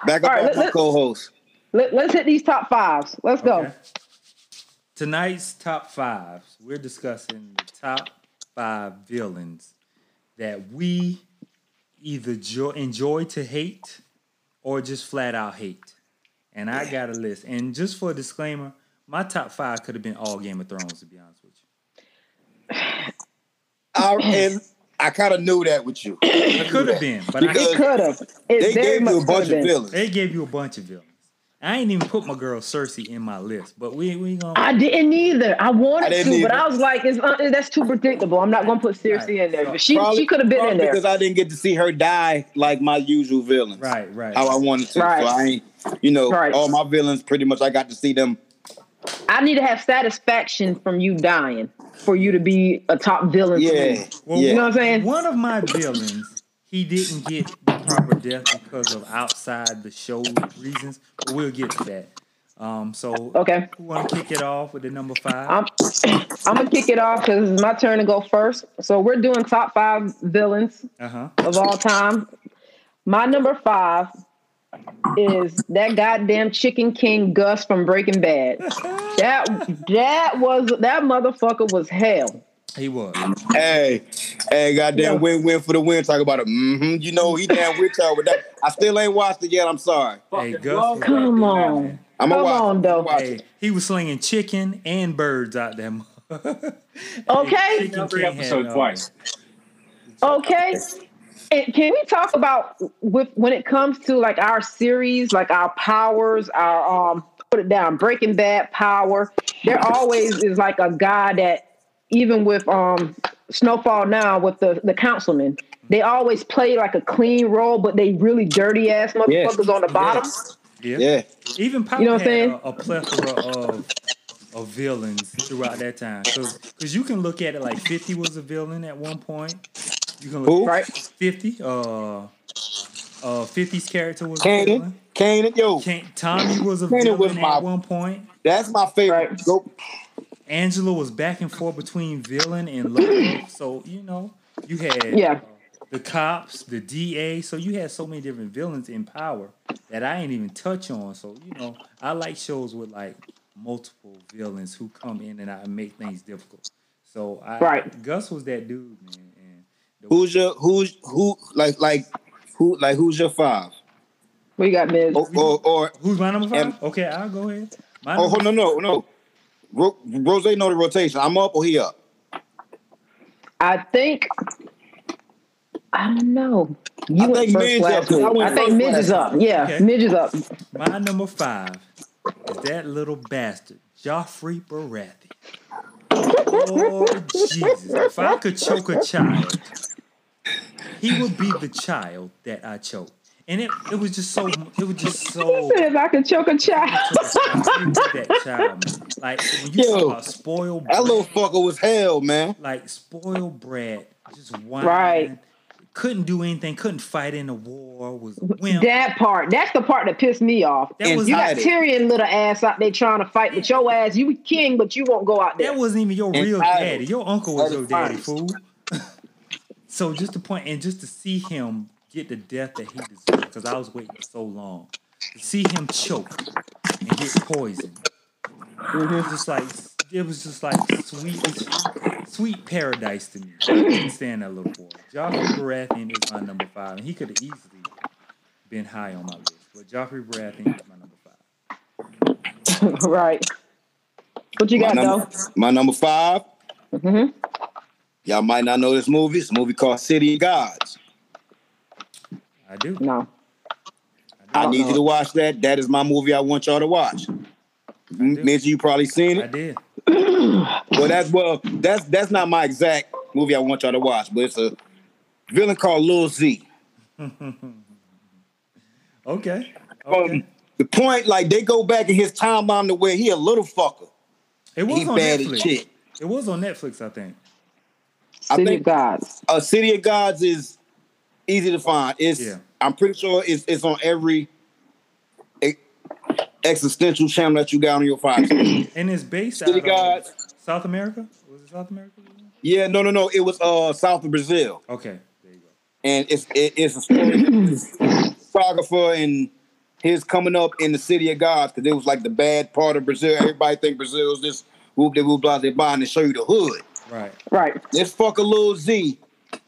[SPEAKER 3] Back up
[SPEAKER 2] All right,
[SPEAKER 3] off
[SPEAKER 2] let-
[SPEAKER 3] my
[SPEAKER 2] let-
[SPEAKER 3] co-host.
[SPEAKER 2] Let, us hit these top fives. Let's go.
[SPEAKER 1] Okay. Tonight's top fives. We're discussing the top five villains that we either jo- enjoy to hate or just flat out hate. And I got a list. And just for a disclaimer, my top five could have been all Game of Thrones, to be honest with you.
[SPEAKER 3] I, and I kind of knew that with you.
[SPEAKER 1] It could have been, but I,
[SPEAKER 3] Because-
[SPEAKER 2] It could have.
[SPEAKER 3] They gave you a bunch of villains.
[SPEAKER 1] they gave you a bunch of villains. I ain't even put my girl Cersei in my list, but we we gonna
[SPEAKER 2] I didn't either. I wanted
[SPEAKER 3] I
[SPEAKER 2] to,
[SPEAKER 3] didn't
[SPEAKER 2] but
[SPEAKER 3] either.
[SPEAKER 2] I was like, it's, uh, that's too predictable. I'm not going to put Cersei in there. But she
[SPEAKER 3] Probably-
[SPEAKER 2] she could have been in
[SPEAKER 3] probably
[SPEAKER 2] there.
[SPEAKER 3] because I didn't get to see her die like my usual villains.
[SPEAKER 1] right right.
[SPEAKER 3] How I wanted to.
[SPEAKER 2] Right.
[SPEAKER 3] So I ain't, you know,
[SPEAKER 2] Right.
[SPEAKER 3] all my villains pretty much I got to see them.
[SPEAKER 2] I need to have satisfaction from you dying for you to be a top villain. for
[SPEAKER 3] Yeah.
[SPEAKER 2] me.
[SPEAKER 1] Well,
[SPEAKER 3] yeah.
[SPEAKER 2] You know what I'm saying?
[SPEAKER 1] One of my villains, he didn't get the proper death because of outside the show reasons. But we'll get to that. Um, so
[SPEAKER 2] Okay.
[SPEAKER 1] who want to kick it off with the number 5
[SPEAKER 2] I'm I'm gonna kick it off because it's my turn to go first. So we're doing top five villains
[SPEAKER 1] uh huh.
[SPEAKER 2] of all time. My number five is that goddamn Chicken King Gus from Breaking Bad. That that was that motherfucker was hell.
[SPEAKER 1] He was.
[SPEAKER 3] Hey, hey, goddamn
[SPEAKER 2] Yeah.
[SPEAKER 3] win-win for the win. Talk about it. hmm You know, he damn with y'all with that. I still ain't watched it yet. I'm sorry.
[SPEAKER 1] Hey, Gus. was
[SPEAKER 2] Come
[SPEAKER 1] like-
[SPEAKER 2] on, come
[SPEAKER 3] I'm gonna watch.
[SPEAKER 2] on, though.
[SPEAKER 3] Watch
[SPEAKER 1] Hey, he was slinging chicken and birds out there.
[SPEAKER 2] Okay,
[SPEAKER 1] Chicken
[SPEAKER 6] Every
[SPEAKER 1] King had,
[SPEAKER 6] episode
[SPEAKER 1] uh,
[SPEAKER 6] twice.
[SPEAKER 2] okay. And can we talk about with when it comes to like our series, like our powers, our um put it down, Breaking Bad power. There always is like a guy that even with um Snowfall now with the the councilman, they always play like a clean role, but they really dirty ass motherfuckers on the bottom.
[SPEAKER 1] Yeah.
[SPEAKER 3] Yeah.
[SPEAKER 1] Even Pop
[SPEAKER 2] You know what
[SPEAKER 1] had
[SPEAKER 2] I'm saying?
[SPEAKER 1] a, a plethora of of villains throughout that time. Because you can look at it like 50 was a villain at one point. You can look
[SPEAKER 3] Who?
[SPEAKER 2] Right?
[SPEAKER 1] 50. Uh, uh, 50's character was a
[SPEAKER 3] Kanan.
[SPEAKER 1] villain.
[SPEAKER 3] Kanan. Yo,
[SPEAKER 1] Can- Tommy was a
[SPEAKER 3] Kanan
[SPEAKER 1] villain
[SPEAKER 3] was my-
[SPEAKER 1] at one point.
[SPEAKER 3] that's my favorite.
[SPEAKER 2] Right.
[SPEAKER 3] Go.
[SPEAKER 1] Angela was back and forth between villain and love. so you know, you had uh,
[SPEAKER 2] Yeah.
[SPEAKER 1] the cops, the DA. So you had so many different villains in power that I ain't even touch on. So you know, I like shows with like multiple villains who come in and out and make things difficult. So I,
[SPEAKER 2] Right.
[SPEAKER 1] Gus was that dude, man. And
[SPEAKER 3] Who's your who's who like like who like who's your five?
[SPEAKER 2] We got Miz.
[SPEAKER 3] Or or, or
[SPEAKER 1] who's my number five?
[SPEAKER 3] And-
[SPEAKER 1] okay, I'll go ahead. My number-
[SPEAKER 3] oh hold no no no. Ro- Rose know the rotation. I'm up or he up.
[SPEAKER 2] I think I don't know. You
[SPEAKER 3] I
[SPEAKER 2] went
[SPEAKER 3] think
[SPEAKER 2] first
[SPEAKER 3] Midge
[SPEAKER 2] last
[SPEAKER 3] up, 'cause I
[SPEAKER 2] week.
[SPEAKER 3] went
[SPEAKER 2] I think
[SPEAKER 3] first
[SPEAKER 2] Midge
[SPEAKER 3] last
[SPEAKER 2] is up.
[SPEAKER 3] week.
[SPEAKER 2] Yeah,
[SPEAKER 1] Okay.
[SPEAKER 2] Midge is up.
[SPEAKER 1] My number five is that little bastard, Joffrey Baratheon. Oh Jesus! If I could choke a child, he would be the child that I choked. And it, it was just so it was just so
[SPEAKER 2] If I could choke a child.
[SPEAKER 1] that child. Man. Like when you talk
[SPEAKER 3] Yo,
[SPEAKER 1] about spoiled
[SPEAKER 3] That
[SPEAKER 1] brat,
[SPEAKER 3] little fucker was hell, man.
[SPEAKER 1] like spoiled brat, just whining,
[SPEAKER 2] Right.
[SPEAKER 1] couldn't do anything, couldn't fight in the war, was a wimp.
[SPEAKER 2] That part. That's the part that pissed me off.
[SPEAKER 1] That was
[SPEAKER 2] you
[SPEAKER 1] not
[SPEAKER 2] got
[SPEAKER 3] Excited.
[SPEAKER 2] Tyrion little ass out there trying to fight with your ass. You king, but you won't go out there.
[SPEAKER 1] That wasn't even your real
[SPEAKER 3] Entitled.
[SPEAKER 1] daddy. Your uncle was your daddy,
[SPEAKER 3] Entitled.
[SPEAKER 1] fool. so just to point, and just to see him get the death that he deserved, because I was waiting so long to see him choke and get poisoned. Just like it was just like sweet, sweet paradise to me. I couldn't stand that little boy. Joffrey Baratheon is my number five, and he could have easily been high on my list, but Joffrey Baratheon is my number five.
[SPEAKER 2] right. What you
[SPEAKER 3] My
[SPEAKER 2] got
[SPEAKER 3] number, my number 5
[SPEAKER 2] though? hmm
[SPEAKER 3] Y'all might not know this movie. It's a movie called City of Gods.
[SPEAKER 1] I do.
[SPEAKER 2] No.
[SPEAKER 3] I,
[SPEAKER 2] don't
[SPEAKER 3] need
[SPEAKER 2] know
[SPEAKER 3] you
[SPEAKER 2] it.
[SPEAKER 3] to watch that. That is my movie. I want y'all to watch.
[SPEAKER 1] do.
[SPEAKER 3] M- Mitch, you probably seen
[SPEAKER 1] I
[SPEAKER 3] it.
[SPEAKER 1] did.
[SPEAKER 3] Well, that's well, that's that's not my exact movie. I want y'all to watch, but it's a villain called Lil Z.
[SPEAKER 1] Okay. Okay.
[SPEAKER 3] Um, the point, like they go back in his timeline to where he a little fucker.
[SPEAKER 1] it was
[SPEAKER 3] He
[SPEAKER 1] on
[SPEAKER 3] bad as
[SPEAKER 1] Netflix.
[SPEAKER 3] shit.
[SPEAKER 1] It was on Netflix, I think.
[SPEAKER 3] I
[SPEAKER 2] City
[SPEAKER 3] think-
[SPEAKER 2] of Gods.
[SPEAKER 3] A City of Gods is easy to find. It's
[SPEAKER 1] Yeah.
[SPEAKER 3] I'm pretty sure it's it's on every e- existential channel that you got on your fire.
[SPEAKER 1] And it's based
[SPEAKER 3] City
[SPEAKER 1] out of
[SPEAKER 3] Gods.
[SPEAKER 1] South America. Was it South America?
[SPEAKER 3] yeah, no, no, no. It was uh south of Brazil.
[SPEAKER 1] Okay. There you go.
[SPEAKER 3] and it's it, it's a story photographer and his coming up in the city of God because it was like the bad part of Brazil. Everybody think Brazil is this whoop de whoop blah de blah and they show you the hood.
[SPEAKER 1] Right.
[SPEAKER 2] Right.
[SPEAKER 3] This fucker Lil Z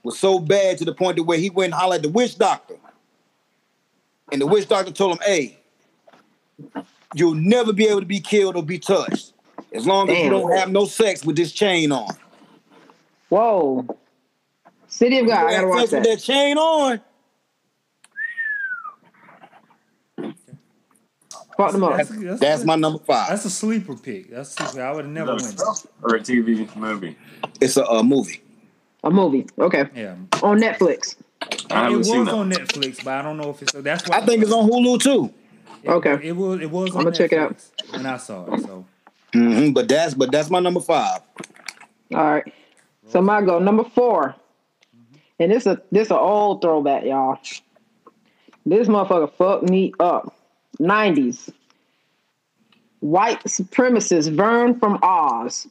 [SPEAKER 3] was so bad to the point to where he went and hollered at the witch doctor, and the witch doctor told him, "Hey, you'll never be able to be killed or be touched as long as you
[SPEAKER 2] Damn.
[SPEAKER 3] don't have no sex with this chain on."
[SPEAKER 2] Whoa. City of God. I gotta
[SPEAKER 3] Had
[SPEAKER 2] watch
[SPEAKER 3] sex with
[SPEAKER 2] that.
[SPEAKER 3] that chain on.
[SPEAKER 2] Fuck them up.
[SPEAKER 1] That's, that's,
[SPEAKER 3] That's my number five.
[SPEAKER 1] That's a sleeper pick. That's a sleeper. I would have never win.
[SPEAKER 6] Or a TV movie.
[SPEAKER 3] It's a, uh movie.
[SPEAKER 2] A movie. Okay.
[SPEAKER 1] Yeah.
[SPEAKER 2] On Netflix.
[SPEAKER 6] I
[SPEAKER 1] it
[SPEAKER 6] haven't
[SPEAKER 1] was
[SPEAKER 6] seen that.
[SPEAKER 1] on Netflix, but I don't know if it's. So that's why
[SPEAKER 3] I think it's on Hulu too.
[SPEAKER 1] It,
[SPEAKER 2] Okay.
[SPEAKER 1] It was. It was. On
[SPEAKER 2] I'ma check it out.
[SPEAKER 1] Netflix When I saw it, so
[SPEAKER 3] hmm but that's but that's my number five.
[SPEAKER 2] All right. So my go number four,
[SPEAKER 3] Mm-hmm.
[SPEAKER 2] and this a this a old throwback, y'all. This motherfucker fucked me up. Nineties. White supremacist Vern from Oz.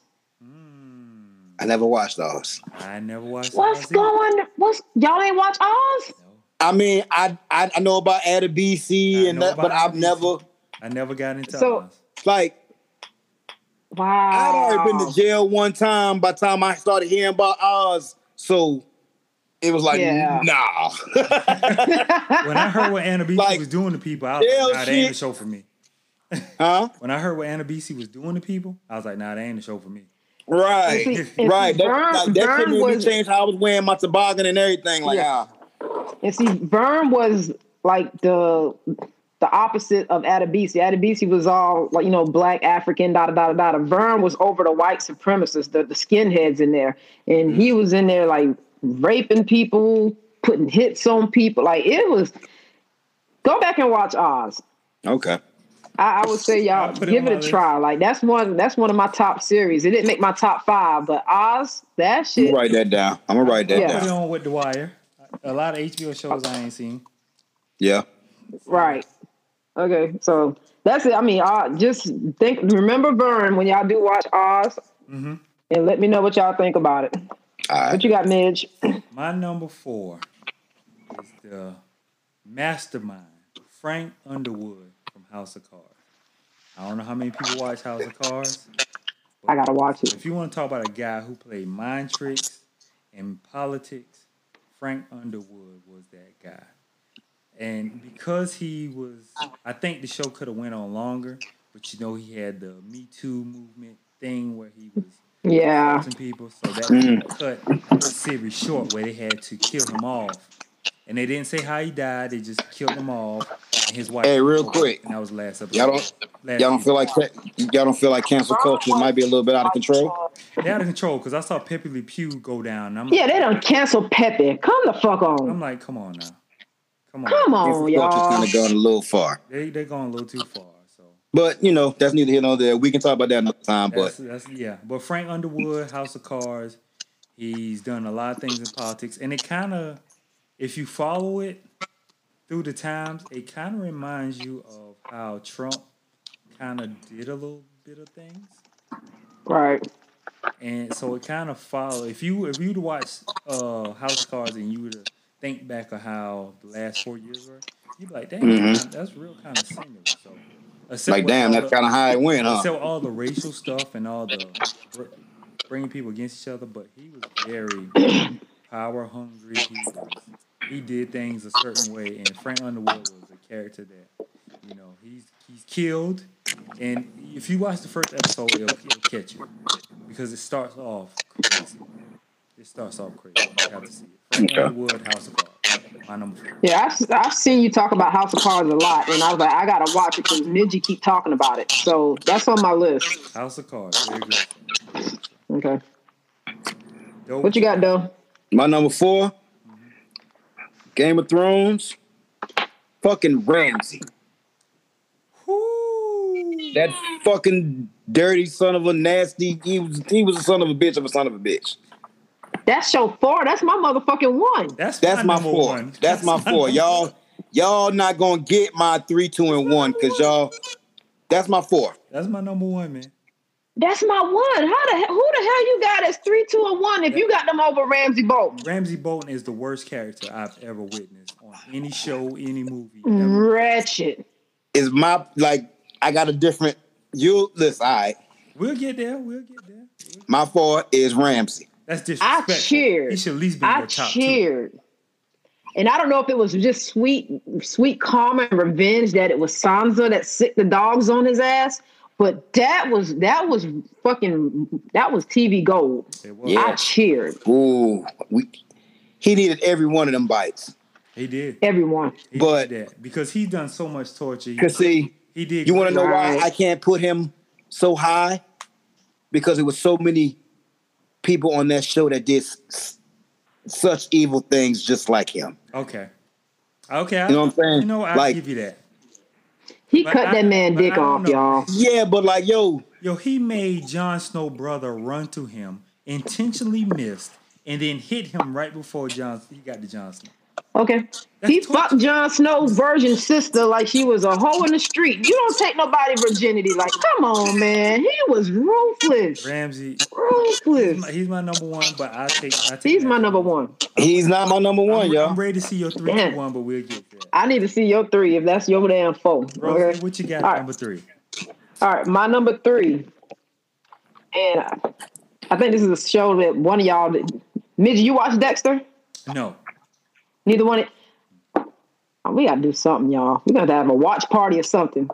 [SPEAKER 3] I never watched those.
[SPEAKER 1] I never watched.
[SPEAKER 2] What's
[SPEAKER 1] it. I
[SPEAKER 2] going? What's y'all ain't watch Oz?
[SPEAKER 3] I mean, I I, I know about Ada BC
[SPEAKER 1] I
[SPEAKER 3] and
[SPEAKER 1] know
[SPEAKER 3] that, but
[SPEAKER 1] about
[SPEAKER 3] I've
[SPEAKER 1] Ada
[SPEAKER 3] never
[SPEAKER 1] BC. never got into.
[SPEAKER 2] So-
[SPEAKER 1] Oz.
[SPEAKER 3] like
[SPEAKER 2] Wow.
[SPEAKER 3] I'd already been to jail one time by the time I started hearing about Oz, so it was like
[SPEAKER 2] Yeah.
[SPEAKER 3] nah.
[SPEAKER 1] when I heard what Anna Beasy
[SPEAKER 3] Like,
[SPEAKER 1] was doing to people, I was
[SPEAKER 3] hell
[SPEAKER 1] like, Nah, that ain't a
[SPEAKER 3] shit.
[SPEAKER 1] show for me.
[SPEAKER 3] huh?
[SPEAKER 1] When I heard what Anna Beasy was doing to people, I was like, Nah, that ain't a show for me.
[SPEAKER 2] And
[SPEAKER 3] Right.
[SPEAKER 2] see- and see,
[SPEAKER 3] right. That,
[SPEAKER 2] Vern-
[SPEAKER 3] like, that
[SPEAKER 2] Vern
[SPEAKER 3] couldn't even
[SPEAKER 2] was-
[SPEAKER 3] change how I was wearing my toboggan and everything. Like
[SPEAKER 2] Yeah.
[SPEAKER 3] ah,
[SPEAKER 2] And see, Vern was like the the opposite of Adabisi. Adabisi was all like you know black African da da da da da. Vern was over the white supremacists, the, the skinheads in there, and he was in there like raping people, putting hits on people. Like it was. Go back and watch Oz.
[SPEAKER 3] ah. Okay.
[SPEAKER 2] I, I would say y'all
[SPEAKER 1] I'll put it
[SPEAKER 2] give
[SPEAKER 1] on my
[SPEAKER 2] it, a
[SPEAKER 1] list.
[SPEAKER 2] try. Like that's one. That's one of my top series. It didn't make my top five, but Oz, that
[SPEAKER 3] I'm
[SPEAKER 2] shit.
[SPEAKER 3] gonna write that down. I'm gonna write that
[SPEAKER 2] Yeah.
[SPEAKER 1] Put it
[SPEAKER 3] down.
[SPEAKER 1] on with The Wire. A lot of HBO shows I ain't seen.
[SPEAKER 3] Yeah.
[SPEAKER 2] Right. Okay. So that's it. I mean, I just think remember Vern when y'all do watch Oz,
[SPEAKER 1] Mhm.
[SPEAKER 2] and let me know what y'all think about it.
[SPEAKER 3] All right.
[SPEAKER 2] What you got, Midge?
[SPEAKER 1] My number four is the mastermind, Frank Underwood from House of Cards. I don't know how many people watch House of Cards.
[SPEAKER 2] I gotta watch it.
[SPEAKER 1] If you want to talk about a guy who played mind tricks and politics, Frank Underwood was that guy. And because he was, I think the show could have went on longer, but you know he had the Me Too movement thing where he was
[SPEAKER 2] Yeah.
[SPEAKER 1] some people, so that they cut the series short where they had to kill him off. And they didn't say how he died, they just killed him off. And his wife
[SPEAKER 3] Hey, real quick.
[SPEAKER 1] and that was the last episode.
[SPEAKER 3] Y'all don't
[SPEAKER 1] last
[SPEAKER 3] y'all don't feel
[SPEAKER 1] season.
[SPEAKER 3] like y'all don't feel like cancel culture might be a little bit out of control.
[SPEAKER 1] they out of control because I saw Pepe Le Pew go down. And I'm
[SPEAKER 2] Yeah, they done canceled Pepe. Come the fuck
[SPEAKER 1] I'm
[SPEAKER 2] on.
[SPEAKER 1] like, come on now. Come on.
[SPEAKER 2] Come on,
[SPEAKER 3] Cancel culture's
[SPEAKER 2] Oh, y'all.
[SPEAKER 3] kind of gone a little far.
[SPEAKER 1] They they're going a little too far. So
[SPEAKER 3] But you know, that's neither here nor there. We can talk about that another time.
[SPEAKER 1] that's,
[SPEAKER 3] But
[SPEAKER 1] that's yeah. But Frank Underwood, House of Cards, he's done a lot of things in politics. And it kinda if you follow it through the times, it kinda reminds you of how Trump kinda did a little bit of things.
[SPEAKER 2] Right.
[SPEAKER 1] And so it kind of follow if you if you'd watch uh House of Cards and you were to think back of how the last four years were, you'd be like, damn, that's real kind of similar. So Except
[SPEAKER 3] Mm-hmm. Like,
[SPEAKER 1] with
[SPEAKER 3] damn,
[SPEAKER 1] all
[SPEAKER 3] that's
[SPEAKER 1] the-
[SPEAKER 3] kind of how it went, huh?
[SPEAKER 1] Except all the racial stuff and all the br- bringing people against each other, but he was very power hungry. He was, he did things a certain way, and Frank Underwood was a character that you know he's he's killed. And if you watch the first episode, it'll, it'll catch you because it starts off crazy. It starts off crazy. You have to see it. Frank
[SPEAKER 3] Okay.
[SPEAKER 1] Underwood, House of Cards, my number four.
[SPEAKER 2] Yeah, I've, I've seen you talk about House of Cards a lot, and I was like, I gotta watch it because Ninja keep talking about it. So that's on my list.
[SPEAKER 1] House of Cards, very good.
[SPEAKER 2] Okay,
[SPEAKER 1] Dope.
[SPEAKER 2] what you got though?
[SPEAKER 3] My number 4 Game of Thrones, fucking Ramsey.
[SPEAKER 1] Whoo.
[SPEAKER 3] That fucking dirty son of a nasty. He was he was a son of a bitch of a son of a bitch.
[SPEAKER 2] That's show four. That's my motherfucking one.
[SPEAKER 1] That's
[SPEAKER 3] That's my
[SPEAKER 1] number
[SPEAKER 3] four.
[SPEAKER 1] one.
[SPEAKER 3] That's my four.
[SPEAKER 1] number
[SPEAKER 3] Y'all, y'all not gonna get my three, two, and one because y'all. That's my four.
[SPEAKER 1] That's my number one, man.
[SPEAKER 2] That's my one. How the he- who the hell you got as three, two, and one? If you got them over Ramsey Bolton,
[SPEAKER 1] Ramsey Bolton is the worst character I've ever witnessed on any show, any movie.
[SPEAKER 2] Mm-hmm.
[SPEAKER 1] Ever.
[SPEAKER 2] wretched.
[SPEAKER 3] Is my like I got a different. You listen. All right,
[SPEAKER 1] We'll get there. We'll get there.
[SPEAKER 3] my four is Ramsey.
[SPEAKER 1] That's
[SPEAKER 2] I
[SPEAKER 1] disrespectful.
[SPEAKER 2] cheered.
[SPEAKER 1] He should at least be in
[SPEAKER 2] I
[SPEAKER 1] your top
[SPEAKER 2] cheered. And I don't know if it was just sweet, sweet karma and revenge that it was Sansa that sick the dogs on his ass. But that was that was fucking that was TV gold.
[SPEAKER 1] two. It was.
[SPEAKER 3] Yeah.
[SPEAKER 2] I cheered
[SPEAKER 3] Ooh, we. He needed every one of them bites.
[SPEAKER 1] He did.
[SPEAKER 2] everyone.
[SPEAKER 1] He
[SPEAKER 3] But-
[SPEAKER 1] did that. because he done so much torture, he,
[SPEAKER 3] Cause see,
[SPEAKER 1] he did.
[SPEAKER 3] you want to know why
[SPEAKER 2] Right.
[SPEAKER 3] I can't put him so high? Because it was so many people on that show that did s- s- such evil things just like him.
[SPEAKER 1] Okay. Okay. I-
[SPEAKER 3] You know what I'm saying?
[SPEAKER 1] You know, I
[SPEAKER 3] Like-
[SPEAKER 1] give you that.
[SPEAKER 2] He
[SPEAKER 1] But
[SPEAKER 2] cut
[SPEAKER 1] I-
[SPEAKER 2] that man
[SPEAKER 1] but I
[SPEAKER 2] dick
[SPEAKER 1] don't
[SPEAKER 2] off,
[SPEAKER 1] know.
[SPEAKER 2] y'all.
[SPEAKER 3] Yeah, but like, yo,
[SPEAKER 1] Yo, he made Jon Snow brother run to him, intentionally missed, and then hit him right before Jon. He got to Jon Snow.
[SPEAKER 2] Okay.
[SPEAKER 1] That's
[SPEAKER 2] he
[SPEAKER 1] torture.
[SPEAKER 2] fucked Jon Snow's virgin sister like she was a hoe in the street. You don't take nobody virginity. Like, come on, man. He was ruthless.
[SPEAKER 1] Ramsey, he's
[SPEAKER 2] Ruthless.
[SPEAKER 1] my, he's my number one, but I take. I take
[SPEAKER 2] He's my
[SPEAKER 1] Ramsey.
[SPEAKER 2] number one.
[SPEAKER 3] he's not my number one,
[SPEAKER 1] I'm,
[SPEAKER 3] y'all.
[SPEAKER 1] I'm ready to see your three, two,
[SPEAKER 2] Damn.
[SPEAKER 1] one, but we'll get there.
[SPEAKER 2] I need to see your three if that's your damn four.
[SPEAKER 1] Rosie,
[SPEAKER 2] Okay.
[SPEAKER 1] what you got?
[SPEAKER 2] All right.
[SPEAKER 1] Number three.
[SPEAKER 2] All right, my number three, and I, I think this is a show that one of y'all, did. Midge, you watch Dexter?
[SPEAKER 1] No,
[SPEAKER 2] Neither one. of- Oh, we gotta do something, y'all. We gotta have a watch party or something.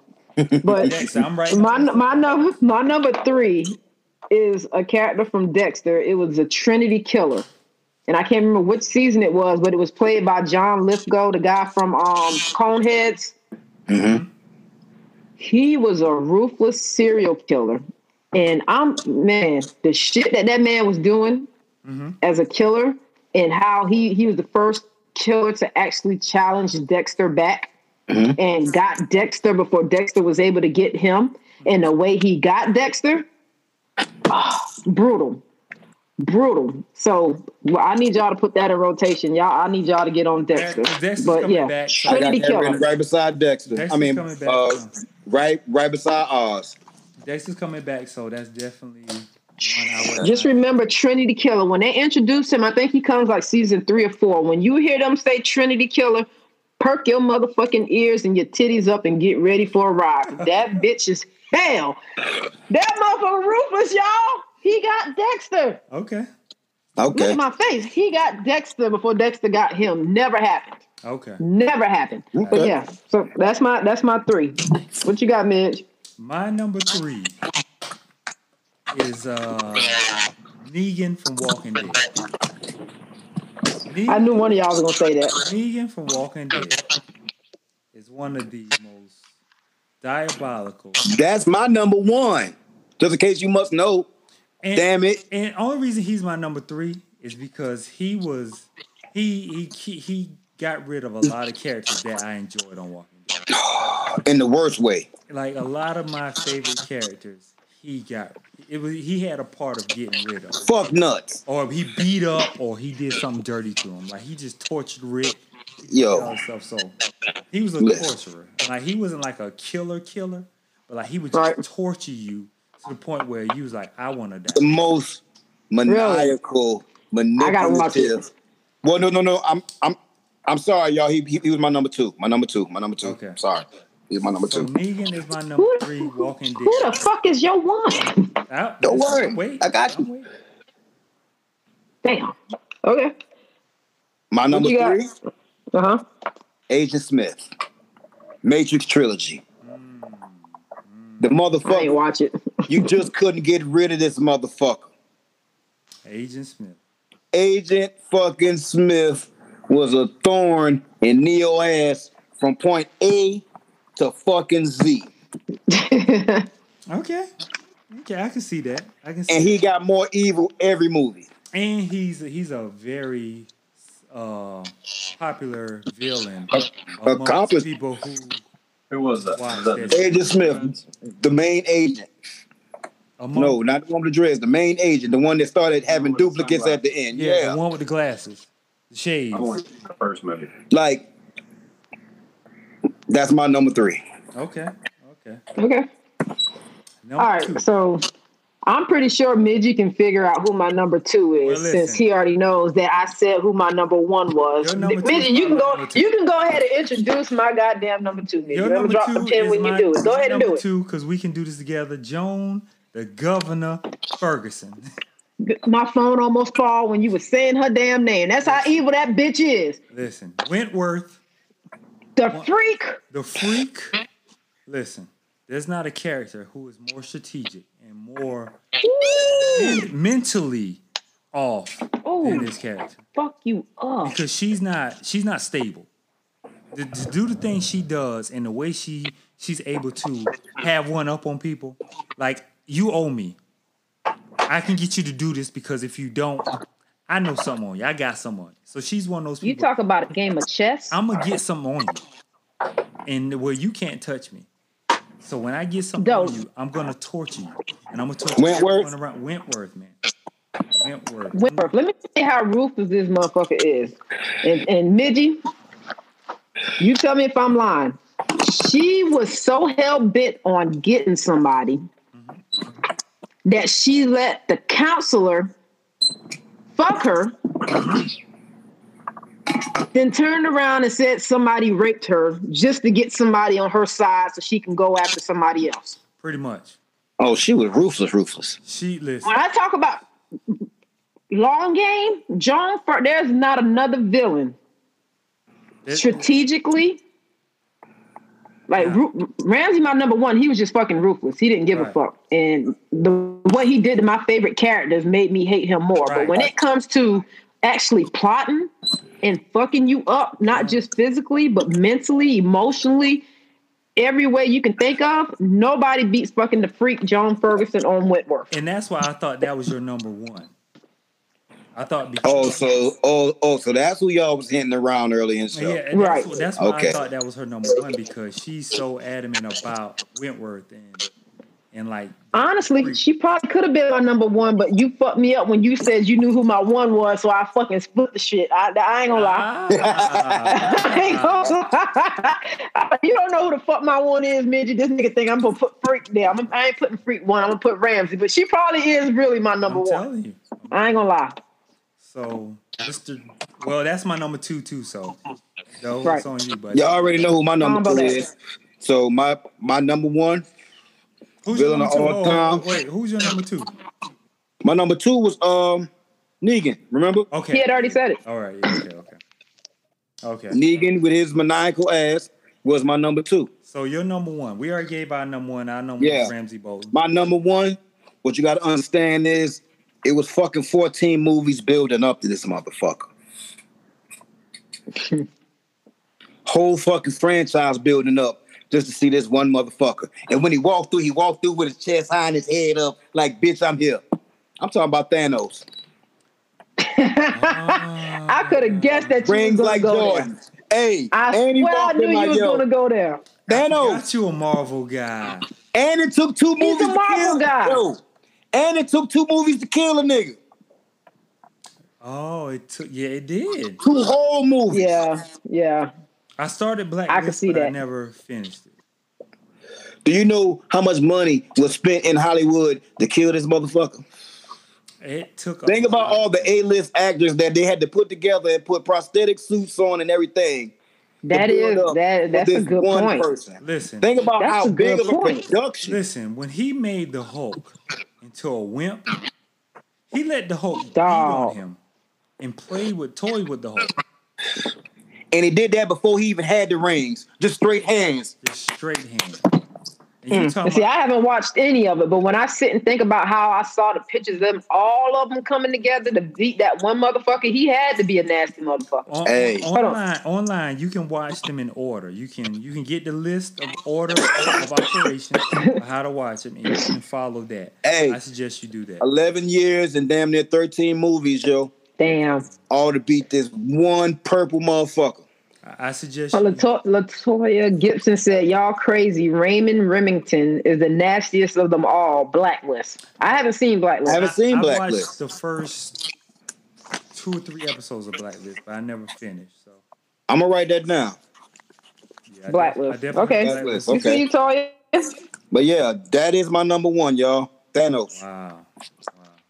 [SPEAKER 2] But
[SPEAKER 1] Dexter. I'm right.
[SPEAKER 2] my my number my number three is a character from Dexter. It was the Trinity Killer, and I can't remember which season it was, but it was played by John Lithgow, the guy from um, Coneheads. He was a ruthless serial killer, and I'm man, the shit that that man was doing as a killer, and how he he was the first killer to actually challenge Dexter back
[SPEAKER 3] Mm-hmm.
[SPEAKER 2] and got Dexter before Dexter was able to get him. And the way he got Dexter, ah, brutal, brutal. So well, I need y'all to put that in rotation, y'all. I need y'all to get on Dexter.
[SPEAKER 1] Dexter's
[SPEAKER 2] but
[SPEAKER 1] coming
[SPEAKER 2] yeah,
[SPEAKER 1] back, so-
[SPEAKER 3] I got
[SPEAKER 2] Trinity
[SPEAKER 3] that
[SPEAKER 2] Killer.
[SPEAKER 3] written right beside Dexter.
[SPEAKER 1] Dexter's
[SPEAKER 3] I mean,
[SPEAKER 1] coming back.
[SPEAKER 3] uh, right, right beside Oz.
[SPEAKER 1] Dexter's coming back, so that's definitely one I would.
[SPEAKER 2] Just remember Trinity Killer. When they introduce him, I think he comes like season three or four. When you hear them say Trinity Killer, perk your motherfucking ears and your titties up and get ready for a ride. That bitch is hell. That motherfucker ruthless, y'all. He got Dexter.
[SPEAKER 1] Okay.
[SPEAKER 2] Look
[SPEAKER 3] Okay,
[SPEAKER 2] at my face. He got Dexter before Dexter got him. Never happened.
[SPEAKER 1] Okay.
[SPEAKER 2] Never happened. But
[SPEAKER 3] Okay.
[SPEAKER 2] yeah, so that's my that's my three. What you got, Midge?
[SPEAKER 1] My number three is uh, Negan from Walking Dead. Negan,
[SPEAKER 2] I knew one of y'all was gonna say that.
[SPEAKER 1] Negan from Walking Dead is one of the most diabolical.
[SPEAKER 3] that's my number one. Just in case you must know,
[SPEAKER 1] And,
[SPEAKER 3] damn it.
[SPEAKER 1] And only reason he's my number three is because he was he he he got rid of a lot of characters that I enjoyed on Walking Dead.
[SPEAKER 3] in the worst way.
[SPEAKER 1] Like a lot of my favorite characters, he got it was he had a part of getting rid of,
[SPEAKER 3] Fuck nuts,
[SPEAKER 1] or he beat up, or he did something dirty to him. Like he just tortured Rick, all
[SPEAKER 3] yo.
[SPEAKER 1] this stuff. So he was a
[SPEAKER 3] Listen.
[SPEAKER 1] torturer. Like he wasn't like a killer killer, but like he would just
[SPEAKER 2] Right.
[SPEAKER 1] torture you to the point where you was like, I want to die.
[SPEAKER 3] The most maniacal,
[SPEAKER 2] I gotta watch it.
[SPEAKER 3] manipulative. Well, no, no, no. I'm, I'm, I'm sorry, y'all. He, he, he was my number two. My number two. My number two.
[SPEAKER 1] Okay.
[SPEAKER 3] Sorry. He's my number
[SPEAKER 1] So
[SPEAKER 3] two.
[SPEAKER 1] Negan is my number
[SPEAKER 2] Who the-
[SPEAKER 1] three. Walking Dead.
[SPEAKER 2] Who the fuck is your woman?
[SPEAKER 1] I-
[SPEAKER 3] Don't worry.
[SPEAKER 1] Wait,
[SPEAKER 3] I got
[SPEAKER 1] I'm
[SPEAKER 3] you.
[SPEAKER 1] waiting.
[SPEAKER 2] Damn. Okay.
[SPEAKER 3] My number
[SPEAKER 2] you got?
[SPEAKER 3] three,
[SPEAKER 2] Uh huh.
[SPEAKER 3] Agent Smith, Matrix trilogy.
[SPEAKER 1] Mm,
[SPEAKER 3] The
[SPEAKER 2] I ain't
[SPEAKER 3] motherfucker,
[SPEAKER 2] watch it.
[SPEAKER 3] you just couldn't get rid of this motherfucker.
[SPEAKER 1] Agent Smith.
[SPEAKER 3] Agent fucking Smith was a thorn in Neo ass from point A to fucking Z.
[SPEAKER 1] Okay. Okay, I can see that. I can see.
[SPEAKER 3] And he got more evil every movie.
[SPEAKER 1] and he's he's a very uh, popular villain amongst
[SPEAKER 3] Accomplice.
[SPEAKER 1] people who
[SPEAKER 6] Who was that?
[SPEAKER 1] Wow,
[SPEAKER 6] Was that
[SPEAKER 1] that's-
[SPEAKER 6] the-
[SPEAKER 3] Agent Smith, the main agent.
[SPEAKER 1] among,
[SPEAKER 3] No, not the one with the dreads, the main agent, the one that started having
[SPEAKER 6] with the
[SPEAKER 3] duplicates at the end.
[SPEAKER 1] yeah,
[SPEAKER 3] Yeah.
[SPEAKER 1] the one with the glasses, the shades.
[SPEAKER 6] I want to see the first movie.
[SPEAKER 3] Like, that's my number three.
[SPEAKER 1] Okay, okay.
[SPEAKER 2] okay.
[SPEAKER 1] Number
[SPEAKER 2] All right.
[SPEAKER 1] two.
[SPEAKER 2] So I'm pretty sure Midgie can figure out who my number two is
[SPEAKER 1] Well,
[SPEAKER 2] since
[SPEAKER 1] listen.
[SPEAKER 2] he already knows that I said who my number one was.
[SPEAKER 1] Your number two
[SPEAKER 2] Midgie,
[SPEAKER 1] is
[SPEAKER 2] you can
[SPEAKER 1] my
[SPEAKER 2] go.
[SPEAKER 1] number two.
[SPEAKER 2] You can go ahead and introduce my goddamn number two. Midgie.
[SPEAKER 1] Your
[SPEAKER 2] Let me
[SPEAKER 1] number
[SPEAKER 2] drop
[SPEAKER 1] two
[SPEAKER 2] some pin
[SPEAKER 1] is
[SPEAKER 2] when
[SPEAKER 1] my
[SPEAKER 2] you do it. Go ahead and
[SPEAKER 1] number
[SPEAKER 2] do it.
[SPEAKER 1] two because we can do this together. Joan, the governor Ferguson.
[SPEAKER 2] My phone almost fall when you were saying her damn name. That's how evil that bitch is.
[SPEAKER 1] Listen, Wentworth,
[SPEAKER 2] The freak.
[SPEAKER 1] the freak. Listen, there's not a character who is more strategic and more mentally off than
[SPEAKER 2] Oh,
[SPEAKER 1] this character.
[SPEAKER 2] fuck you up.
[SPEAKER 1] because she's not she's not stable. To, to do the things she does and the way she she's able to have one up on people, like you owe me. I can get you to do this because if you don't, I know something on you. I got something on you. So she's one of those
[SPEAKER 2] You
[SPEAKER 1] people.
[SPEAKER 2] talk about a game of chess.
[SPEAKER 1] I'm gonna get something on you, and where you can't touch me. So when I get something
[SPEAKER 2] Dope.
[SPEAKER 1] on you, I'm gonna torture you, and I'm gonna torture
[SPEAKER 3] Wentworth?
[SPEAKER 1] everyone around Wentworth, man. Wentworth.
[SPEAKER 2] Wentworth. Let me tell you how ruthless this motherfucker is. And, and Midgie, you tell me if I'm lying. She was so hell bent on getting somebody that she let the counselor fuck her, then turned around and said somebody raped her just to get somebody on her side so she can go after somebody else.
[SPEAKER 1] Pretty much.
[SPEAKER 3] Oh, she was ruthless, ruthless.
[SPEAKER 1] She listen.
[SPEAKER 2] when I talk about long game, John, Fer- there's not another villain
[SPEAKER 1] There's-
[SPEAKER 2] strategically. Like Ru- Ramsey, my number one, he was just fucking ruthless. He didn't give a
[SPEAKER 1] Right.
[SPEAKER 2] fuck, and the what he did to my favorite characters made me hate him more.
[SPEAKER 1] Right.
[SPEAKER 2] But when it comes to actually plotting and fucking you up, not just physically but mentally, emotionally, every way you can think of, nobody beats fucking the freak John Ferguson on Wentworth.
[SPEAKER 1] And that's why I thought that was your number one. I thought
[SPEAKER 3] Oh,
[SPEAKER 1] because
[SPEAKER 3] so oh oh, so that's who y'all was hitting around early and
[SPEAKER 1] yeah,
[SPEAKER 3] stuff.
[SPEAKER 1] and that's,
[SPEAKER 2] Right.
[SPEAKER 1] that's why I
[SPEAKER 3] Okay.
[SPEAKER 1] thought that was her number one because she's so adamant about Wentworth and and like
[SPEAKER 2] Honestly, she probably could have been my number one, but you fucked me up when you said you knew who my one was, so I fucking split the shit. I, I ain't gonna lie.
[SPEAKER 1] Ah,
[SPEAKER 2] I ain't gonna
[SPEAKER 1] Uh-huh.
[SPEAKER 2] lie. you don't know who the fuck my one is, midget. This nigga think I'm gonna put freak there. I'm, I ain't putting freak one. I'm gonna put Ramsey, but she probably is really my number
[SPEAKER 1] I'm
[SPEAKER 2] one.
[SPEAKER 1] telling you.
[SPEAKER 2] I ain't gonna lie.
[SPEAKER 1] So Mr. Well, that's my number two too. So though
[SPEAKER 2] Right.
[SPEAKER 1] it's on you, buddy.
[SPEAKER 3] Y'all already know who my number
[SPEAKER 2] Combo
[SPEAKER 3] two
[SPEAKER 2] that.
[SPEAKER 3] is. So my my number one,
[SPEAKER 1] Who's your
[SPEAKER 3] Villain
[SPEAKER 1] number two?
[SPEAKER 3] of all
[SPEAKER 1] Oh,
[SPEAKER 3] time.
[SPEAKER 1] wait, who's your number two?
[SPEAKER 3] my number two was um Negan. Remember
[SPEAKER 1] Okay.
[SPEAKER 2] He had already said it.
[SPEAKER 1] All right. yeah, Okay. Okay. Okay.
[SPEAKER 3] Negan with his maniacal ass was my number two.
[SPEAKER 1] So your number one. We already gave our number one. Our number one
[SPEAKER 3] Yeah.
[SPEAKER 1] is Ramsey Bolton.
[SPEAKER 3] My number one. What you got to understand is it was fucking fourteen movies building up to this motherfucker. Whole fucking franchise building up just to see this one motherfucker. And when he walked through, he walked through with his chest high and his head up, like bitch, I'm here. I'm talking about Thanos.
[SPEAKER 2] I could
[SPEAKER 1] Uh-huh.
[SPEAKER 2] have guessed that you was
[SPEAKER 3] Rings
[SPEAKER 2] gonna
[SPEAKER 3] like
[SPEAKER 2] go
[SPEAKER 3] Jordan.
[SPEAKER 2] there.
[SPEAKER 3] Hey,
[SPEAKER 2] I
[SPEAKER 3] and he
[SPEAKER 2] swear I
[SPEAKER 3] walked
[SPEAKER 2] knew
[SPEAKER 3] in
[SPEAKER 2] you
[SPEAKER 3] like
[SPEAKER 2] was gonna
[SPEAKER 3] yo.
[SPEAKER 2] go there.
[SPEAKER 3] Thanos.
[SPEAKER 1] Got you a Marvel guy.
[SPEAKER 3] And it took two movies
[SPEAKER 2] a
[SPEAKER 3] to
[SPEAKER 2] Marvel
[SPEAKER 3] kill.
[SPEAKER 2] guy.
[SPEAKER 3] Yo. And it took two movies to kill a nigga.
[SPEAKER 1] Oh, it took. Yeah, it did.
[SPEAKER 3] Two whole movies.
[SPEAKER 2] Yeah, yeah.
[SPEAKER 1] I started Black.
[SPEAKER 2] I can
[SPEAKER 1] List,
[SPEAKER 2] see
[SPEAKER 1] but I
[SPEAKER 2] that.
[SPEAKER 1] never finished it.
[SPEAKER 3] Do you know how much money was spent in Hollywood to kill this motherfucker?
[SPEAKER 1] It took. a
[SPEAKER 3] Think about
[SPEAKER 1] lot.
[SPEAKER 3] all the A-list actors that they had to put together and put prosthetic suits on and everything
[SPEAKER 2] That
[SPEAKER 3] to build
[SPEAKER 2] is
[SPEAKER 3] up
[SPEAKER 2] that.
[SPEAKER 3] with
[SPEAKER 2] That's a
[SPEAKER 3] this
[SPEAKER 2] good
[SPEAKER 3] one
[SPEAKER 2] point.
[SPEAKER 3] person.
[SPEAKER 1] Listen,
[SPEAKER 3] Think about
[SPEAKER 2] That's
[SPEAKER 3] how
[SPEAKER 2] a
[SPEAKER 3] big
[SPEAKER 2] good
[SPEAKER 3] of a
[SPEAKER 2] point.
[SPEAKER 3] production.
[SPEAKER 1] listen. When he made the Hulk into a wimp, he let the Hulk beat
[SPEAKER 2] Dog.
[SPEAKER 1] on him and play with toy with the Hulk,
[SPEAKER 3] And he did that before he even had the rings. Just straight hands.
[SPEAKER 1] just straight hand. And you
[SPEAKER 2] And
[SPEAKER 1] talking
[SPEAKER 2] Mm. See, I
[SPEAKER 1] about
[SPEAKER 2] haven't watched any of it, but when I sit and think about how I saw the pictures of them, all of them coming together to beat that one motherfucker, he had to be a nasty motherfucker.
[SPEAKER 1] on,
[SPEAKER 3] Hey.
[SPEAKER 1] on-
[SPEAKER 2] on.
[SPEAKER 1] online? Online, you can watch them in order. You can you can get the list of order of operations of how to watch them, and you can follow that.
[SPEAKER 3] Hey.
[SPEAKER 1] I suggest you do that.
[SPEAKER 3] 11 years and damn near 13 movies, yo.
[SPEAKER 2] Damn. Uh,
[SPEAKER 3] All to beat this one purple motherfucker.
[SPEAKER 1] I I suggest
[SPEAKER 2] Well,
[SPEAKER 1] you
[SPEAKER 2] Lato- Latoya Gibson said, "Y'all crazy." Raymond Remington is the nastiest of them all. Blacklist. I haven't seen
[SPEAKER 3] I
[SPEAKER 2] Blacklist.
[SPEAKER 3] haven't seen
[SPEAKER 1] I've watched
[SPEAKER 3] Blacklist.
[SPEAKER 1] the first two or three episodes of Blacklist, but I never finished. So
[SPEAKER 3] I'm gonna write that down.
[SPEAKER 1] yeah, I def- I
[SPEAKER 2] Blacklist.
[SPEAKER 1] definitely
[SPEAKER 2] Okay.
[SPEAKER 1] Blacklist.
[SPEAKER 2] You
[SPEAKER 3] Okay.
[SPEAKER 2] see, Latoya.
[SPEAKER 3] But yeah, that is my number one, y'all. Thanos.
[SPEAKER 1] Wow.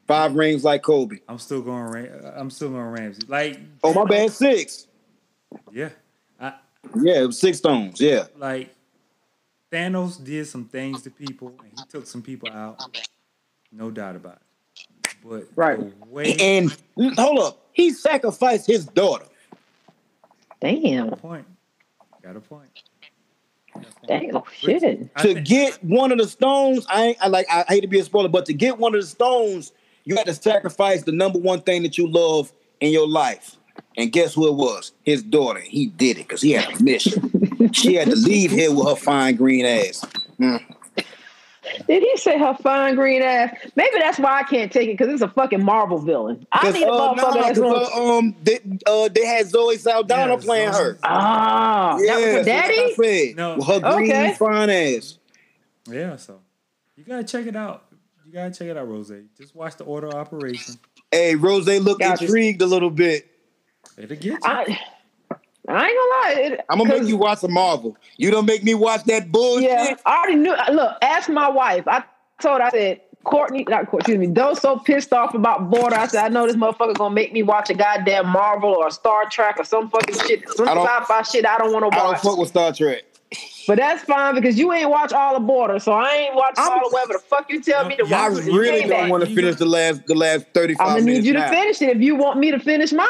[SPEAKER 3] Five rings like Kobe.
[SPEAKER 1] I'm still going. Ram- I'm still going Ramsey. Like
[SPEAKER 3] Oh my bad, six.
[SPEAKER 1] yeah, I
[SPEAKER 3] Yeah, it was six stones. Yeah.
[SPEAKER 1] like Thanos did some things to people, and he took some people out. No doubt about it. But
[SPEAKER 2] Right.
[SPEAKER 1] the way
[SPEAKER 3] And hold up, he sacrificed his daughter.
[SPEAKER 2] Damn.
[SPEAKER 1] point. Got a point.
[SPEAKER 2] Damn. Shit.
[SPEAKER 1] I
[SPEAKER 3] to
[SPEAKER 1] think-
[SPEAKER 3] get one of the stones, I ain't I like I hate to be a spoiler, but to get one of the stones, you had to sacrifice the number one thing that you love in your life. And guess who it was? His daughter. He did it because he had a mission. she had to leave here with her fine green ass.
[SPEAKER 2] Did he say her fine green ass? Maybe that's why I can't take it because it's a fucking Marvel villain. I
[SPEAKER 3] Cause,
[SPEAKER 2] need a
[SPEAKER 3] uh,
[SPEAKER 2] motherfucker
[SPEAKER 3] nah,
[SPEAKER 2] that's
[SPEAKER 3] 'cause,
[SPEAKER 2] going.
[SPEAKER 3] uh, um, they, uh, they had Zoe Saldana
[SPEAKER 1] Yeah,
[SPEAKER 3] playing her.
[SPEAKER 1] Zoe-
[SPEAKER 2] Ah, that was
[SPEAKER 3] Yeah,
[SPEAKER 2] her
[SPEAKER 3] that's what
[SPEAKER 2] daddy.
[SPEAKER 3] I said.
[SPEAKER 1] No.
[SPEAKER 3] With her green
[SPEAKER 2] Okay.
[SPEAKER 3] fine ass.
[SPEAKER 1] Yeah. So you gotta check it out. You gotta check it out, Rose. Just watch the order of operation.
[SPEAKER 3] Hey, Rose looked
[SPEAKER 2] Gotcha.
[SPEAKER 3] intrigued a little bit.
[SPEAKER 1] It'll get you.
[SPEAKER 2] I, I ain't gonna lie. It,
[SPEAKER 3] I'm gonna
[SPEAKER 2] 'cause-
[SPEAKER 3] make you watch a Marvel. You don't make me watch that bullshit.
[SPEAKER 2] Yeah, I already knew. Look, ask my wife. I told her, I said, Courtney, not Courtney, excuse me, those so pissed off about Border. I said, I know this motherfucker gonna make me watch a goddamn Marvel or a Star Trek or some fucking shit, some
[SPEAKER 3] I don't-
[SPEAKER 2] sci fi shit I don't wanna
[SPEAKER 3] I don't
[SPEAKER 2] watch.
[SPEAKER 3] fuck with Star Trek.
[SPEAKER 2] But that's fine because you ain't watch all of Border, so I ain't watch
[SPEAKER 3] I'm-
[SPEAKER 2] all of whatever the fuck you tell me to
[SPEAKER 1] Y'all
[SPEAKER 3] I
[SPEAKER 2] watch.
[SPEAKER 1] You
[SPEAKER 3] really
[SPEAKER 1] came
[SPEAKER 3] don't
[SPEAKER 1] back.
[SPEAKER 3] want to
[SPEAKER 1] You
[SPEAKER 3] finish
[SPEAKER 1] got-
[SPEAKER 3] the last the last 35
[SPEAKER 2] I'm gonna need
[SPEAKER 3] minutes.
[SPEAKER 2] you to finish it if you want me to finish mine.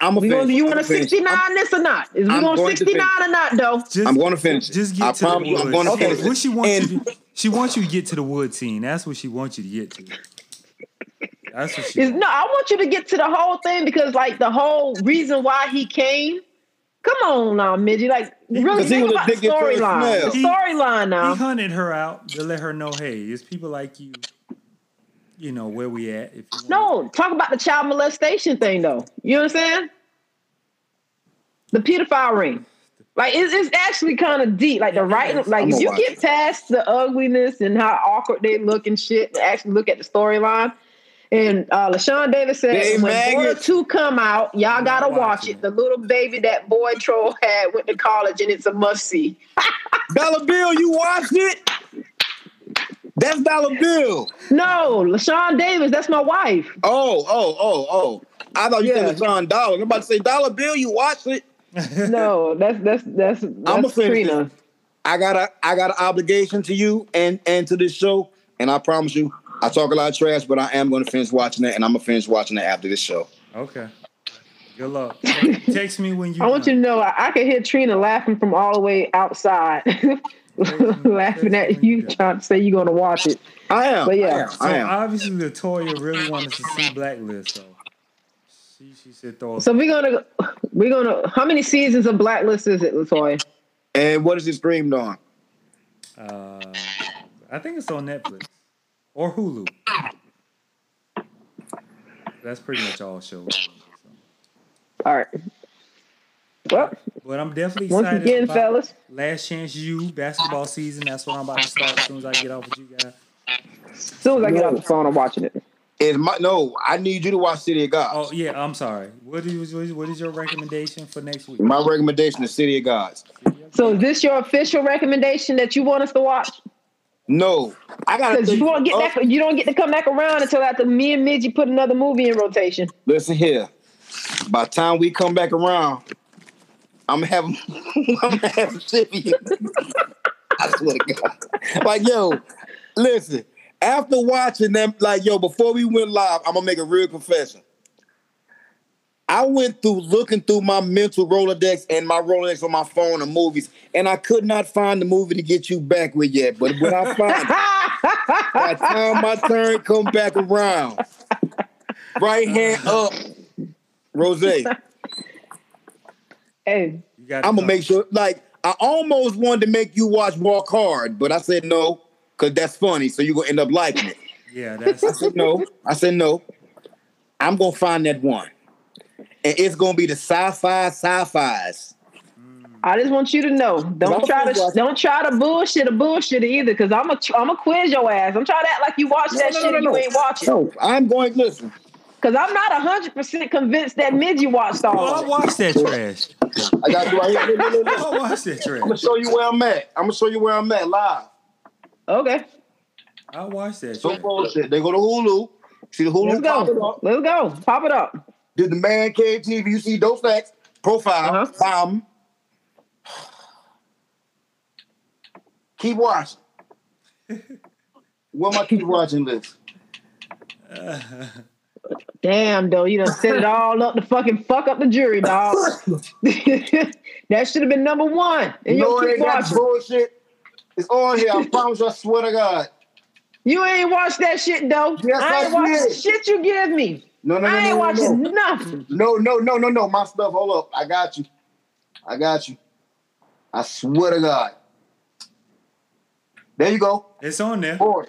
[SPEAKER 3] I'm
[SPEAKER 2] We gonna,
[SPEAKER 3] finish.
[SPEAKER 2] do you want
[SPEAKER 3] I'ma
[SPEAKER 2] to
[SPEAKER 3] finish.
[SPEAKER 2] 69
[SPEAKER 3] I'm,
[SPEAKER 2] this or not? Is we
[SPEAKER 3] I'm
[SPEAKER 2] going
[SPEAKER 3] going to
[SPEAKER 2] 69 or not though?
[SPEAKER 1] Just,
[SPEAKER 3] I'm gonna finish it.
[SPEAKER 1] Just get
[SPEAKER 3] I
[SPEAKER 1] to
[SPEAKER 3] promise
[SPEAKER 1] the
[SPEAKER 3] you,
[SPEAKER 1] woods.
[SPEAKER 3] I'm gonna
[SPEAKER 1] Okay,
[SPEAKER 3] finish it.
[SPEAKER 1] what she wants
[SPEAKER 3] And-
[SPEAKER 1] you to, she wants you to get to the wood scene. That's what she wants you to get to. That's what she.
[SPEAKER 2] Is
[SPEAKER 1] wants.
[SPEAKER 2] no, I want you to get to the whole thing because like the whole reason why he came. Come on now, Midgie. Like really
[SPEAKER 3] Because he
[SPEAKER 2] think
[SPEAKER 3] was
[SPEAKER 2] about the
[SPEAKER 3] addicted to the
[SPEAKER 2] storyline. The
[SPEAKER 1] smell.
[SPEAKER 2] storyline
[SPEAKER 1] He
[SPEAKER 2] now.
[SPEAKER 1] hunted her out to let her know, hey, it's people like you. You know where we at. If you want
[SPEAKER 2] No, talk about the child molestation thing though. You know what I'm saying? The pedophile ring. Like it's, it's actually kind of deep. Like the
[SPEAKER 1] Yeah, it
[SPEAKER 2] writing,
[SPEAKER 1] is.
[SPEAKER 2] like
[SPEAKER 3] I'm
[SPEAKER 2] if
[SPEAKER 3] gonna
[SPEAKER 2] you
[SPEAKER 3] watch
[SPEAKER 2] get
[SPEAKER 3] it.
[SPEAKER 2] past the ugliness and how awkward they look and shit, and actually look at the storyline. And uh, LaShawn Davis said,
[SPEAKER 3] They
[SPEAKER 2] when Border
[SPEAKER 3] maggots.
[SPEAKER 2] 2 come out, y'all
[SPEAKER 1] I'm
[SPEAKER 2] gotta
[SPEAKER 1] not
[SPEAKER 2] watch
[SPEAKER 1] watching
[SPEAKER 2] it.
[SPEAKER 1] it.
[SPEAKER 2] The little baby that boy troll had went to college and it's a must see.
[SPEAKER 3] Dollar Bill, you watched it? That's Dollar Bill.
[SPEAKER 2] No, LaShawn Davis, that's my wife.
[SPEAKER 3] Oh, oh, oh, oh. I thought you
[SPEAKER 2] Yeah.
[SPEAKER 3] said John Dollar. I'm about to say Dollar Bill, you watched it.
[SPEAKER 2] No, that's that's that's, that's
[SPEAKER 3] I'ma finish
[SPEAKER 2] Trina.
[SPEAKER 3] this. I got a I got an obligation to you and and to this show. And I promise you, I talk a lot of trash, but I am gonna finish watching it, and I'm gonna finish watching it after this show.
[SPEAKER 1] Okay. Good luck. Text text me when you.
[SPEAKER 2] I want you to know I, I could hear Trina laughing from all the way outside. laughing at you trying to say you're gonna watch it.
[SPEAKER 3] I am.
[SPEAKER 2] But yeah.
[SPEAKER 3] I am. I
[SPEAKER 1] So
[SPEAKER 3] am.
[SPEAKER 1] obviously, Latoya really wanted to see Blacklist, so she she should throw.
[SPEAKER 2] So we're gonna we're gonna how many seasons of blacklist is it, Latoya?
[SPEAKER 3] And what is it streamed on?
[SPEAKER 1] Uh, I think it's on Netflix or Hulu. That's pretty much all shows. So.
[SPEAKER 2] All right. Well,
[SPEAKER 1] But I'm definitely
[SPEAKER 2] Once
[SPEAKER 1] excited
[SPEAKER 2] again,
[SPEAKER 1] about
[SPEAKER 2] fellas.
[SPEAKER 1] Last Chance U basketball season. That's what I'm about to start as soon as I get off with you guys.
[SPEAKER 2] as soon as I get off the phone, I'm watching it.
[SPEAKER 3] Is my no? I need you to watch City of God.
[SPEAKER 1] Oh yeah, I'm sorry. What is what is- what is your recommendation for next week?
[SPEAKER 3] My recommendation is City of Gods.
[SPEAKER 2] So is this your official recommendation that you want us to watch?
[SPEAKER 3] No, I gotta
[SPEAKER 2] Because
[SPEAKER 3] think-
[SPEAKER 2] you won't get back,
[SPEAKER 3] Oh,
[SPEAKER 2] you don't get to come back around until after me and Midgie put another movie in rotation.
[SPEAKER 3] Listen here. By the time we come back around, I'm having, I'm having shit for you. I swear to God. Like, yo, listen. After watching them, like, yo, before we went live, I'm gonna make a real confession. I went through looking through my mental Rolodex and my Rolodex on my phone and movies, and I could not find the movie to get you back with yet. But when I find it, by the time my turn come back around, right hand up, Rose.
[SPEAKER 2] Hey,
[SPEAKER 1] You gotta
[SPEAKER 3] I'm gonna
[SPEAKER 1] come.
[SPEAKER 3] make sure. Like I almost wanted to make you watch Walk Hard, but I said no because that's funny. So you're gonna end up liking it.
[SPEAKER 1] Yeah, that's
[SPEAKER 3] I said no. I said no. I'm gonna find that one, and it's gonna be the sci-fi sci-fi's.
[SPEAKER 2] I just want you to know. Don't
[SPEAKER 3] Well,
[SPEAKER 2] try to
[SPEAKER 3] well-
[SPEAKER 2] don't try to bullshit a bullshit either, because I'm a I'm a quiz your ass. I'm trying to act like you watched that shit and you ain't watch it.
[SPEAKER 3] No, I'm going. Listen,
[SPEAKER 2] Because I'm not hundred percent convinced that Midgie watched all
[SPEAKER 1] Well,
[SPEAKER 2] of
[SPEAKER 1] Oh, I
[SPEAKER 2] it.
[SPEAKER 1] watched that trash.
[SPEAKER 3] I got you right here. Look, look, look, look.
[SPEAKER 1] I watched that
[SPEAKER 3] I'm gonna
[SPEAKER 1] trash.
[SPEAKER 3] show you where I'm at. I'm gonna show you where I'm at live.
[SPEAKER 2] Okay.
[SPEAKER 1] I watched that
[SPEAKER 3] So
[SPEAKER 1] trash.
[SPEAKER 3] bullshit. They go to Hulu. See the
[SPEAKER 2] Let's
[SPEAKER 3] Hulu pop it
[SPEAKER 2] go.
[SPEAKER 3] up.
[SPEAKER 2] Let's go. Pop it up.
[SPEAKER 3] Did the man cave TV? You see those facts profile. Um,
[SPEAKER 2] Uh-huh.
[SPEAKER 3] Bomb. Keep watching. Where my keep watching list?
[SPEAKER 2] Damn, though, you done set it all up to fucking fuck up the jury, dog. that should have been number one. And you
[SPEAKER 3] no,
[SPEAKER 2] don't
[SPEAKER 3] it
[SPEAKER 2] keep
[SPEAKER 3] ain't that
[SPEAKER 2] watching.
[SPEAKER 3] bullshit. It's on here. I promise you. I swear to God.
[SPEAKER 2] You ain't watched that shit, though.
[SPEAKER 3] Yes,
[SPEAKER 2] I ain't
[SPEAKER 3] I
[SPEAKER 2] watched
[SPEAKER 3] did.
[SPEAKER 2] the shit you give me.
[SPEAKER 3] No, no, no,
[SPEAKER 2] I ain't
[SPEAKER 3] no, no,
[SPEAKER 2] watching
[SPEAKER 3] no,
[SPEAKER 2] nothing.
[SPEAKER 3] no, no, no, no, no. My stuff. Hold up. I got you. I got you. I swear to God. There you go.
[SPEAKER 1] It's on there.
[SPEAKER 3] Boy.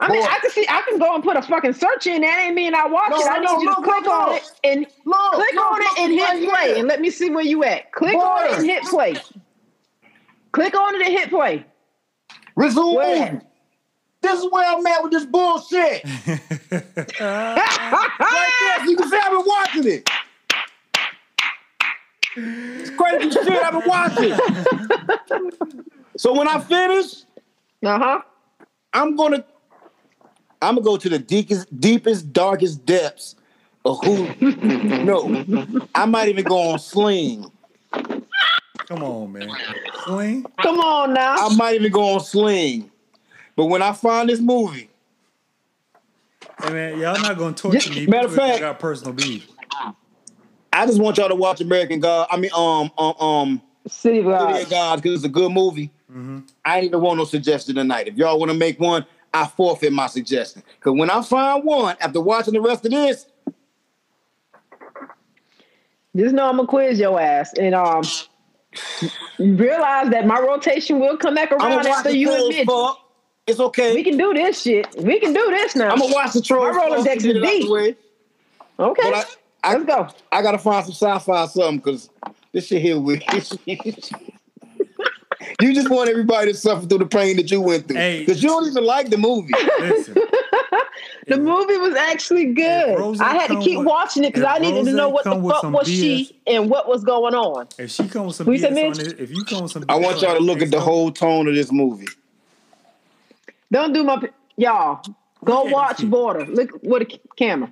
[SPEAKER 2] I mean,
[SPEAKER 3] Boy.
[SPEAKER 2] I can see, I can go and put a fucking search in. That ain't mean I watch
[SPEAKER 3] No,
[SPEAKER 2] it. I
[SPEAKER 3] no,
[SPEAKER 2] need you to
[SPEAKER 3] look,
[SPEAKER 2] click
[SPEAKER 3] look,
[SPEAKER 2] on
[SPEAKER 3] look.
[SPEAKER 2] it and
[SPEAKER 3] Look,
[SPEAKER 2] click
[SPEAKER 3] look,
[SPEAKER 2] on it
[SPEAKER 3] look,
[SPEAKER 2] and hit
[SPEAKER 3] right here.
[SPEAKER 2] play, and let me see where you at. Click on it
[SPEAKER 3] Boy.
[SPEAKER 2] and hit play. Click on it and hit play.
[SPEAKER 3] Resume.
[SPEAKER 2] Where?
[SPEAKER 3] movie. This is where I'm at with this bullshit. Right there, you can see I've been watching it. It's crazy shit I've been watching. so when I finish,
[SPEAKER 2] Uh huh.
[SPEAKER 3] I'm gonna I'm gonna go to the deepest, deepest, darkest depths of who. no, I might even go on Sling.
[SPEAKER 1] Come on, man. Sling.
[SPEAKER 2] Come on now.
[SPEAKER 3] I might even go on Sling. But when I find this movie,
[SPEAKER 1] Hey, man, y'all not gonna torture me.
[SPEAKER 3] Matter of
[SPEAKER 1] because
[SPEAKER 3] fact-
[SPEAKER 1] I got personal beef.
[SPEAKER 3] I just want y'all to watch American God. I mean, um, um, um,
[SPEAKER 2] City of
[SPEAKER 3] City of
[SPEAKER 2] God.
[SPEAKER 3] God because it's a good movie.
[SPEAKER 2] Mm-hmm.
[SPEAKER 3] I ain't even want no suggestion tonight. If y'all want to make one, I forfeit my suggestion. Because when I find one, after watching the rest of this,
[SPEAKER 2] Just know I'm gonna quiz your ass and um realize that my rotation will come back
[SPEAKER 3] I'm
[SPEAKER 2] around
[SPEAKER 3] gonna watch
[SPEAKER 2] after
[SPEAKER 3] the
[SPEAKER 2] you and
[SPEAKER 3] trolls
[SPEAKER 2] Midge.
[SPEAKER 3] fuck. It's okay.
[SPEAKER 2] We can do this shit. We can do this now.
[SPEAKER 3] I'm gonna watch the trolls.
[SPEAKER 2] My Rolodex
[SPEAKER 3] fuck, get
[SPEAKER 2] is
[SPEAKER 3] it out the
[SPEAKER 2] deep.
[SPEAKER 3] way.
[SPEAKER 2] okay.
[SPEAKER 3] But I, I,
[SPEAKER 2] Let's go.
[SPEAKER 3] I gotta find some sci-fi or something because this shit here with You just want everybody to suffer through the pain that you went through.
[SPEAKER 1] Hey.
[SPEAKER 3] Because you don't even like the movie.
[SPEAKER 1] Listen,
[SPEAKER 2] The movie was actually good.
[SPEAKER 1] if Rose
[SPEAKER 2] I had to
[SPEAKER 1] come
[SPEAKER 2] keep
[SPEAKER 1] with-
[SPEAKER 2] watching it because
[SPEAKER 1] if
[SPEAKER 2] I needed to
[SPEAKER 1] Rose
[SPEAKER 2] know what the
[SPEAKER 1] come with
[SPEAKER 2] fuck
[SPEAKER 1] some
[SPEAKER 2] was
[SPEAKER 1] BS
[SPEAKER 2] she and what was going on.
[SPEAKER 1] if she comes with some
[SPEAKER 2] We said,
[SPEAKER 1] BS on
[SPEAKER 2] Mitch?
[SPEAKER 1] this, if you come with some,
[SPEAKER 3] I
[SPEAKER 1] BS
[SPEAKER 3] want
[SPEAKER 1] on
[SPEAKER 3] y'all to
[SPEAKER 1] this
[SPEAKER 3] look at
[SPEAKER 1] next
[SPEAKER 3] the
[SPEAKER 1] show,
[SPEAKER 3] whole tone of this movie.
[SPEAKER 2] Don't do my y'all. Go
[SPEAKER 1] at
[SPEAKER 2] watch
[SPEAKER 1] this.
[SPEAKER 2] Border. Look with a camera.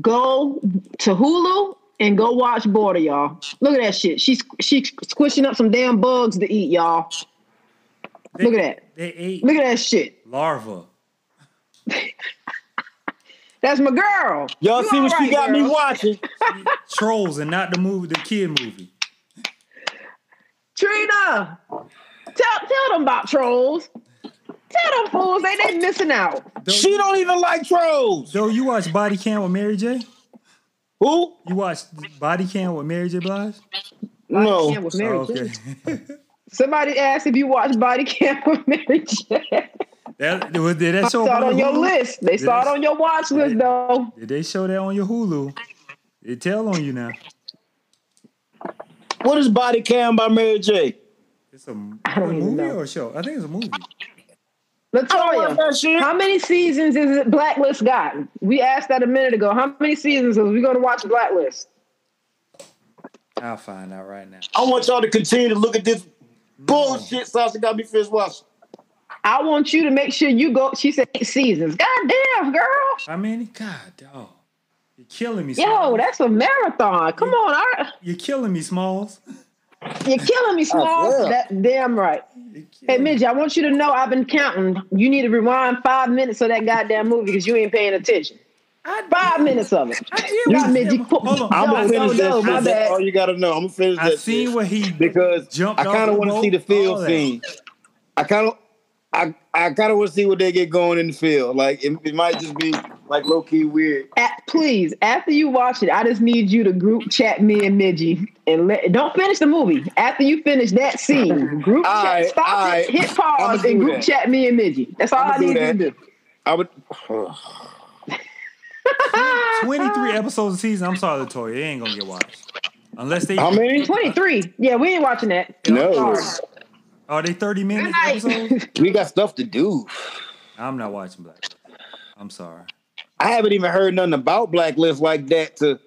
[SPEAKER 2] Go to Hulu and go watch Border, y'all. Look at that shit. She's she's squishing up some damn bugs to eat, y'all.
[SPEAKER 1] They,
[SPEAKER 2] Look at that.
[SPEAKER 1] They ate
[SPEAKER 2] Look at that shit.
[SPEAKER 1] larva.
[SPEAKER 2] That's my girl.
[SPEAKER 3] Y'all
[SPEAKER 2] You
[SPEAKER 3] see what
[SPEAKER 2] all
[SPEAKER 3] she got
[SPEAKER 2] right,
[SPEAKER 3] me
[SPEAKER 2] girl.
[SPEAKER 3] watching?
[SPEAKER 1] Trolls and not the movie, the kid movie.
[SPEAKER 2] Trina. Tell tell them about trolls. Tell them fools they they missing out.
[SPEAKER 1] Though,
[SPEAKER 3] She don't even like trolls.
[SPEAKER 1] though you watch Body Cam with Mary J.
[SPEAKER 3] Who?
[SPEAKER 1] You watched Body Cam with Mary J. Blige.
[SPEAKER 2] Cam
[SPEAKER 3] No.
[SPEAKER 2] with Mary
[SPEAKER 1] Oh, okay,
[SPEAKER 2] J. Somebody asked if you watched Body Cam with Mary J.
[SPEAKER 1] that was did that show
[SPEAKER 2] saw
[SPEAKER 1] up
[SPEAKER 2] it on your
[SPEAKER 1] Hulu?
[SPEAKER 2] list. They saw it on your watch list though.
[SPEAKER 1] Did they show that on your Hulu? It tell on you now.
[SPEAKER 3] What is Body Cam by Mary J?
[SPEAKER 1] It's a,
[SPEAKER 2] I don't
[SPEAKER 1] a
[SPEAKER 2] even
[SPEAKER 1] movie
[SPEAKER 2] know.
[SPEAKER 1] or a show. I think it's a movie.
[SPEAKER 3] What
[SPEAKER 2] Latoya,
[SPEAKER 3] that shit?
[SPEAKER 2] how many seasons is it Blacklist got? We asked that a minute ago. How many seasons are we going to watch Blacklist?
[SPEAKER 1] I'll find out right now.
[SPEAKER 3] I want y'all to continue to look at this bullshit Sasha got me finished watching.
[SPEAKER 2] I want you to make sure you go. She said eight seasons. God damn, girl.
[SPEAKER 1] How many? God, dog. You're killing me.
[SPEAKER 2] Yo,
[SPEAKER 1] Smalls.
[SPEAKER 2] that's a marathon. Come on. I,
[SPEAKER 1] You're killing me, Smalls.
[SPEAKER 2] You're killing me, Smalls.
[SPEAKER 3] swear.
[SPEAKER 2] That damn right. Hey Midge, I want you to know I've been counting. You need to rewind five minutes of that goddamn movie because you ain't paying attention. Five minutes of it.
[SPEAKER 1] I did
[SPEAKER 2] Not
[SPEAKER 1] watch
[SPEAKER 2] Midge.
[SPEAKER 1] that. Hold on.
[SPEAKER 3] I'm gonna
[SPEAKER 2] No, no,
[SPEAKER 3] finish
[SPEAKER 2] no,
[SPEAKER 3] that.
[SPEAKER 2] my
[SPEAKER 3] shit. That's
[SPEAKER 2] bad.
[SPEAKER 3] all you gotta know. I'm gonna finish
[SPEAKER 1] I
[SPEAKER 3] that.
[SPEAKER 1] seen
[SPEAKER 3] shit.
[SPEAKER 1] what he
[SPEAKER 3] because
[SPEAKER 1] jumped
[SPEAKER 3] I
[SPEAKER 1] off
[SPEAKER 3] kind
[SPEAKER 1] the
[SPEAKER 3] of want to
[SPEAKER 1] boat,
[SPEAKER 3] see the
[SPEAKER 1] all
[SPEAKER 3] field
[SPEAKER 1] that.
[SPEAKER 3] scene. I kind of, I, I kind of want to see what they get going in the field. Like it, it might just be like low key weird.
[SPEAKER 2] At, please, after you watch it, I just need you to group chat me and Midgie and let don't finish the movie. After you finish that scene, group
[SPEAKER 3] All
[SPEAKER 2] chat,
[SPEAKER 3] right,
[SPEAKER 2] stop
[SPEAKER 3] all
[SPEAKER 2] it,
[SPEAKER 3] right.
[SPEAKER 2] hit pause,
[SPEAKER 3] I'ma
[SPEAKER 2] and
[SPEAKER 3] do
[SPEAKER 2] group
[SPEAKER 3] that.
[SPEAKER 2] chat me and Midgie. That's all
[SPEAKER 3] I'ma
[SPEAKER 2] I
[SPEAKER 3] do
[SPEAKER 2] need you to
[SPEAKER 3] that.
[SPEAKER 2] do.
[SPEAKER 3] I would.
[SPEAKER 1] 23 episodes a season. I'm sorry, Latoya. It ain't going to get watched. Unless they.
[SPEAKER 3] How many?
[SPEAKER 2] 23. Yeah, we ain't watching that.
[SPEAKER 3] No,
[SPEAKER 2] Sorry.
[SPEAKER 1] Are they 30
[SPEAKER 2] Good
[SPEAKER 1] minute episodes?
[SPEAKER 2] night.
[SPEAKER 3] we got stuff to do.
[SPEAKER 1] I'm not watching Black. Mirror. I'm sorry.
[SPEAKER 3] I haven't even heard nothing about Blacklist like that. To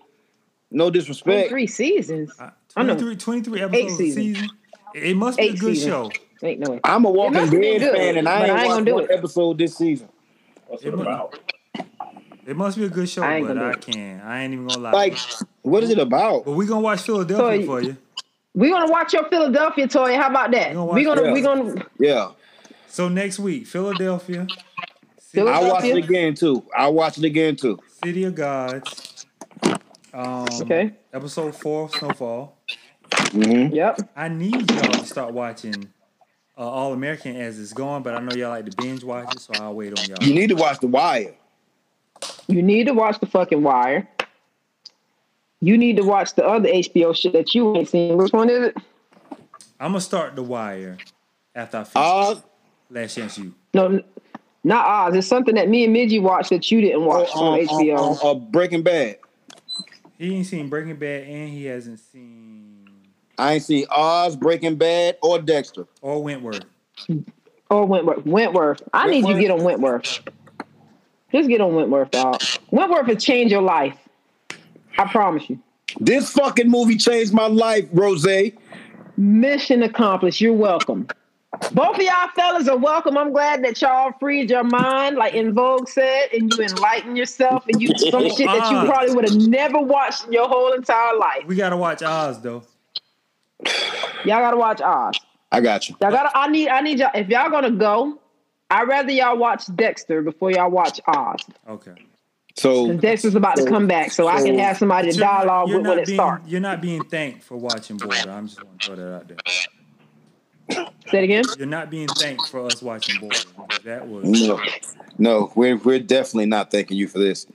[SPEAKER 3] no disrespect,
[SPEAKER 2] Three seasons.
[SPEAKER 1] I-
[SPEAKER 2] I know.
[SPEAKER 1] 23, 23 episodes a
[SPEAKER 2] seasons.
[SPEAKER 1] season. It it must be a
[SPEAKER 2] Eight
[SPEAKER 1] good
[SPEAKER 2] seasons.
[SPEAKER 1] show.
[SPEAKER 2] Ain't no way.
[SPEAKER 3] I'm a Walking
[SPEAKER 2] must have been
[SPEAKER 3] Dead
[SPEAKER 2] good,
[SPEAKER 3] fan, and I
[SPEAKER 2] but
[SPEAKER 3] ain't,
[SPEAKER 2] I ain't gonna
[SPEAKER 3] watched
[SPEAKER 2] do
[SPEAKER 3] one
[SPEAKER 2] it.
[SPEAKER 3] episode this season.
[SPEAKER 6] What's
[SPEAKER 1] It
[SPEAKER 6] it
[SPEAKER 1] mu-
[SPEAKER 6] about?
[SPEAKER 1] It must be a good show,
[SPEAKER 2] I ain't
[SPEAKER 1] but
[SPEAKER 2] gonna
[SPEAKER 1] I
[SPEAKER 2] do it.
[SPEAKER 1] can't. I ain't even going to lie.
[SPEAKER 3] Like, what is it about?
[SPEAKER 1] but we're going to watch Philadelphia
[SPEAKER 2] So-
[SPEAKER 1] for you.
[SPEAKER 2] We're gonna watch your Philadelphia toy. How about that?
[SPEAKER 1] We gonna
[SPEAKER 2] We're
[SPEAKER 1] watch
[SPEAKER 2] gonna
[SPEAKER 3] that.
[SPEAKER 2] we're gonna
[SPEAKER 3] Yeah,
[SPEAKER 1] So next week, Philadelphia,
[SPEAKER 3] I watched it
[SPEAKER 2] Philadelphia.
[SPEAKER 3] again too. I watched it again too.
[SPEAKER 1] City of Gods. Um,
[SPEAKER 2] Okay.
[SPEAKER 1] Episode 4, Snowfall.
[SPEAKER 3] hmm
[SPEAKER 2] Yep.
[SPEAKER 1] I need y'all to start watching uh, All American as it's going, but I know y'all like to binge watch it, so I'll wait on y'all.
[SPEAKER 3] You need to watch The Wire.
[SPEAKER 2] You need to watch the fucking Wire. You need to watch the other HBO shit that you ain't seen. Which one is it?
[SPEAKER 1] I'm gonna start The Wire after I finish
[SPEAKER 2] Oh.
[SPEAKER 3] Oz,
[SPEAKER 1] Last Chance You.
[SPEAKER 2] No, n- not Oz. It's something that me and Midgie watched that you didn't watch
[SPEAKER 3] Oh,
[SPEAKER 2] on
[SPEAKER 3] um, um,
[SPEAKER 2] HBO.
[SPEAKER 3] um, uh, Breaking Bad.
[SPEAKER 1] He ain't seen Breaking Bad and he hasn't seen
[SPEAKER 3] I ain't seen Oz, Breaking Bad, or Dexter.
[SPEAKER 1] or Wentworth.
[SPEAKER 2] Or Wentworth. Wentworth. I need you to
[SPEAKER 3] oh. Wentworth?
[SPEAKER 2] get on Wentworth. Just get on Wentworth, dog. Wentworth will change your life. I promise you.
[SPEAKER 3] This fucking movie changed my life, Rose.
[SPEAKER 2] Mission accomplished. You're welcome. Both of y'all fellas are welcome. I'm glad that y'all freed your mind, like In Vogue said, and you enlightened yourself and you some shit that you
[SPEAKER 1] Oz.
[SPEAKER 2] probably would have never watched in your whole entire life.
[SPEAKER 1] We gotta watch Oz though.
[SPEAKER 2] Y'all gotta watch Oz.
[SPEAKER 3] I got you.
[SPEAKER 2] Y'all gotta. I need. I need y'all. If y'all gonna go, I'd rather y'all watch Dexter before y'all watch Oz.
[SPEAKER 1] Okay.
[SPEAKER 3] So
[SPEAKER 2] Dexter's about to come back, so I can have somebody to
[SPEAKER 1] You're not-
[SPEAKER 2] dialogue
[SPEAKER 1] you're
[SPEAKER 2] with when
[SPEAKER 1] not
[SPEAKER 2] it
[SPEAKER 1] being-
[SPEAKER 2] starts.
[SPEAKER 1] You're not being thanked for watching Border. I'm just gonna throw that out there.
[SPEAKER 2] Say it again.
[SPEAKER 1] You're not being thanked for us watching Border. That was
[SPEAKER 3] no, no, we're we're definitely not thanking you for this.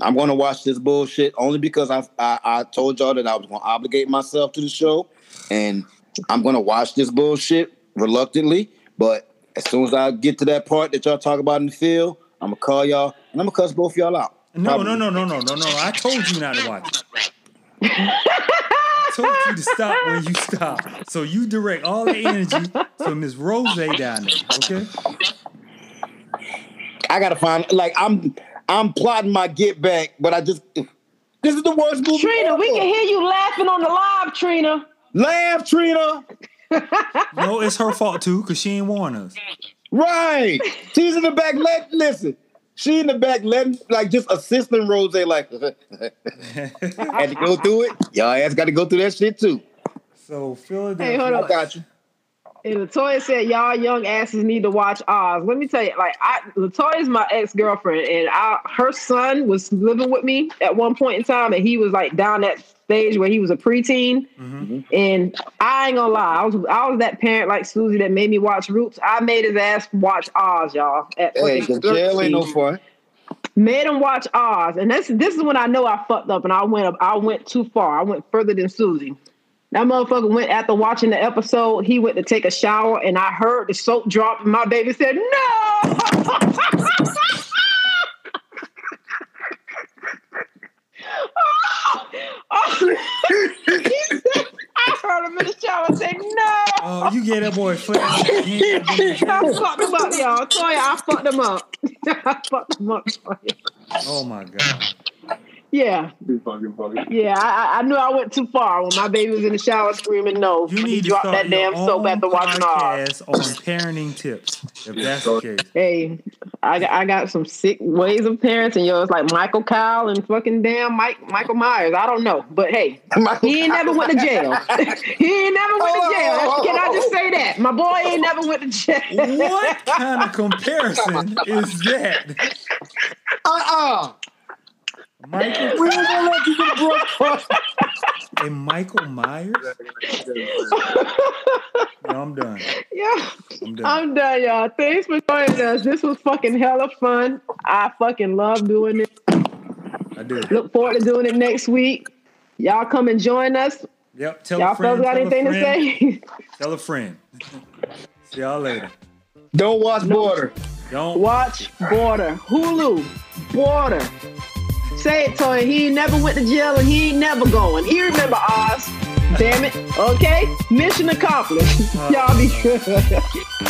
[SPEAKER 3] I'm gonna watch this bullshit only because I I, I told y'all that I was gonna obligate myself to the show, and I'm gonna watch this bullshit reluctantly. But as soon as I get to that part that y'all talk about in the field, I'm gonna call y'all and I'm gonna cuss both y'all out.
[SPEAKER 1] no,
[SPEAKER 3] Probably.
[SPEAKER 1] no, no, no, no, no, no. I told you not to watch it. I told you to stop when you stop. So you direct all the energy to Miss Rose down there. Okay.
[SPEAKER 3] I gotta find like I'm I'm plotting my get back, but I just this is the worst movie.
[SPEAKER 2] Trina, we
[SPEAKER 3] ever.
[SPEAKER 2] can hear you laughing on the live, Trina.
[SPEAKER 3] laugh, Trina.
[SPEAKER 1] No, it's her fault too, cause she ain't warn us.
[SPEAKER 3] Right. She's in the back. Let listen. She in the back letting like just assisting Rose like had to go through it. Y'all ass got to go through that shit too.
[SPEAKER 1] So
[SPEAKER 2] Hey, hold
[SPEAKER 1] Philadelphia.
[SPEAKER 3] I
[SPEAKER 2] on.
[SPEAKER 3] got you.
[SPEAKER 2] And Latoya said, "Y'all young asses need to watch Oz." Let me tell you, like, I Latoya's my ex girlfriend, and I her son was living with me at one point in time, and he was like down that stage where he was a preteen.
[SPEAKER 1] Mm-hmm.
[SPEAKER 2] And I ain't gonna lie, I was I was that parent like Susie that made me watch Roots. I made his ass watch Oz, y'all. At
[SPEAKER 3] Hey,
[SPEAKER 2] fucking
[SPEAKER 3] the jail ain't no
[SPEAKER 2] 13.
[SPEAKER 3] fun.
[SPEAKER 2] Made him watch Oz, and that's this is when I know I fucked up, and I went up, I went too far. I went further than Susie. That motherfucker went after watching the episode. He went to take a shower, and I heard the soap drop, and my baby said, "No." he said, I heard him in the shower say, "No."
[SPEAKER 1] Oh, you get that boy flat. He ain't got nothing to
[SPEAKER 2] I
[SPEAKER 1] do.
[SPEAKER 2] fucked him up, y'all. Toya, I fucked him up. I fucked him up. Toya.
[SPEAKER 1] Oh my god.
[SPEAKER 2] Yeah,
[SPEAKER 6] Too fucking funny.
[SPEAKER 2] yeah. I, I- I knew I went too far when my baby was in the shower screaming no.
[SPEAKER 1] You need to
[SPEAKER 2] drop
[SPEAKER 1] start
[SPEAKER 2] that damn
[SPEAKER 1] your
[SPEAKER 2] soap
[SPEAKER 1] own
[SPEAKER 2] after watching ours.
[SPEAKER 1] podcast on parenting tips. If that's the case,
[SPEAKER 2] Hey, I got, I got some sick ways of parenting, yo. It's like Michael Kyle and fucking damn Mike Michael Myers. I don't know, but hey, he ain't never went to jail. he ain't never went to jail. Can I just say that? My boy ain't never went to jail.
[SPEAKER 1] what kind of comparison is that?
[SPEAKER 4] Uh-uh.
[SPEAKER 1] Michael
[SPEAKER 4] We was gonna let you get broke first.
[SPEAKER 1] and Michael Myers. No, I'm done.
[SPEAKER 2] yeah.
[SPEAKER 1] I'm done.
[SPEAKER 2] I'm done, y'all. Thanks for joining us. This was fucking hella fun. I fucking love doing it.
[SPEAKER 1] I do.
[SPEAKER 2] Look forward to doing it next week. Y'all come and join us.
[SPEAKER 1] Yep. Tell
[SPEAKER 2] Y'all
[SPEAKER 1] a friend.
[SPEAKER 2] fellas got
[SPEAKER 1] tell a
[SPEAKER 2] anything to
[SPEAKER 1] friend,
[SPEAKER 2] say?
[SPEAKER 1] Tell a friend. See y'all later.
[SPEAKER 4] Don't watch Border.
[SPEAKER 1] Don't
[SPEAKER 2] Watch Border. Hulu. Border. Say it, Toy. He ain't never went to jail and he ain't never going. He remember Oz. Damn it. Okay? Mission accomplished. Y'all be good.